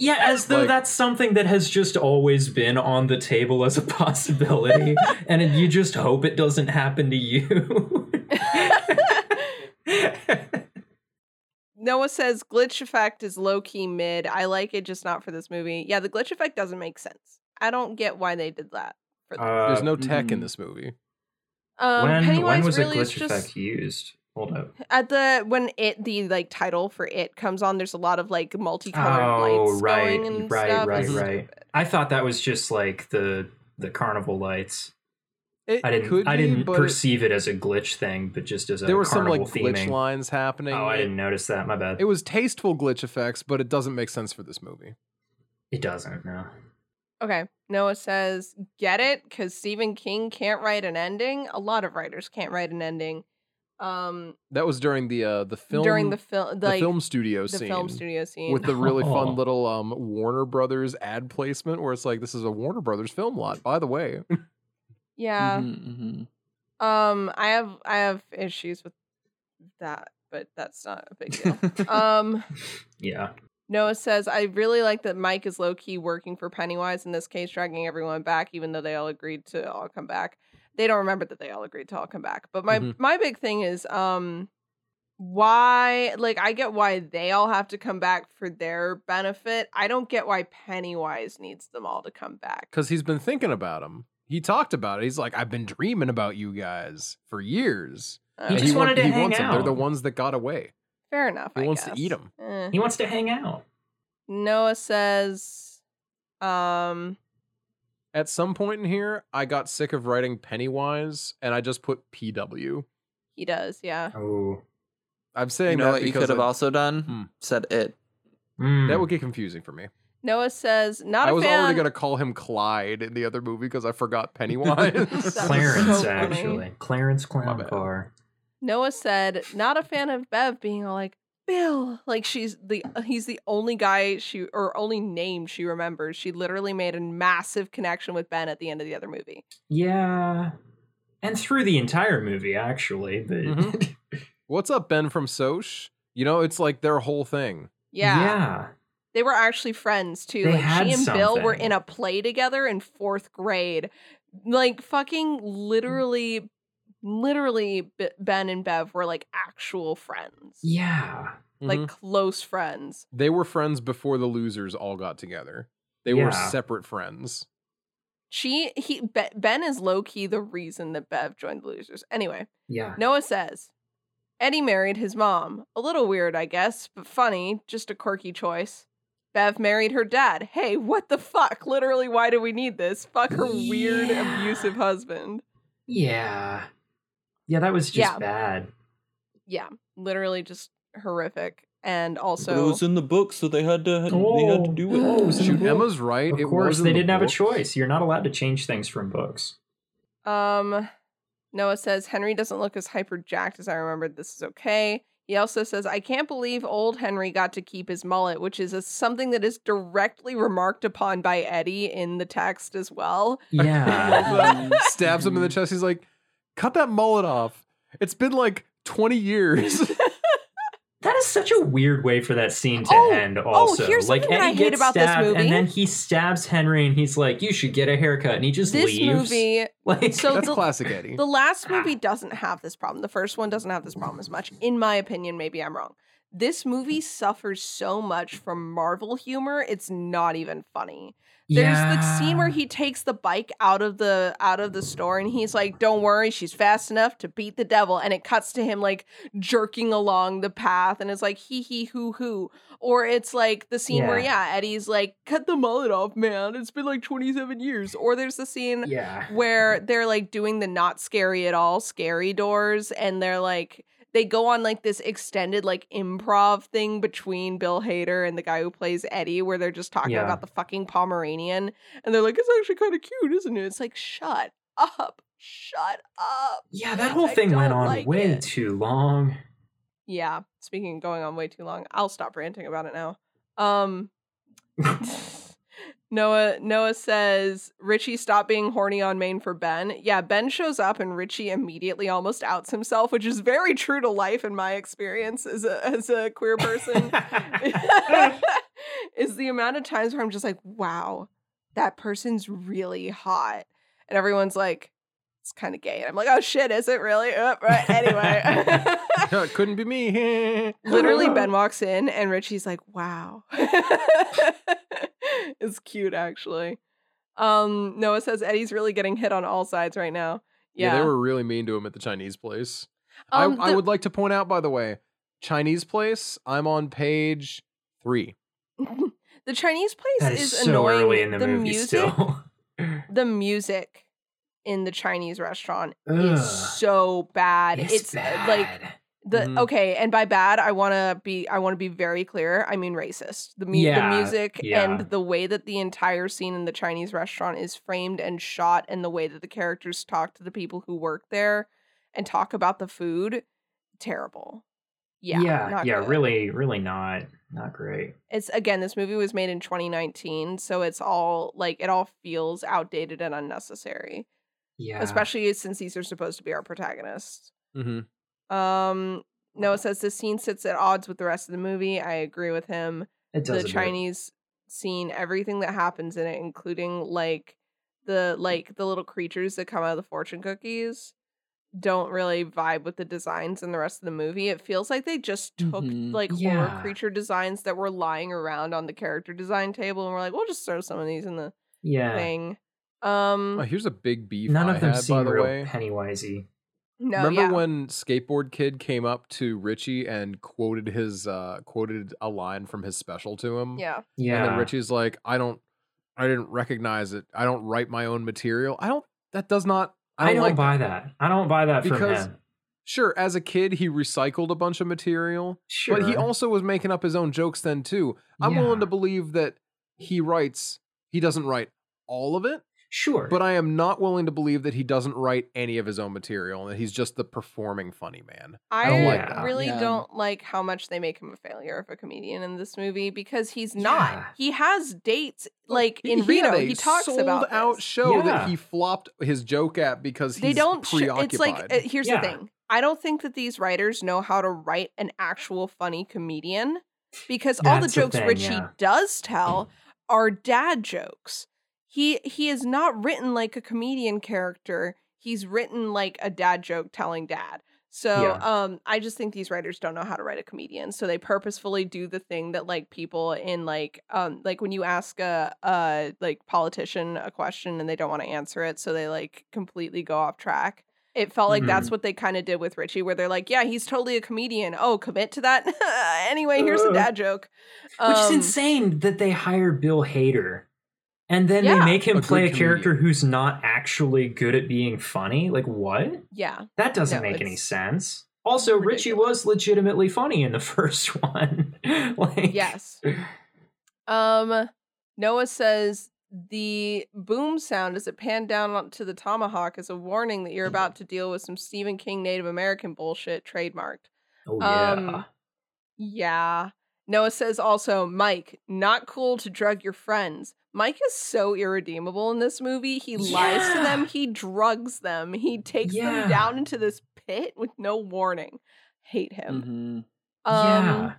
Yeah, as though
Like-
that's something that has just always been on the table as a possibility, and you just hope it doesn't happen to you.
Noah says glitch effect is low key mid. I like it, just not for this movie. Yeah, the glitch effect doesn't make sense. I don't get why they did that. For this.
Uh,
There's no tech in
mm.
this movie.
um,
when,
Pennywise
when was
really
a
is
glitch
just
effect used? Hold up.
at the when it the like title for it comes on. There's a lot of like multicolored
Oh,
lights
right,
going and
right,
stuff.
right,
It's
right.
stupid.
I thought that was just like the the carnival lights.
It
I didn't
could
I
be,
didn't
but it-
perceive it as a glitch thing, but just as a
there were some like
carnival
glitch
theming.
lines happening.
Oh, I
It-
didn't notice that. My bad.
It was tasteful glitch effects, but it doesn't make sense for this movie.
It doesn't. No.
Okay. Noah says, get it? Because Stephen King can't write an ending. A lot of writers can't write an ending. Um,
That was during the uh, the film
during the film,
the
like
film studio
the
scene
film studio scene,
with the really
Oh.
fun little um, Warner Brothers ad placement where it's like this is a Warner Brothers film lot. By the way,
yeah.
Mhm,
Um, I have I have issues with that, but that's not a big deal.
mhm.
um,
Yeah.
Noah says, I really like that Mike is low key working for Pennywise, in this case, dragging everyone back, even though they all agreed to all come back. They don't remember that they all agreed to all come back. But my,
Mm-hmm.
Mhm.
my big thing is um, why, like, I get why they all have to come back for their benefit. I don't get why Pennywise needs them all to come back.
because he's been thinking about him. He talked about it. He's like, I've been dreaming about you guys for years.
I
He
don't
And
just
know.
wanted to
he
hang
wants 'em. They're the
out.
ones that got away.
Fair enough.
He
I
wants to eat
guess.
'em.
Eh.
He wants to hang out.
Noah says, um,
At some point in here, I got sick of writing Pennywise, and I just put PW.
he does, yeah.
Oh.
I'm saying
You know
that
what you hmm.
because
could have
I-
also done?
Hmm.
Said it.
Mm.
that would get confusing for me.
Noah says, not
I
a
was
fan.
already gonna call him Clyde in the other movie because I forgot Pennywise.
That was
Clarence,
so funny.
actually. Clarence
My
Clown
bad.
Car.
Noah said, not a fan of Bev being all like, Bill. Like she's the uh, he's the only guy she or only name she remembers. She literally made a massive connection with Ben at the end of the other movie.
Yeah. And through the entire movie, actually. But
Mhm. What's up, Ben from Soch? You know, it's like their whole thing.
Yeah. They were actually friends too.
They
like
had
she and Bill were
something.
in a play together in fourth grade. Like fucking literally literally B- Ben and Bev were like actual friends.
Yeah.
Like
Mhm.
close friends.
they were friends before the losers all got together. They
Yeah.
were separate friends.
She he Be- Ben is low key the reason that Bev joined the losers. Anyway,
Yeah.
Noah says, Eddie married his mom. A little weird, I guess, but funny, just a quirky choice. Bev married her dad. Hey, what the fuck? Literally, why do we need this? Fuck her weird,
Yeah.
abusive husband.
Yeah. Yeah, that was just
Yeah.
bad.
Yeah, literally just horrific. And
But it
also,
was in the book, so they had to they had to do it.
Oh, it was in the
Shoot,
book.
Emma's right.
Of
it
course,
was in
they
the
didn't have a
books.
choice. You're not allowed to change things from books.
um, Noah says, Henry doesn't look as hyper jacked as I remembered. This is okay. He also says, I can't believe old Henry got to keep his mullet, which is a, something that is directly remarked upon by Eddie in the text as well.
Yeah.
Stabs him in the chest. He's like, "Cut that mullet off." It's been like 20 years.
that is such a weird way for that scene to
Oh,
end also.
here's
like
something that
Eddie
I hate
gets
about this
stabbed,
movie.
And then he stabs Henry and he's like, You should get a haircut. And he just
this
leaves. Ah.
movie
Like
So
That's
the-
classic Eddie.
the last movie doesn't have this problem the first one doesn't have this problem as much in my opinion maybe i'm wrong this movie suffers so much from marvel humor it's not even funny there's the scene where
Yeah.
he takes the bike out of the out of the store and he's like don't worry she's fast enough to beat the devil and it cuts to him like jerking along the path and it's like hee hee hoo hoo or it's like the scene where yeah eddie's like cut the mullet off man it's been like 27 years or there's the scene
Yeah.
where they're like doing the not scary at all scary doors and they're like they go on like this extended like improv thing between Bill Hader and the guy who plays Eddie where they're just talking
Yeah.
about the fucking Pomeranian and they're like it's actually kind of cute isn't it it's like shut up shut up
Yeah, that whole
I
thing went
don't
on
like
way
it.
too long.
yeah speaking of going on way too long I'll stop ranting about it now um Noah Noah says Richie stop being horny on Maine for Ben. Yeah, Ben shows up and Richie immediately almost outs himself, which is very true to life in my experience as a as a queer person. is the amount of times where I'm just like, wow, that person's really hot. And everyone's like, it's kind of gay. And I'm like, oh shit, is it really? Oh, right. Anyway.
No, it couldn't be me.
Literally, Ben walks in and Richie's like, "Wow, it's cute, actually." Um, Noah says Eddie's really getting hit on all sides right now. Yeah,
they were really mean to him at the Chinese place.
Um,
I, I
the-
would like to point out, by the way, Chinese place. I'm on page three.
the Chinese place
that is so
annoying.
early in the, movie
music,
still.
the music in the Chinese restaurant
Ugh.
is so bad. It's, uh, like
bad.
the
Mm-hmm.
Mhm.
okay, and by bad, I want to be I want to be very clear. I mean racist. The, mu-
Yeah,
the music
yeah.
and the way that the entire scene in the Chinese restaurant is framed and shot, and the way that the characters talk to the people who work there and talk about the food, terrible. Yeah,
yeah,
not
yeah,
good.
really, really not, not great.
It's again, this movie was made in 2019, so it's all like it all feels outdated and unnecessary,
Yeah,
Mm. especially since these are supposed to be our protagonists.
Mm-hmm.
Um, Noah says this scene sits at odds with the rest of the movie. I agree with him.
It does
The
a bit.
Chinese scene, everything that happens in it, including like the
Mm.
like the little creatures that come out of the fortune cookies, don't really vibe with the designs in the rest of the movie. It feels like they just took
Mhm.
like horror
Mm-hmm. Yeah.
creature designs that were lying around on the character design table, and we're like, we'll just throw some of these in the
Yeah.
thing.
Oh,
Um,
here's a big beef.
None
I
of them
had,
seem
by the
real
way.
Pennywisey.
no,
Remember
yeah.
when Skateboard Kid came up to Richie and quoted his uh quoted a line from his special to him?
yeah,
Yeah.
And then Richie's like, I don't I didn't recognize it. I don't write my own material. I don't that does not I
I
don't,
don't
like
buy that. I don't buy that from
Because-
him.
Sure, as a kid he recycled a bunch of material,
Sure.
but he also was making up his own jokes then too. I'm
Yeah.
willing to believe that he writes he doesn't write all of it,
Sure.
but I am not willing to believe that he doesn't write any of his own material and that he's just the performing funny man.
I,
don't
like that.
really
Yeah.
don't like how much they make him a failure of a comedian in this movie because he's not.
Yeah.
He has dates like
He-
in
he had
Reno.
a
He talks
sold
about
out
this.
show that
Yeah.
he flopped his joke at because he's
They don't. sh-
preoccupied.
it's like uh, here's
Yeah.
the thing. I don't think that these writers know how to write an actual funny comedian because all the
That's the
jokes
thing,
Richie
yeah.
does tell are dad jokes. He he is not written like a comedian character. He's written like a dad joke telling dad. So um I just think these writers don't know how to write a comedian. So they purposefully do the thing that like people in like um like when you ask a uh like politician a question and they don't want to answer it, so they like completely go off track. It felt like
Mm-hmm.
that's what they kind of did with Richie, where they're like, "Yeah, he's totally a comedian. Oh, commit to that. anyway, here's a
Ugh.
dad joke."
Uh. Which is
Um,
insane that they hire Bill Hader and then
Yeah.
they make him
A good
play a
comedian.
character who's not actually good at being funny. Like, what?
Yeah,
That doesn't
No,
make any
it's
sense. Also, Richie was legitimately funny in the first one. like,
yes. Um, Noah says the boom sound as it panned down on- to the tomahawk is a warning that you're
Mm-hmm.
about to deal with some Stephen King Native American bullshit trademarked.
Oh, yeah.
Um, Yeah. Noah says also, Mike, not cool to drug your friends. Mike is so irredeemable in this movie. He lies to
Yeah.
them, he drugs them, he takes
Yeah.
them down into this pit with no warning. Hate him.
Mhm.
Um,
Mm-hmm. yeah.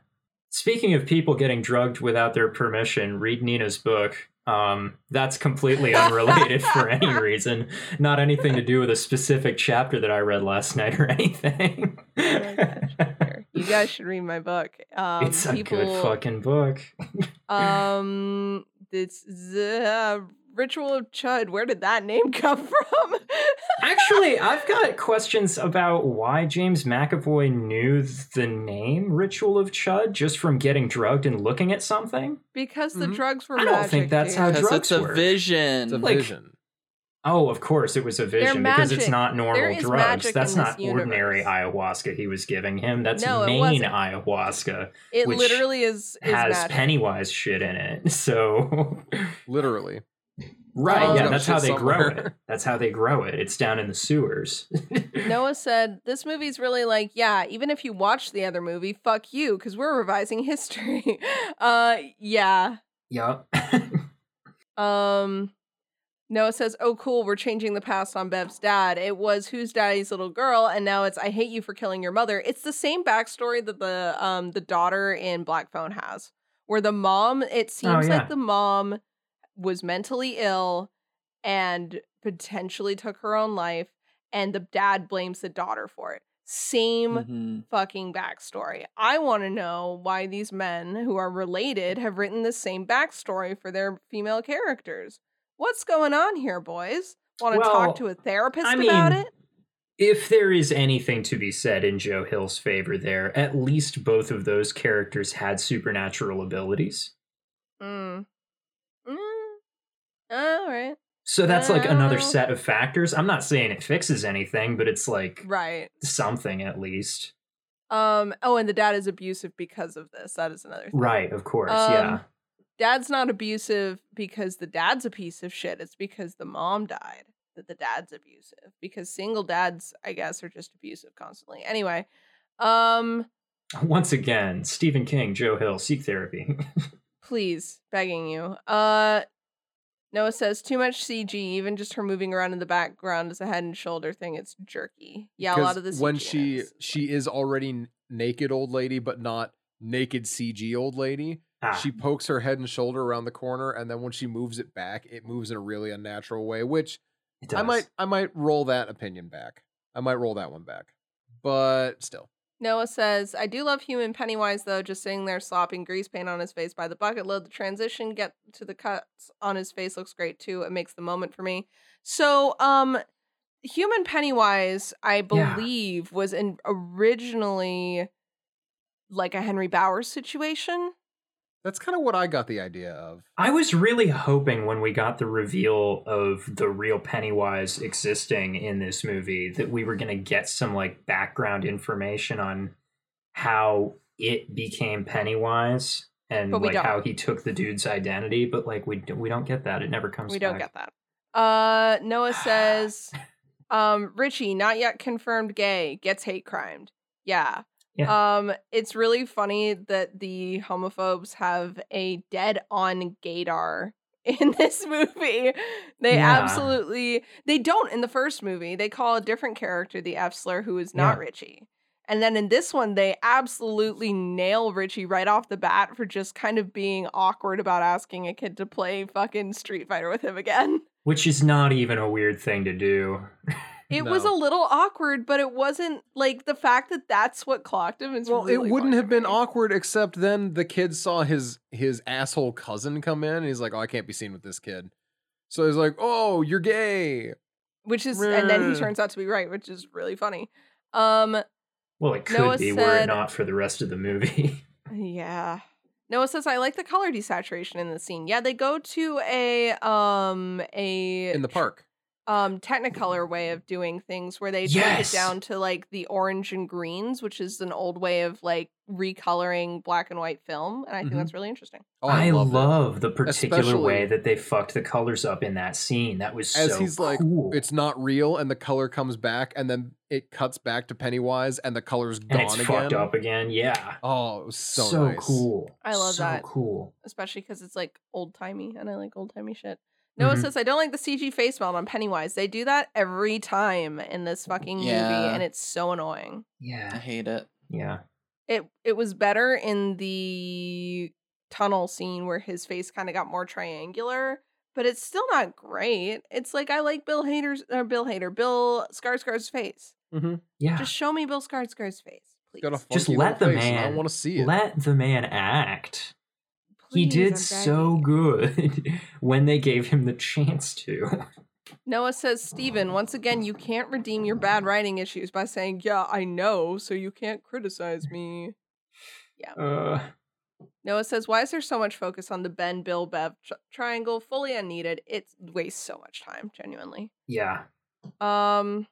Speaking of people getting drugged without their permission, read Nina's book. Um, that's completely unrelated for any reason. Not anything to do with a specific chapter that I read last night or anything.
Oh my gosh. here, You guys should read my book. Um,
it's a
people,
good fucking book.
Um, this the ritual of Chud. Where did that name come from?
Actually, I've got questions about why James McAvoy knew the name Ritual of Chud just from getting drugged and looking at something.
because the
Mhm.
drugs were.
Mm-hmm. I don't
magic,
think that's
dude.
how
Because
drugs
it's a
work.
vision.
it's a
like-
vision.
Oh, of course, it was a vision because it's
magic.
not
There
normal
is
drugs.
magic
That's
in this
not ordinary
universe.
ayahuasca he was giving him. That's
No, it
Maine
wasn't.
ayahuasca
It
which
literally is. is
has
magic.
Pennywise shit in it. So,
Literally.
right,
Um,
yeah, that's how
Shit
they grow it.
somewhere.
That's how they grow it. It's down in the sewers.
Noah said, This movie's really like, yeah, even if you watch the other movie, fuck you, because we're revising history. uh, yeah.
Yup.
Um, Noah says, "Oh, cool, we're changing the past on Bev's dad. It was who's daddy's little girl, and now it's I hate you for killing your mother." It's the same backstory that the um the daughter in Black Phone has, where the mom it seems
yeah.
like the mom was mentally ill and potentially took her own life, and the dad blames the daughter for it. Same
Mhm.
fucking backstory. I want to know why these men who are related have written the same backstory for their female characters. What's going on here, boys? Want to
Well,
talk to a therapist
I
about
mean,
it?
if there is anything to be said in Joe Hill's favor there, at least both of those characters had supernatural abilities.
Mm. Mm. All right.
So that's like another
Well-
set of factors. I'm not saying it fixes anything, but it's like
Right.
something at least.
Um oh and the dad is abusive because of this. That is another thing.
Right, of course,
Um,
yeah.
Dad's not abusive because the dad's a piece of shit. It's because the mom died that the dad's abusive because single dads I guess are just abusive constantly. Anyway, um
Once again, Stephen King, Joe Hill, seek therapy.
please begging you uh Noah says too much CG. Even just her moving around in the background is a head and shoulder thing. It's jerky. Yeah, a lot
Because
of this.
when she she is already n- naked old lady, but not naked CG old lady.
Ah,
She pokes her head and shoulder around the corner, and then when she moves it back, it moves in a really unnatural way. Which
it
I
does.
might I might roll that opinion back. I might roll that one back. But still,
Noah says, I do love human Pennywise though, just sitting there slopping grease paint on his face by the bucket load. The transition get to the cuts on his face looks great too. It makes the moment for me. So, um human Pennywise, I
Yeah.
believe, was in originally like a Henry Bowers situation.
that's kind of what I got the idea of.
I was really hoping when we got the reveal of the real Pennywise existing in this movie that we were going to get some like background information on how it became Pennywise and
But we
like
don't.
how he took the dude's identity, but like we d- we don't get that. It never comes.
We don't
back.
get that. Uh Noah says um Richie, not yet confirmed gay, gets hate crimed. Yeah.
Yeah.
Um it's really funny that the homophobes have a dead on gaydar in this movie. They
Yeah.
absolutely they don't in the first movie. They call a different character the Efsler who is not
Yeah.
Richie. And then in this one, they absolutely nail Richie right off the bat for just kind of being awkward about asking a kid to play fucking Street Fighter with him again.
Which is not even a weird thing to do.
It was a
No.
little awkward, but it wasn't like the fact that that's what clocked him. Is
Well,
really
it wouldn't
funny
have been
to me.
awkward except then the kid saw his his asshole cousin come in and he's like, "Oh, I can't be seen with this kid." So he's like, "Oh, you're gay."
Which is, and then he
Rrr.
turns out to be right, which is really funny. Um,
Well, it could
Noah
be were
said-
it not for the rest of the movie.
yeah. Noah says, "I like the color desaturation in the scene." Yeah, they go to a um a
In the park.
um technicolor way of doing things where they take it
Yes!
down to like the orange and greens, which is an old way of like recoloring black and white film, and I think
Mhm.
that's really interesting.
Oh,
I,
love
love,
that.
the particular
Especially-
way that they fucked the colors up in that scene. That was
As
so
he's like,
cool.
it's not real and the color comes back and then it cuts back to Pennywise and the color's gone
and it's
again.
fucked up again. Yeah.
Oh, it was so, nice.
cool.
I love
so
that.
cool.
especially because it's like old timey, and I like old timey shit. Noah
Mm-hmm.
Mhm.
says I don't like the CG face melt on Pennywise. They do that every time in this fucking movie,
Yeah.
and it's so annoying.
I
Yeah.
hate it.
Yeah.
It it was better in the tunnel scene where his face kind of got more triangular, but it's still not great. It's like I like Bill Hader's or Bill Hader, Bill Skarsgård's face.
Yeah.
Just show me Bill Skarsgård's face, please.
Got a
Just
funky
let
little
the
face and I
man-
want to see it.
Let the man act. he
Please,
did
I'm
so
begging.
good when they gave him the chance to.
Noah says, Steven, once again, you can't redeem your bad writing issues by saying, Yeah, I know, so you can't criticize me.
Uh,
Noah says, Why is there so much focus on the Ben, Bill, Bev tr- triangle? Fully unneeded. It wastes so much time, genuinely.
yeah.
Um,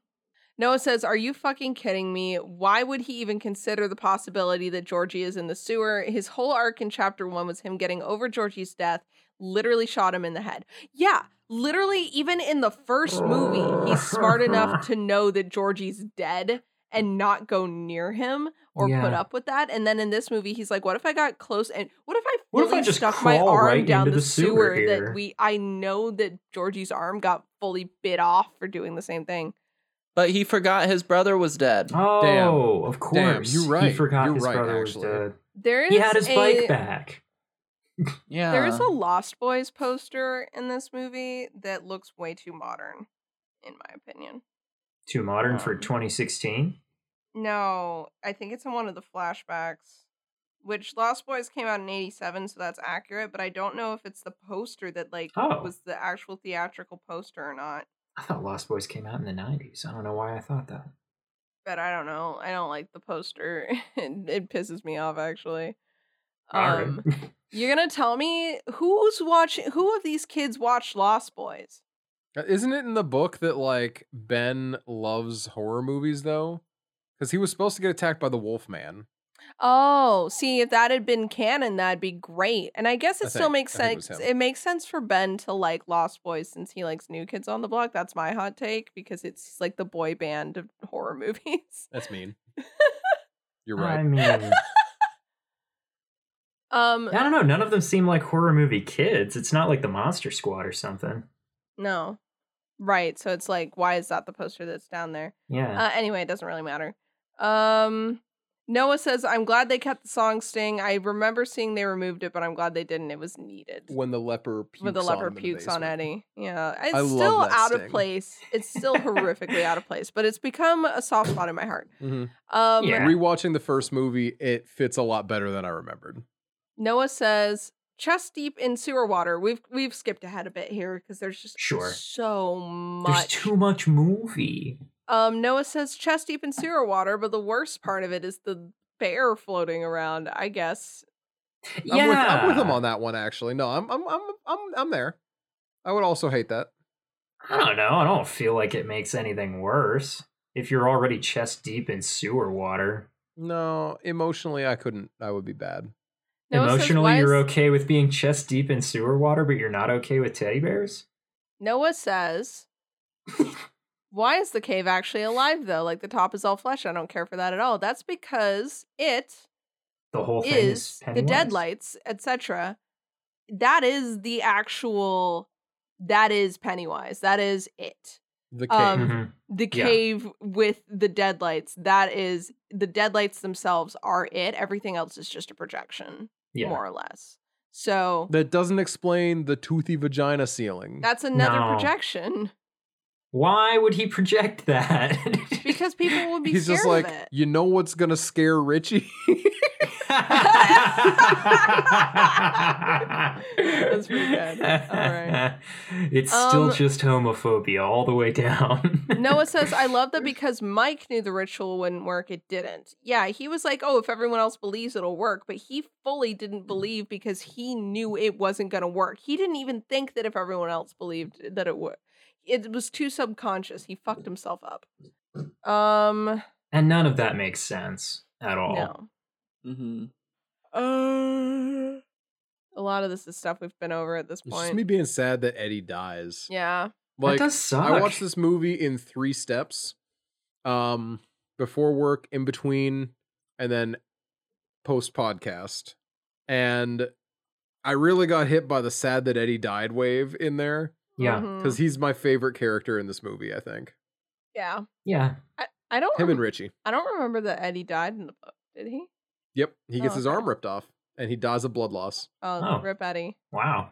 Noah says, Are you fucking kidding me? Why would he even consider the possibility that Georgie is in the sewer? His whole arc in chapter one was him getting over Georgie's death, literally shot him in the head. Yeah, literally, even in the first movie, he's smart enough to know that Georgie's dead and not go near him or put
Yeah.
up with that. And then in this movie, he's like, What if I got close and what if I
What if I
fully
just
stuck my
crawl
arm
right
down
into
the,
the sewer
sewer that
here?
we I know that Georgie's arm got fully bit off for doing the same thing.
But he forgot his brother was dead.
Oh,
Damn.
of course.
you're right.
He forgot
You're
his
right,
brother
actually.
was dead.
There is
He had his
a,
bike back.
Yeah.
There is a Lost Boys poster in this movie that looks way too modern, in my opinion.
Too modern for
Um,
2016.
No, I think it's in one of the flashbacks. Which Lost Boys came out in '87, so that's accurate. But I don't know if it's the poster that like
Oh.
was the actual theatrical poster or not.
I thought Lost Boys came out in the 90s. I don't know why I thought that.
But I don't know. I don't like the poster. it, it pisses me off actually.
Alright.
Um, You're gonna tell me who's watching? Who of these kids watched Lost Boys?
Uh, Isn't it in the book that like Ben loves horror movies though? Because he was supposed to get attacked by the Wolfman.
Oh, see, if that had been canon, that'd be great. And I guess it
I
still
think-
makes
I think it was
sense. It,
him.
makes sense for Ben to like Lost Boys since he likes New Kids on the Block. That's my hot take because it's like the boy band of horror movies.
That's mean. You're right.
I mean,
Um,
I don't know. None of them seem like horror movie kids. It's not like the Monster Squad or something.
no, right. So it's like, why is that the poster that's down there?
Yeah.
Uh, anyway, it doesn't really matter. Um, Noah says, "I'm glad they kept the song sting. I remember seeing they removed it, but I'm glad they didn't. It was needed."
when the leper pukes
When the leper
on him in the
pukes on
basement.
Eddie. Yeah, it's
I love
still
that
out of
sting.
place. It's still horrifically out of place, but it's become a soft spot in my heart.
Mhm.
Um,
Yeah.
Rewatching the first movie, it fits a lot better than I remembered.
Noah says, chest deep in sewer water. We've we've skipped ahead a bit here because there's just
Sure.
so
There's
much.
too much movie.
um, Noah says chest deep in sewer water, but the worst part of it is the bear floating around. I guess.
Yeah.
I'm with, I'm with him on that one actually. No, I'm I'm I'm I'm I'm there. I would also hate that.
I don't know. I don't feel like it makes anything worse if you're already chest deep in sewer water.
No, emotionally I couldn't. I would be bad.
Noah says,
Emotionally,
"Why
you're
is-
okay with being chest deep in sewer water, but you're not okay with teddy bears?
Noah says, Why is the cave actually alive though? Like the top is all flesh. I don't care for that at all. That's because it
The whole thing is,
is the
Pennywise?
deadlights, etc. That is the actual that is Pennywise. That is it.
The cave.
Um,
Mhm.
The
Yeah.
cave with the deadlights, that is the deadlights themselves are it. Everything else is just a projection,
Yeah.
more or less. So
that doesn't explain the toothy vagina ceiling.
that's another
No.
projection
Why would he project that?
because people would be
He's
scared
just like,
of it.
you know what's gonna scare Richie?
That's pretty good. All right.
It's still
Um,
just homophobia all the way down.
Noah says, I love that because Mike knew the ritual wouldn't work, it didn't. Yeah, he was like, oh, if everyone else believes it'll work, but he fully
Mm-hmm.
didn't believe because he knew it wasn't going to work. He didn't even think that if everyone else believed that it would. It was too subconscious. He fucked himself up. Um,
and none of that makes sense at all.
no.
Mm-hmm.
Uh, a lot of this is stuff we've been over at this
It's just me
point.
being sad that Eddie dies.
Yeah.
That
Like
does suck.
I watched this movie in three steps. Um before work, in between, and then post podcast. And I really got hit by the sad that Eddie died wave in there.
Yeah,
Mhm.
Because he's my favorite character in this movie, I think.
Yeah.
yeah.
I, I don't.
Him and
rem-
Richie.
I don't remember that Eddie died in the book. Did he?
Yep. He gets
Oh,
his
okay.
arm ripped off and he dies of blood loss.
Oh,
Oh.
rip Eddie.
Wow.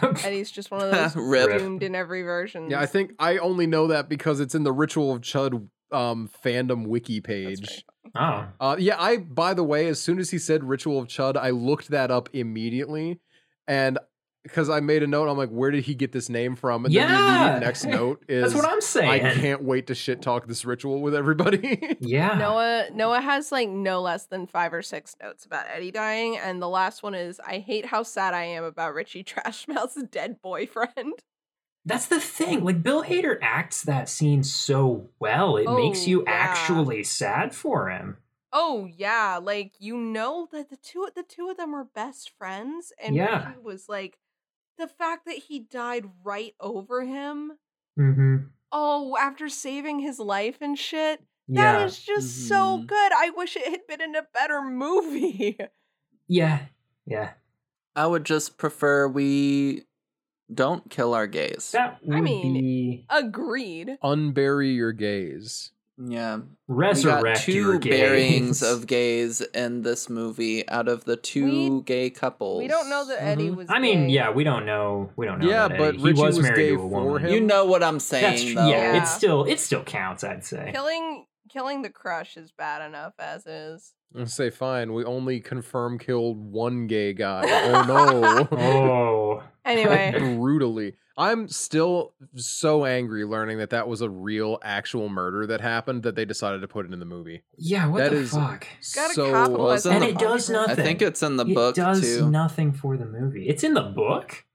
Eddie's just one of those
Rip.
doomed in every version.
Yeah, I think I only know that because it's in the Ritual of Chud um fandom wiki page.
oh,
Uh, yeah, I, by the way, as soon as he said Ritual of Chud, I looked that up immediately. And because I made a note, I'm like, where did he get this name from? And then the
Yeah.
immediate next note is,
that's what I'm
I
saying.
can't wait to shit talk this ritual with everybody.
Yeah.
Noah Noah has like no less than five or six notes about Eddie dying, and the last one is I hate how sad I am about Richie Trashmouth's dead boyfriend.
That's the thing. Like Bill Hader acts that scene so well. It makes
Oh,
you
yeah.
actually sad for him.
Oh yeah, like you know that the two the two of them were best friends, and
Yeah.
Richie was like the fact that he died right over him.
Mm-hmm.
Oh, after saving his life and shit.
Yeah.
That is just so
Mm-hmm.
Mhm.
good. I wish it had been in a better movie.
yeah. Yeah.
I would just prefer we don't kill our gays.
That would
I mean,
be
Agreed.
Unbury your gaze.
yeah. We got
resurrect your
two
gaze.
bearings of gays in this movie out of the two
We-
gay couples.
We don't know that Eddie
Mhm.
was.
I mean,
gay.
yeah, we don't know. We don't know.
Yeah,
that
but
Eddie. he
Richie
was,
was
married
gay
to a woman.
for him.
You know what I'm saying,
That's true.
though.
Yeah,
Yeah.
it still it still counts. I'd say.
Killing killing the crush is bad enough as is.
I say, fine, we only confirm killed one gay guy. Oh no.
Oh.
Anyway,
Brutally. I'm still so angry learning that that was a real, actual murder that happened that they decided to put it in the movie.
Yeah. What
That
the
is-
fuck?
gotta
so
cop
Well, it's
was
in
on
the
the
book.
does
podcast.
I
nothing.
think it's in the
it
book
does
too.
nothing for the movie. It's in the book.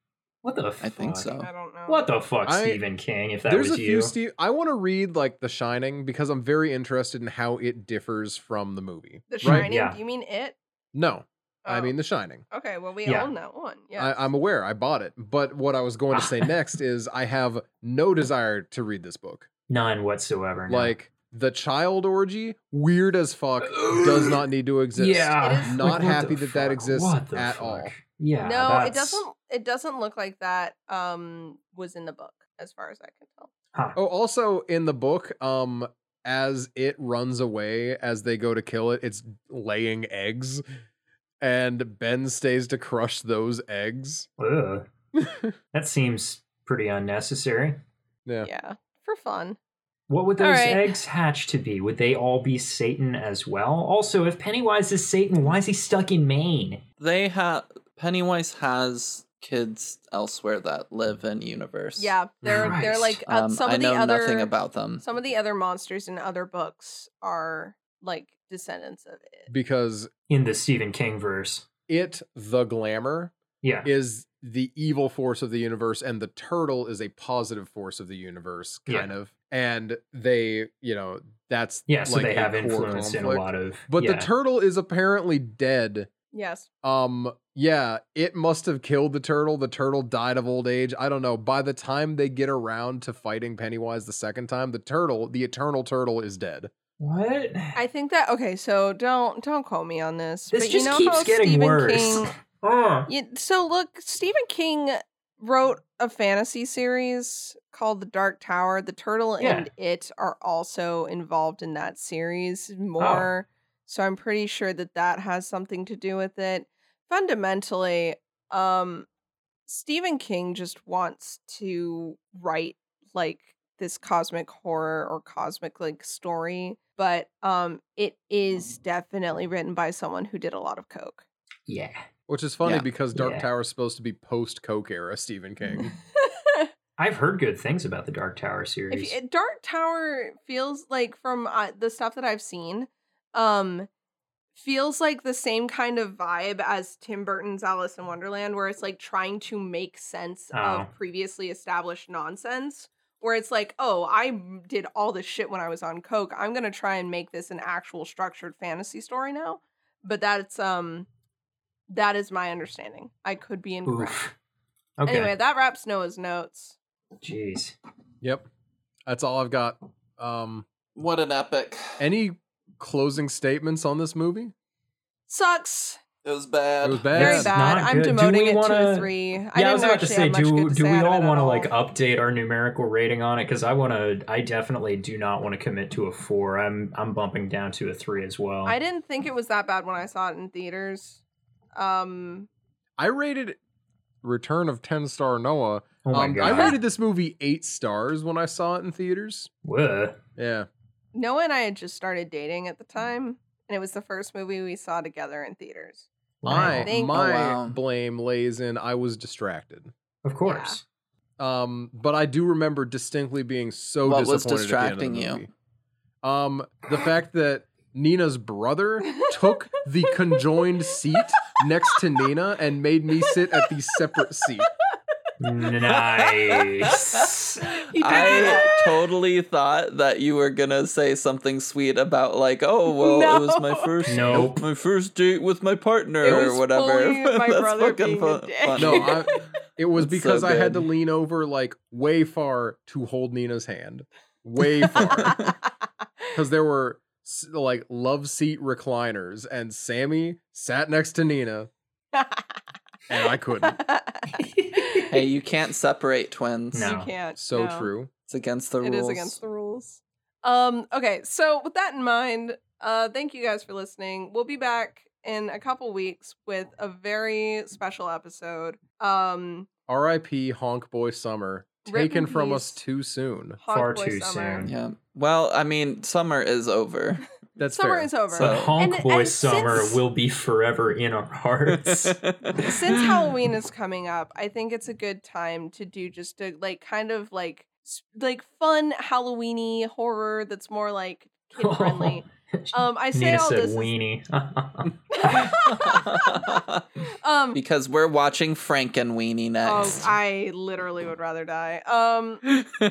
What the? Fuck?
I think so.
I don't know.
What the fuck,
I-
Stephen King? If that
There's
was
a
you,
few Steve. I want to read like The Shining because I'm very interested in how it differs from the movie.
The
right?
Shining?
yeah.
Do you mean it?
No, I
Oh,
mean The Shining.
okay. Well, we
Yeah.
own that one. Yeah.
I, I'm aware. I bought it, but what I was going to say next is I have no desire to read this book.
none whatsoever. no.
Like the child orgy, weird as fuck, does not need to exist.
Yeah,
It is-
Not
what
happy
the
that that
fuck?
exists
What the
at
fuck?
all.
Yeah,
no, it
that's-
doesn't. It doesn't look like that. Um, was in the book as far as I can tell.
Huh.
Oh, also in the book, um, as it runs away, as they go to kill it, it's laying eggs, and Ben stays to crush those eggs.
Ugh. that seems pretty unnecessary.
Yeah.
yeah for fun.
What would
All
those
right.
eggs hatch to be? Would they all be Satan as well? Also, if Pennywise is Satan, why is he stuck in Maine?
They have Pennywise has kids elsewhere that live in universe.
Yeah, they're they're
Christ.
like uh,
Um,
some
I
of the
know
other
nothing about them.
some of the other monsters in other books are like descendants of it.
Because
In the Stephen King verse.
it, the glamour,
Yeah.
is the evil force of the universe and the turtle is a positive force of the universe
Yeah.
kind of and they you know that's
yeah, so
like
they
a
have
core
influence in a
conflict.
lot of.
but
yeah.
the turtle is apparently dead
Yes.
um yeah it must have killed the turtle the turtle died of old age i don't know by the time they get around to fighting pennywise the second time the turtle the eternal turtle is dead
What?
I think that okay, so don't don't call me on this.
this
but
just
you know
keeps
how
getting
Stephen
worse.
King
Ugh.
Yeah, so look, Stephen King wrote a fantasy series called The Dark Tower. The turtle and it are also involved in that series more. So I'm pretty sure that that has something to do with it. Fundamentally, um Stephen King just wants to write like this cosmic horror or cosmic like story, but um it is definitely written by someone who did a lot of coke.
Yeah.
which is funny
Yeah.
because dark
Yeah.
tower is supposed to be post coke era stephen king
I've heard good things about the Dark Tower
If
series.
you, Dark Tower feels like from uh, the stuff that I've seen, um, feels like the same kind of vibe as Tim Burton's Alice in Wonderland, where it's like trying to make sense
Oh.
of previously established nonsense. Where it's like, oh, I m- did all this shit when I was on coke. I'm gonna try and make this an actual structured fantasy story now. But that's um, that is my understanding. I could be incorrect.
Oof. Okay.
Anyway, that wraps Noah's notes.
Jeez.
yep that's all i've got um
What an epic!
Any closing statements on this movie?
Sucks.
It was bad.
It was bad.
very
It's
bad.
not
I'm
good. Do
demoting
we
it to a
wanna-
three. I
yeah, I
didn't
was about to
actually
say,
have much good
do
to
do
say
we
out of
all
it at
want to like update our numerical rating on it? Because I want to, I definitely do not want to commit to a four. I'm I'm bumping down to a three as well.
I didn't think it was that bad when I saw it in theaters. Um,
I rated Return of 10 Star Noah.
Oh my
um,
god.
I rated this movie eight stars when I saw it in theaters.
Whoa.
Yeah.
Noah and I had just started dating at the time, and it was the first movie we saw together in theaters.
My,
Thank-
my
Oh, wow.
blame lays in I was distracted.
Of course.
Um, but I do remember distinctly being so
What was
disappointed. at the end of
distracting
the
you?
movie. Um, the fact that Nina's brother took the conjoined seat next to Nina and made me sit at the separate seat.
Nice.
I totally thought that you were gonna say something sweet about like, oh well, it was my
No.
first,
Nope.
my first date with my partner
It
or
was
whatever.
fully my brother being a dick.
funny.
No, I, it was
That's so
because I had to
good.
lean over like way far to hold Nina's hand, way far, because there were s- like love seat recliners, and Sammy sat next to Nina, and I couldn't.
hey, you can't separate twins.
No.
You can't.
So
no.
true.
It's against the
It
rules.
is against the rules. Um, okay, so with that in mind, uh, thank you guys for listening. We'll be back in a couple weeks with a very special episode. Um,
R.I.P. Honk Boy Summer,
Rip in
taken from us
peace.
too soon.
Hog
Far
Boy
too
Summer.
soon.
Yeah. Well, I mean, summer is over.
That's
Summer
fair.
is over.
So-
But Honk
And-
Boy
and
Summer
since-
will be forever in our hearts.
Since Halloween is coming up, I think it's a good time to do just a like kind of like s- like fun Halloweeny horror that's more like kid friendly. Um, I say
Nina
all
said
this. is-
weenie.
um,
because we're watching Frankenweenie
oh,
next.
I literally would rather die. Um,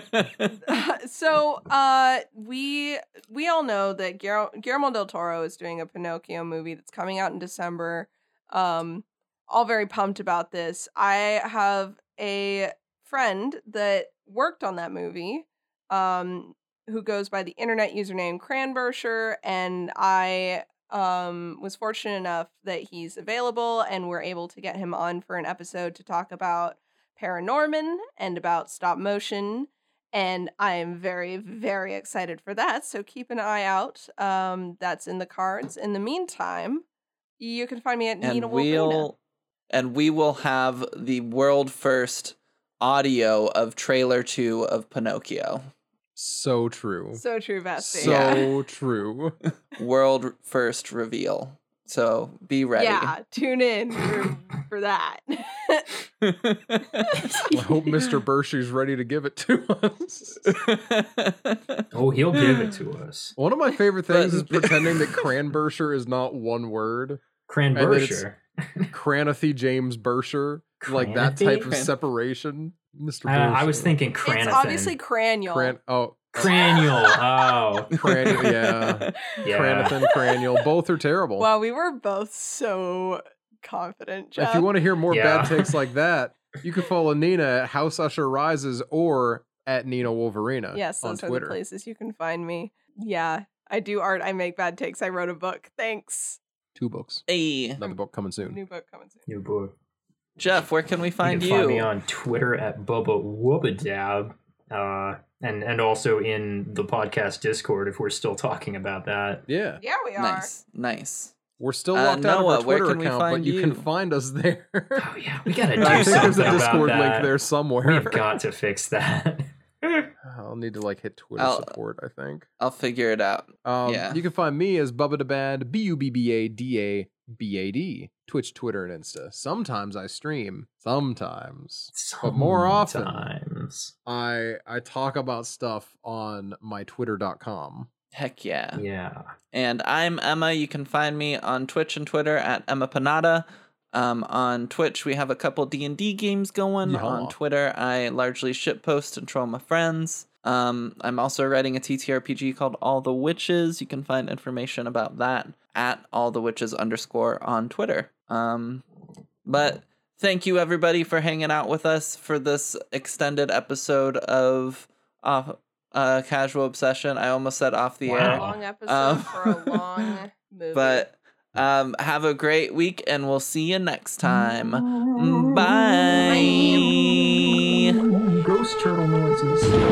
so uh we we all know that Guillermo, Guillermo del Toro is doing a Pinocchio movie that's coming out in December. Um all very pumped about this. I have a friend that worked on that movie. Um who goes by the internet username Cranbercher, and I um, was fortunate enough that he's available, and we're able to get him on for an episode to talk about Paranorman and about stop motion. And I am very, very excited for that. So keep an eye out. Um, that's in the cards. In the meantime, you can find me at Nina
and
Wolverina.
we'll and we will have the world first audio of trailer 2 of Pinocchio.
So true.
So true, Bestie.
So
Yeah.
true.
World first reveal. So be ready.
Yeah, tune in for, for that.
I hope Mr. Bershy's ready to give it to us.
Oh, he'll give it to us.
One of my favorite things is
But-
pretending that Cranbersher is not one word. And
Cran
then it's-
Berkshire.
Cranathy James Bersher. Like that type of
Cranathy?
separation. Mr.
Uh, I was
Bersher.
thinking Cranathan.
It's obviously cranial.
Cran- oh,
cranial. Oh,
Cran-
uh,
yeah.
yeah.
Cranathan, cranial. Both are terrible.
wow, we were both so confident, Jeff.
If you want to hear more
Yeah.
bad takes like that, you can follow Nina at House Usher Rises or at Nina Wolverina
yes,
on
those are the
Twitter.
places you can find me. Yeah, I do art. I make bad takes. I wrote a book. Thanks.
Two books.
Hey,
Another book coming soon.
New book coming soon.
New boy.
Jeff, where can we find
you
you?
can find me on Twitter at Bubba Woobadab, uh, and and also in the podcast Discord if we're still talking about that.
Yeah.
Yeah, we are.
nice, nice.
We're still
Uh,
locked out of our
Noah, where
Twitter
can we
account, but
find
you, can
you?
find us there.
Oh yeah, we gotta do
I think there's
something
a Discord
about that.
link there somewhere.
We've got to fix that.
I'll need to like hit Twitter
I'll-
support, I think.
I'll figure it out.
Um,
yeah.
You can find me as Bubba the Bad, B U B B A D A B A D, Twitch, Twitter, and Insta. Sometimes I stream. Sometimes. But more often-
Sometimes.
I I talk about stuff on my twitter.com.
Heck yeah.
Yeah.
And I'm Emma. You can find me on Twitch and Twitter at Emma Panada. Um, on Twitch, we have a couple D and D games going.
Yeah.
On Twitter, I largely shitpost and troll my friends. Um, I'm also writing a TTRPG called All the Witches. You can find information about that at All the Witches underscore on Twitter. Um, but thank you everybody for hanging out with us for this extended episode of off uh, Casual Obsession. I almost said off the air
Wow.
Long episode
Um,
for a long movie.
but um, have a great week and we'll see you next time. Bye.
Ghost turtle noises.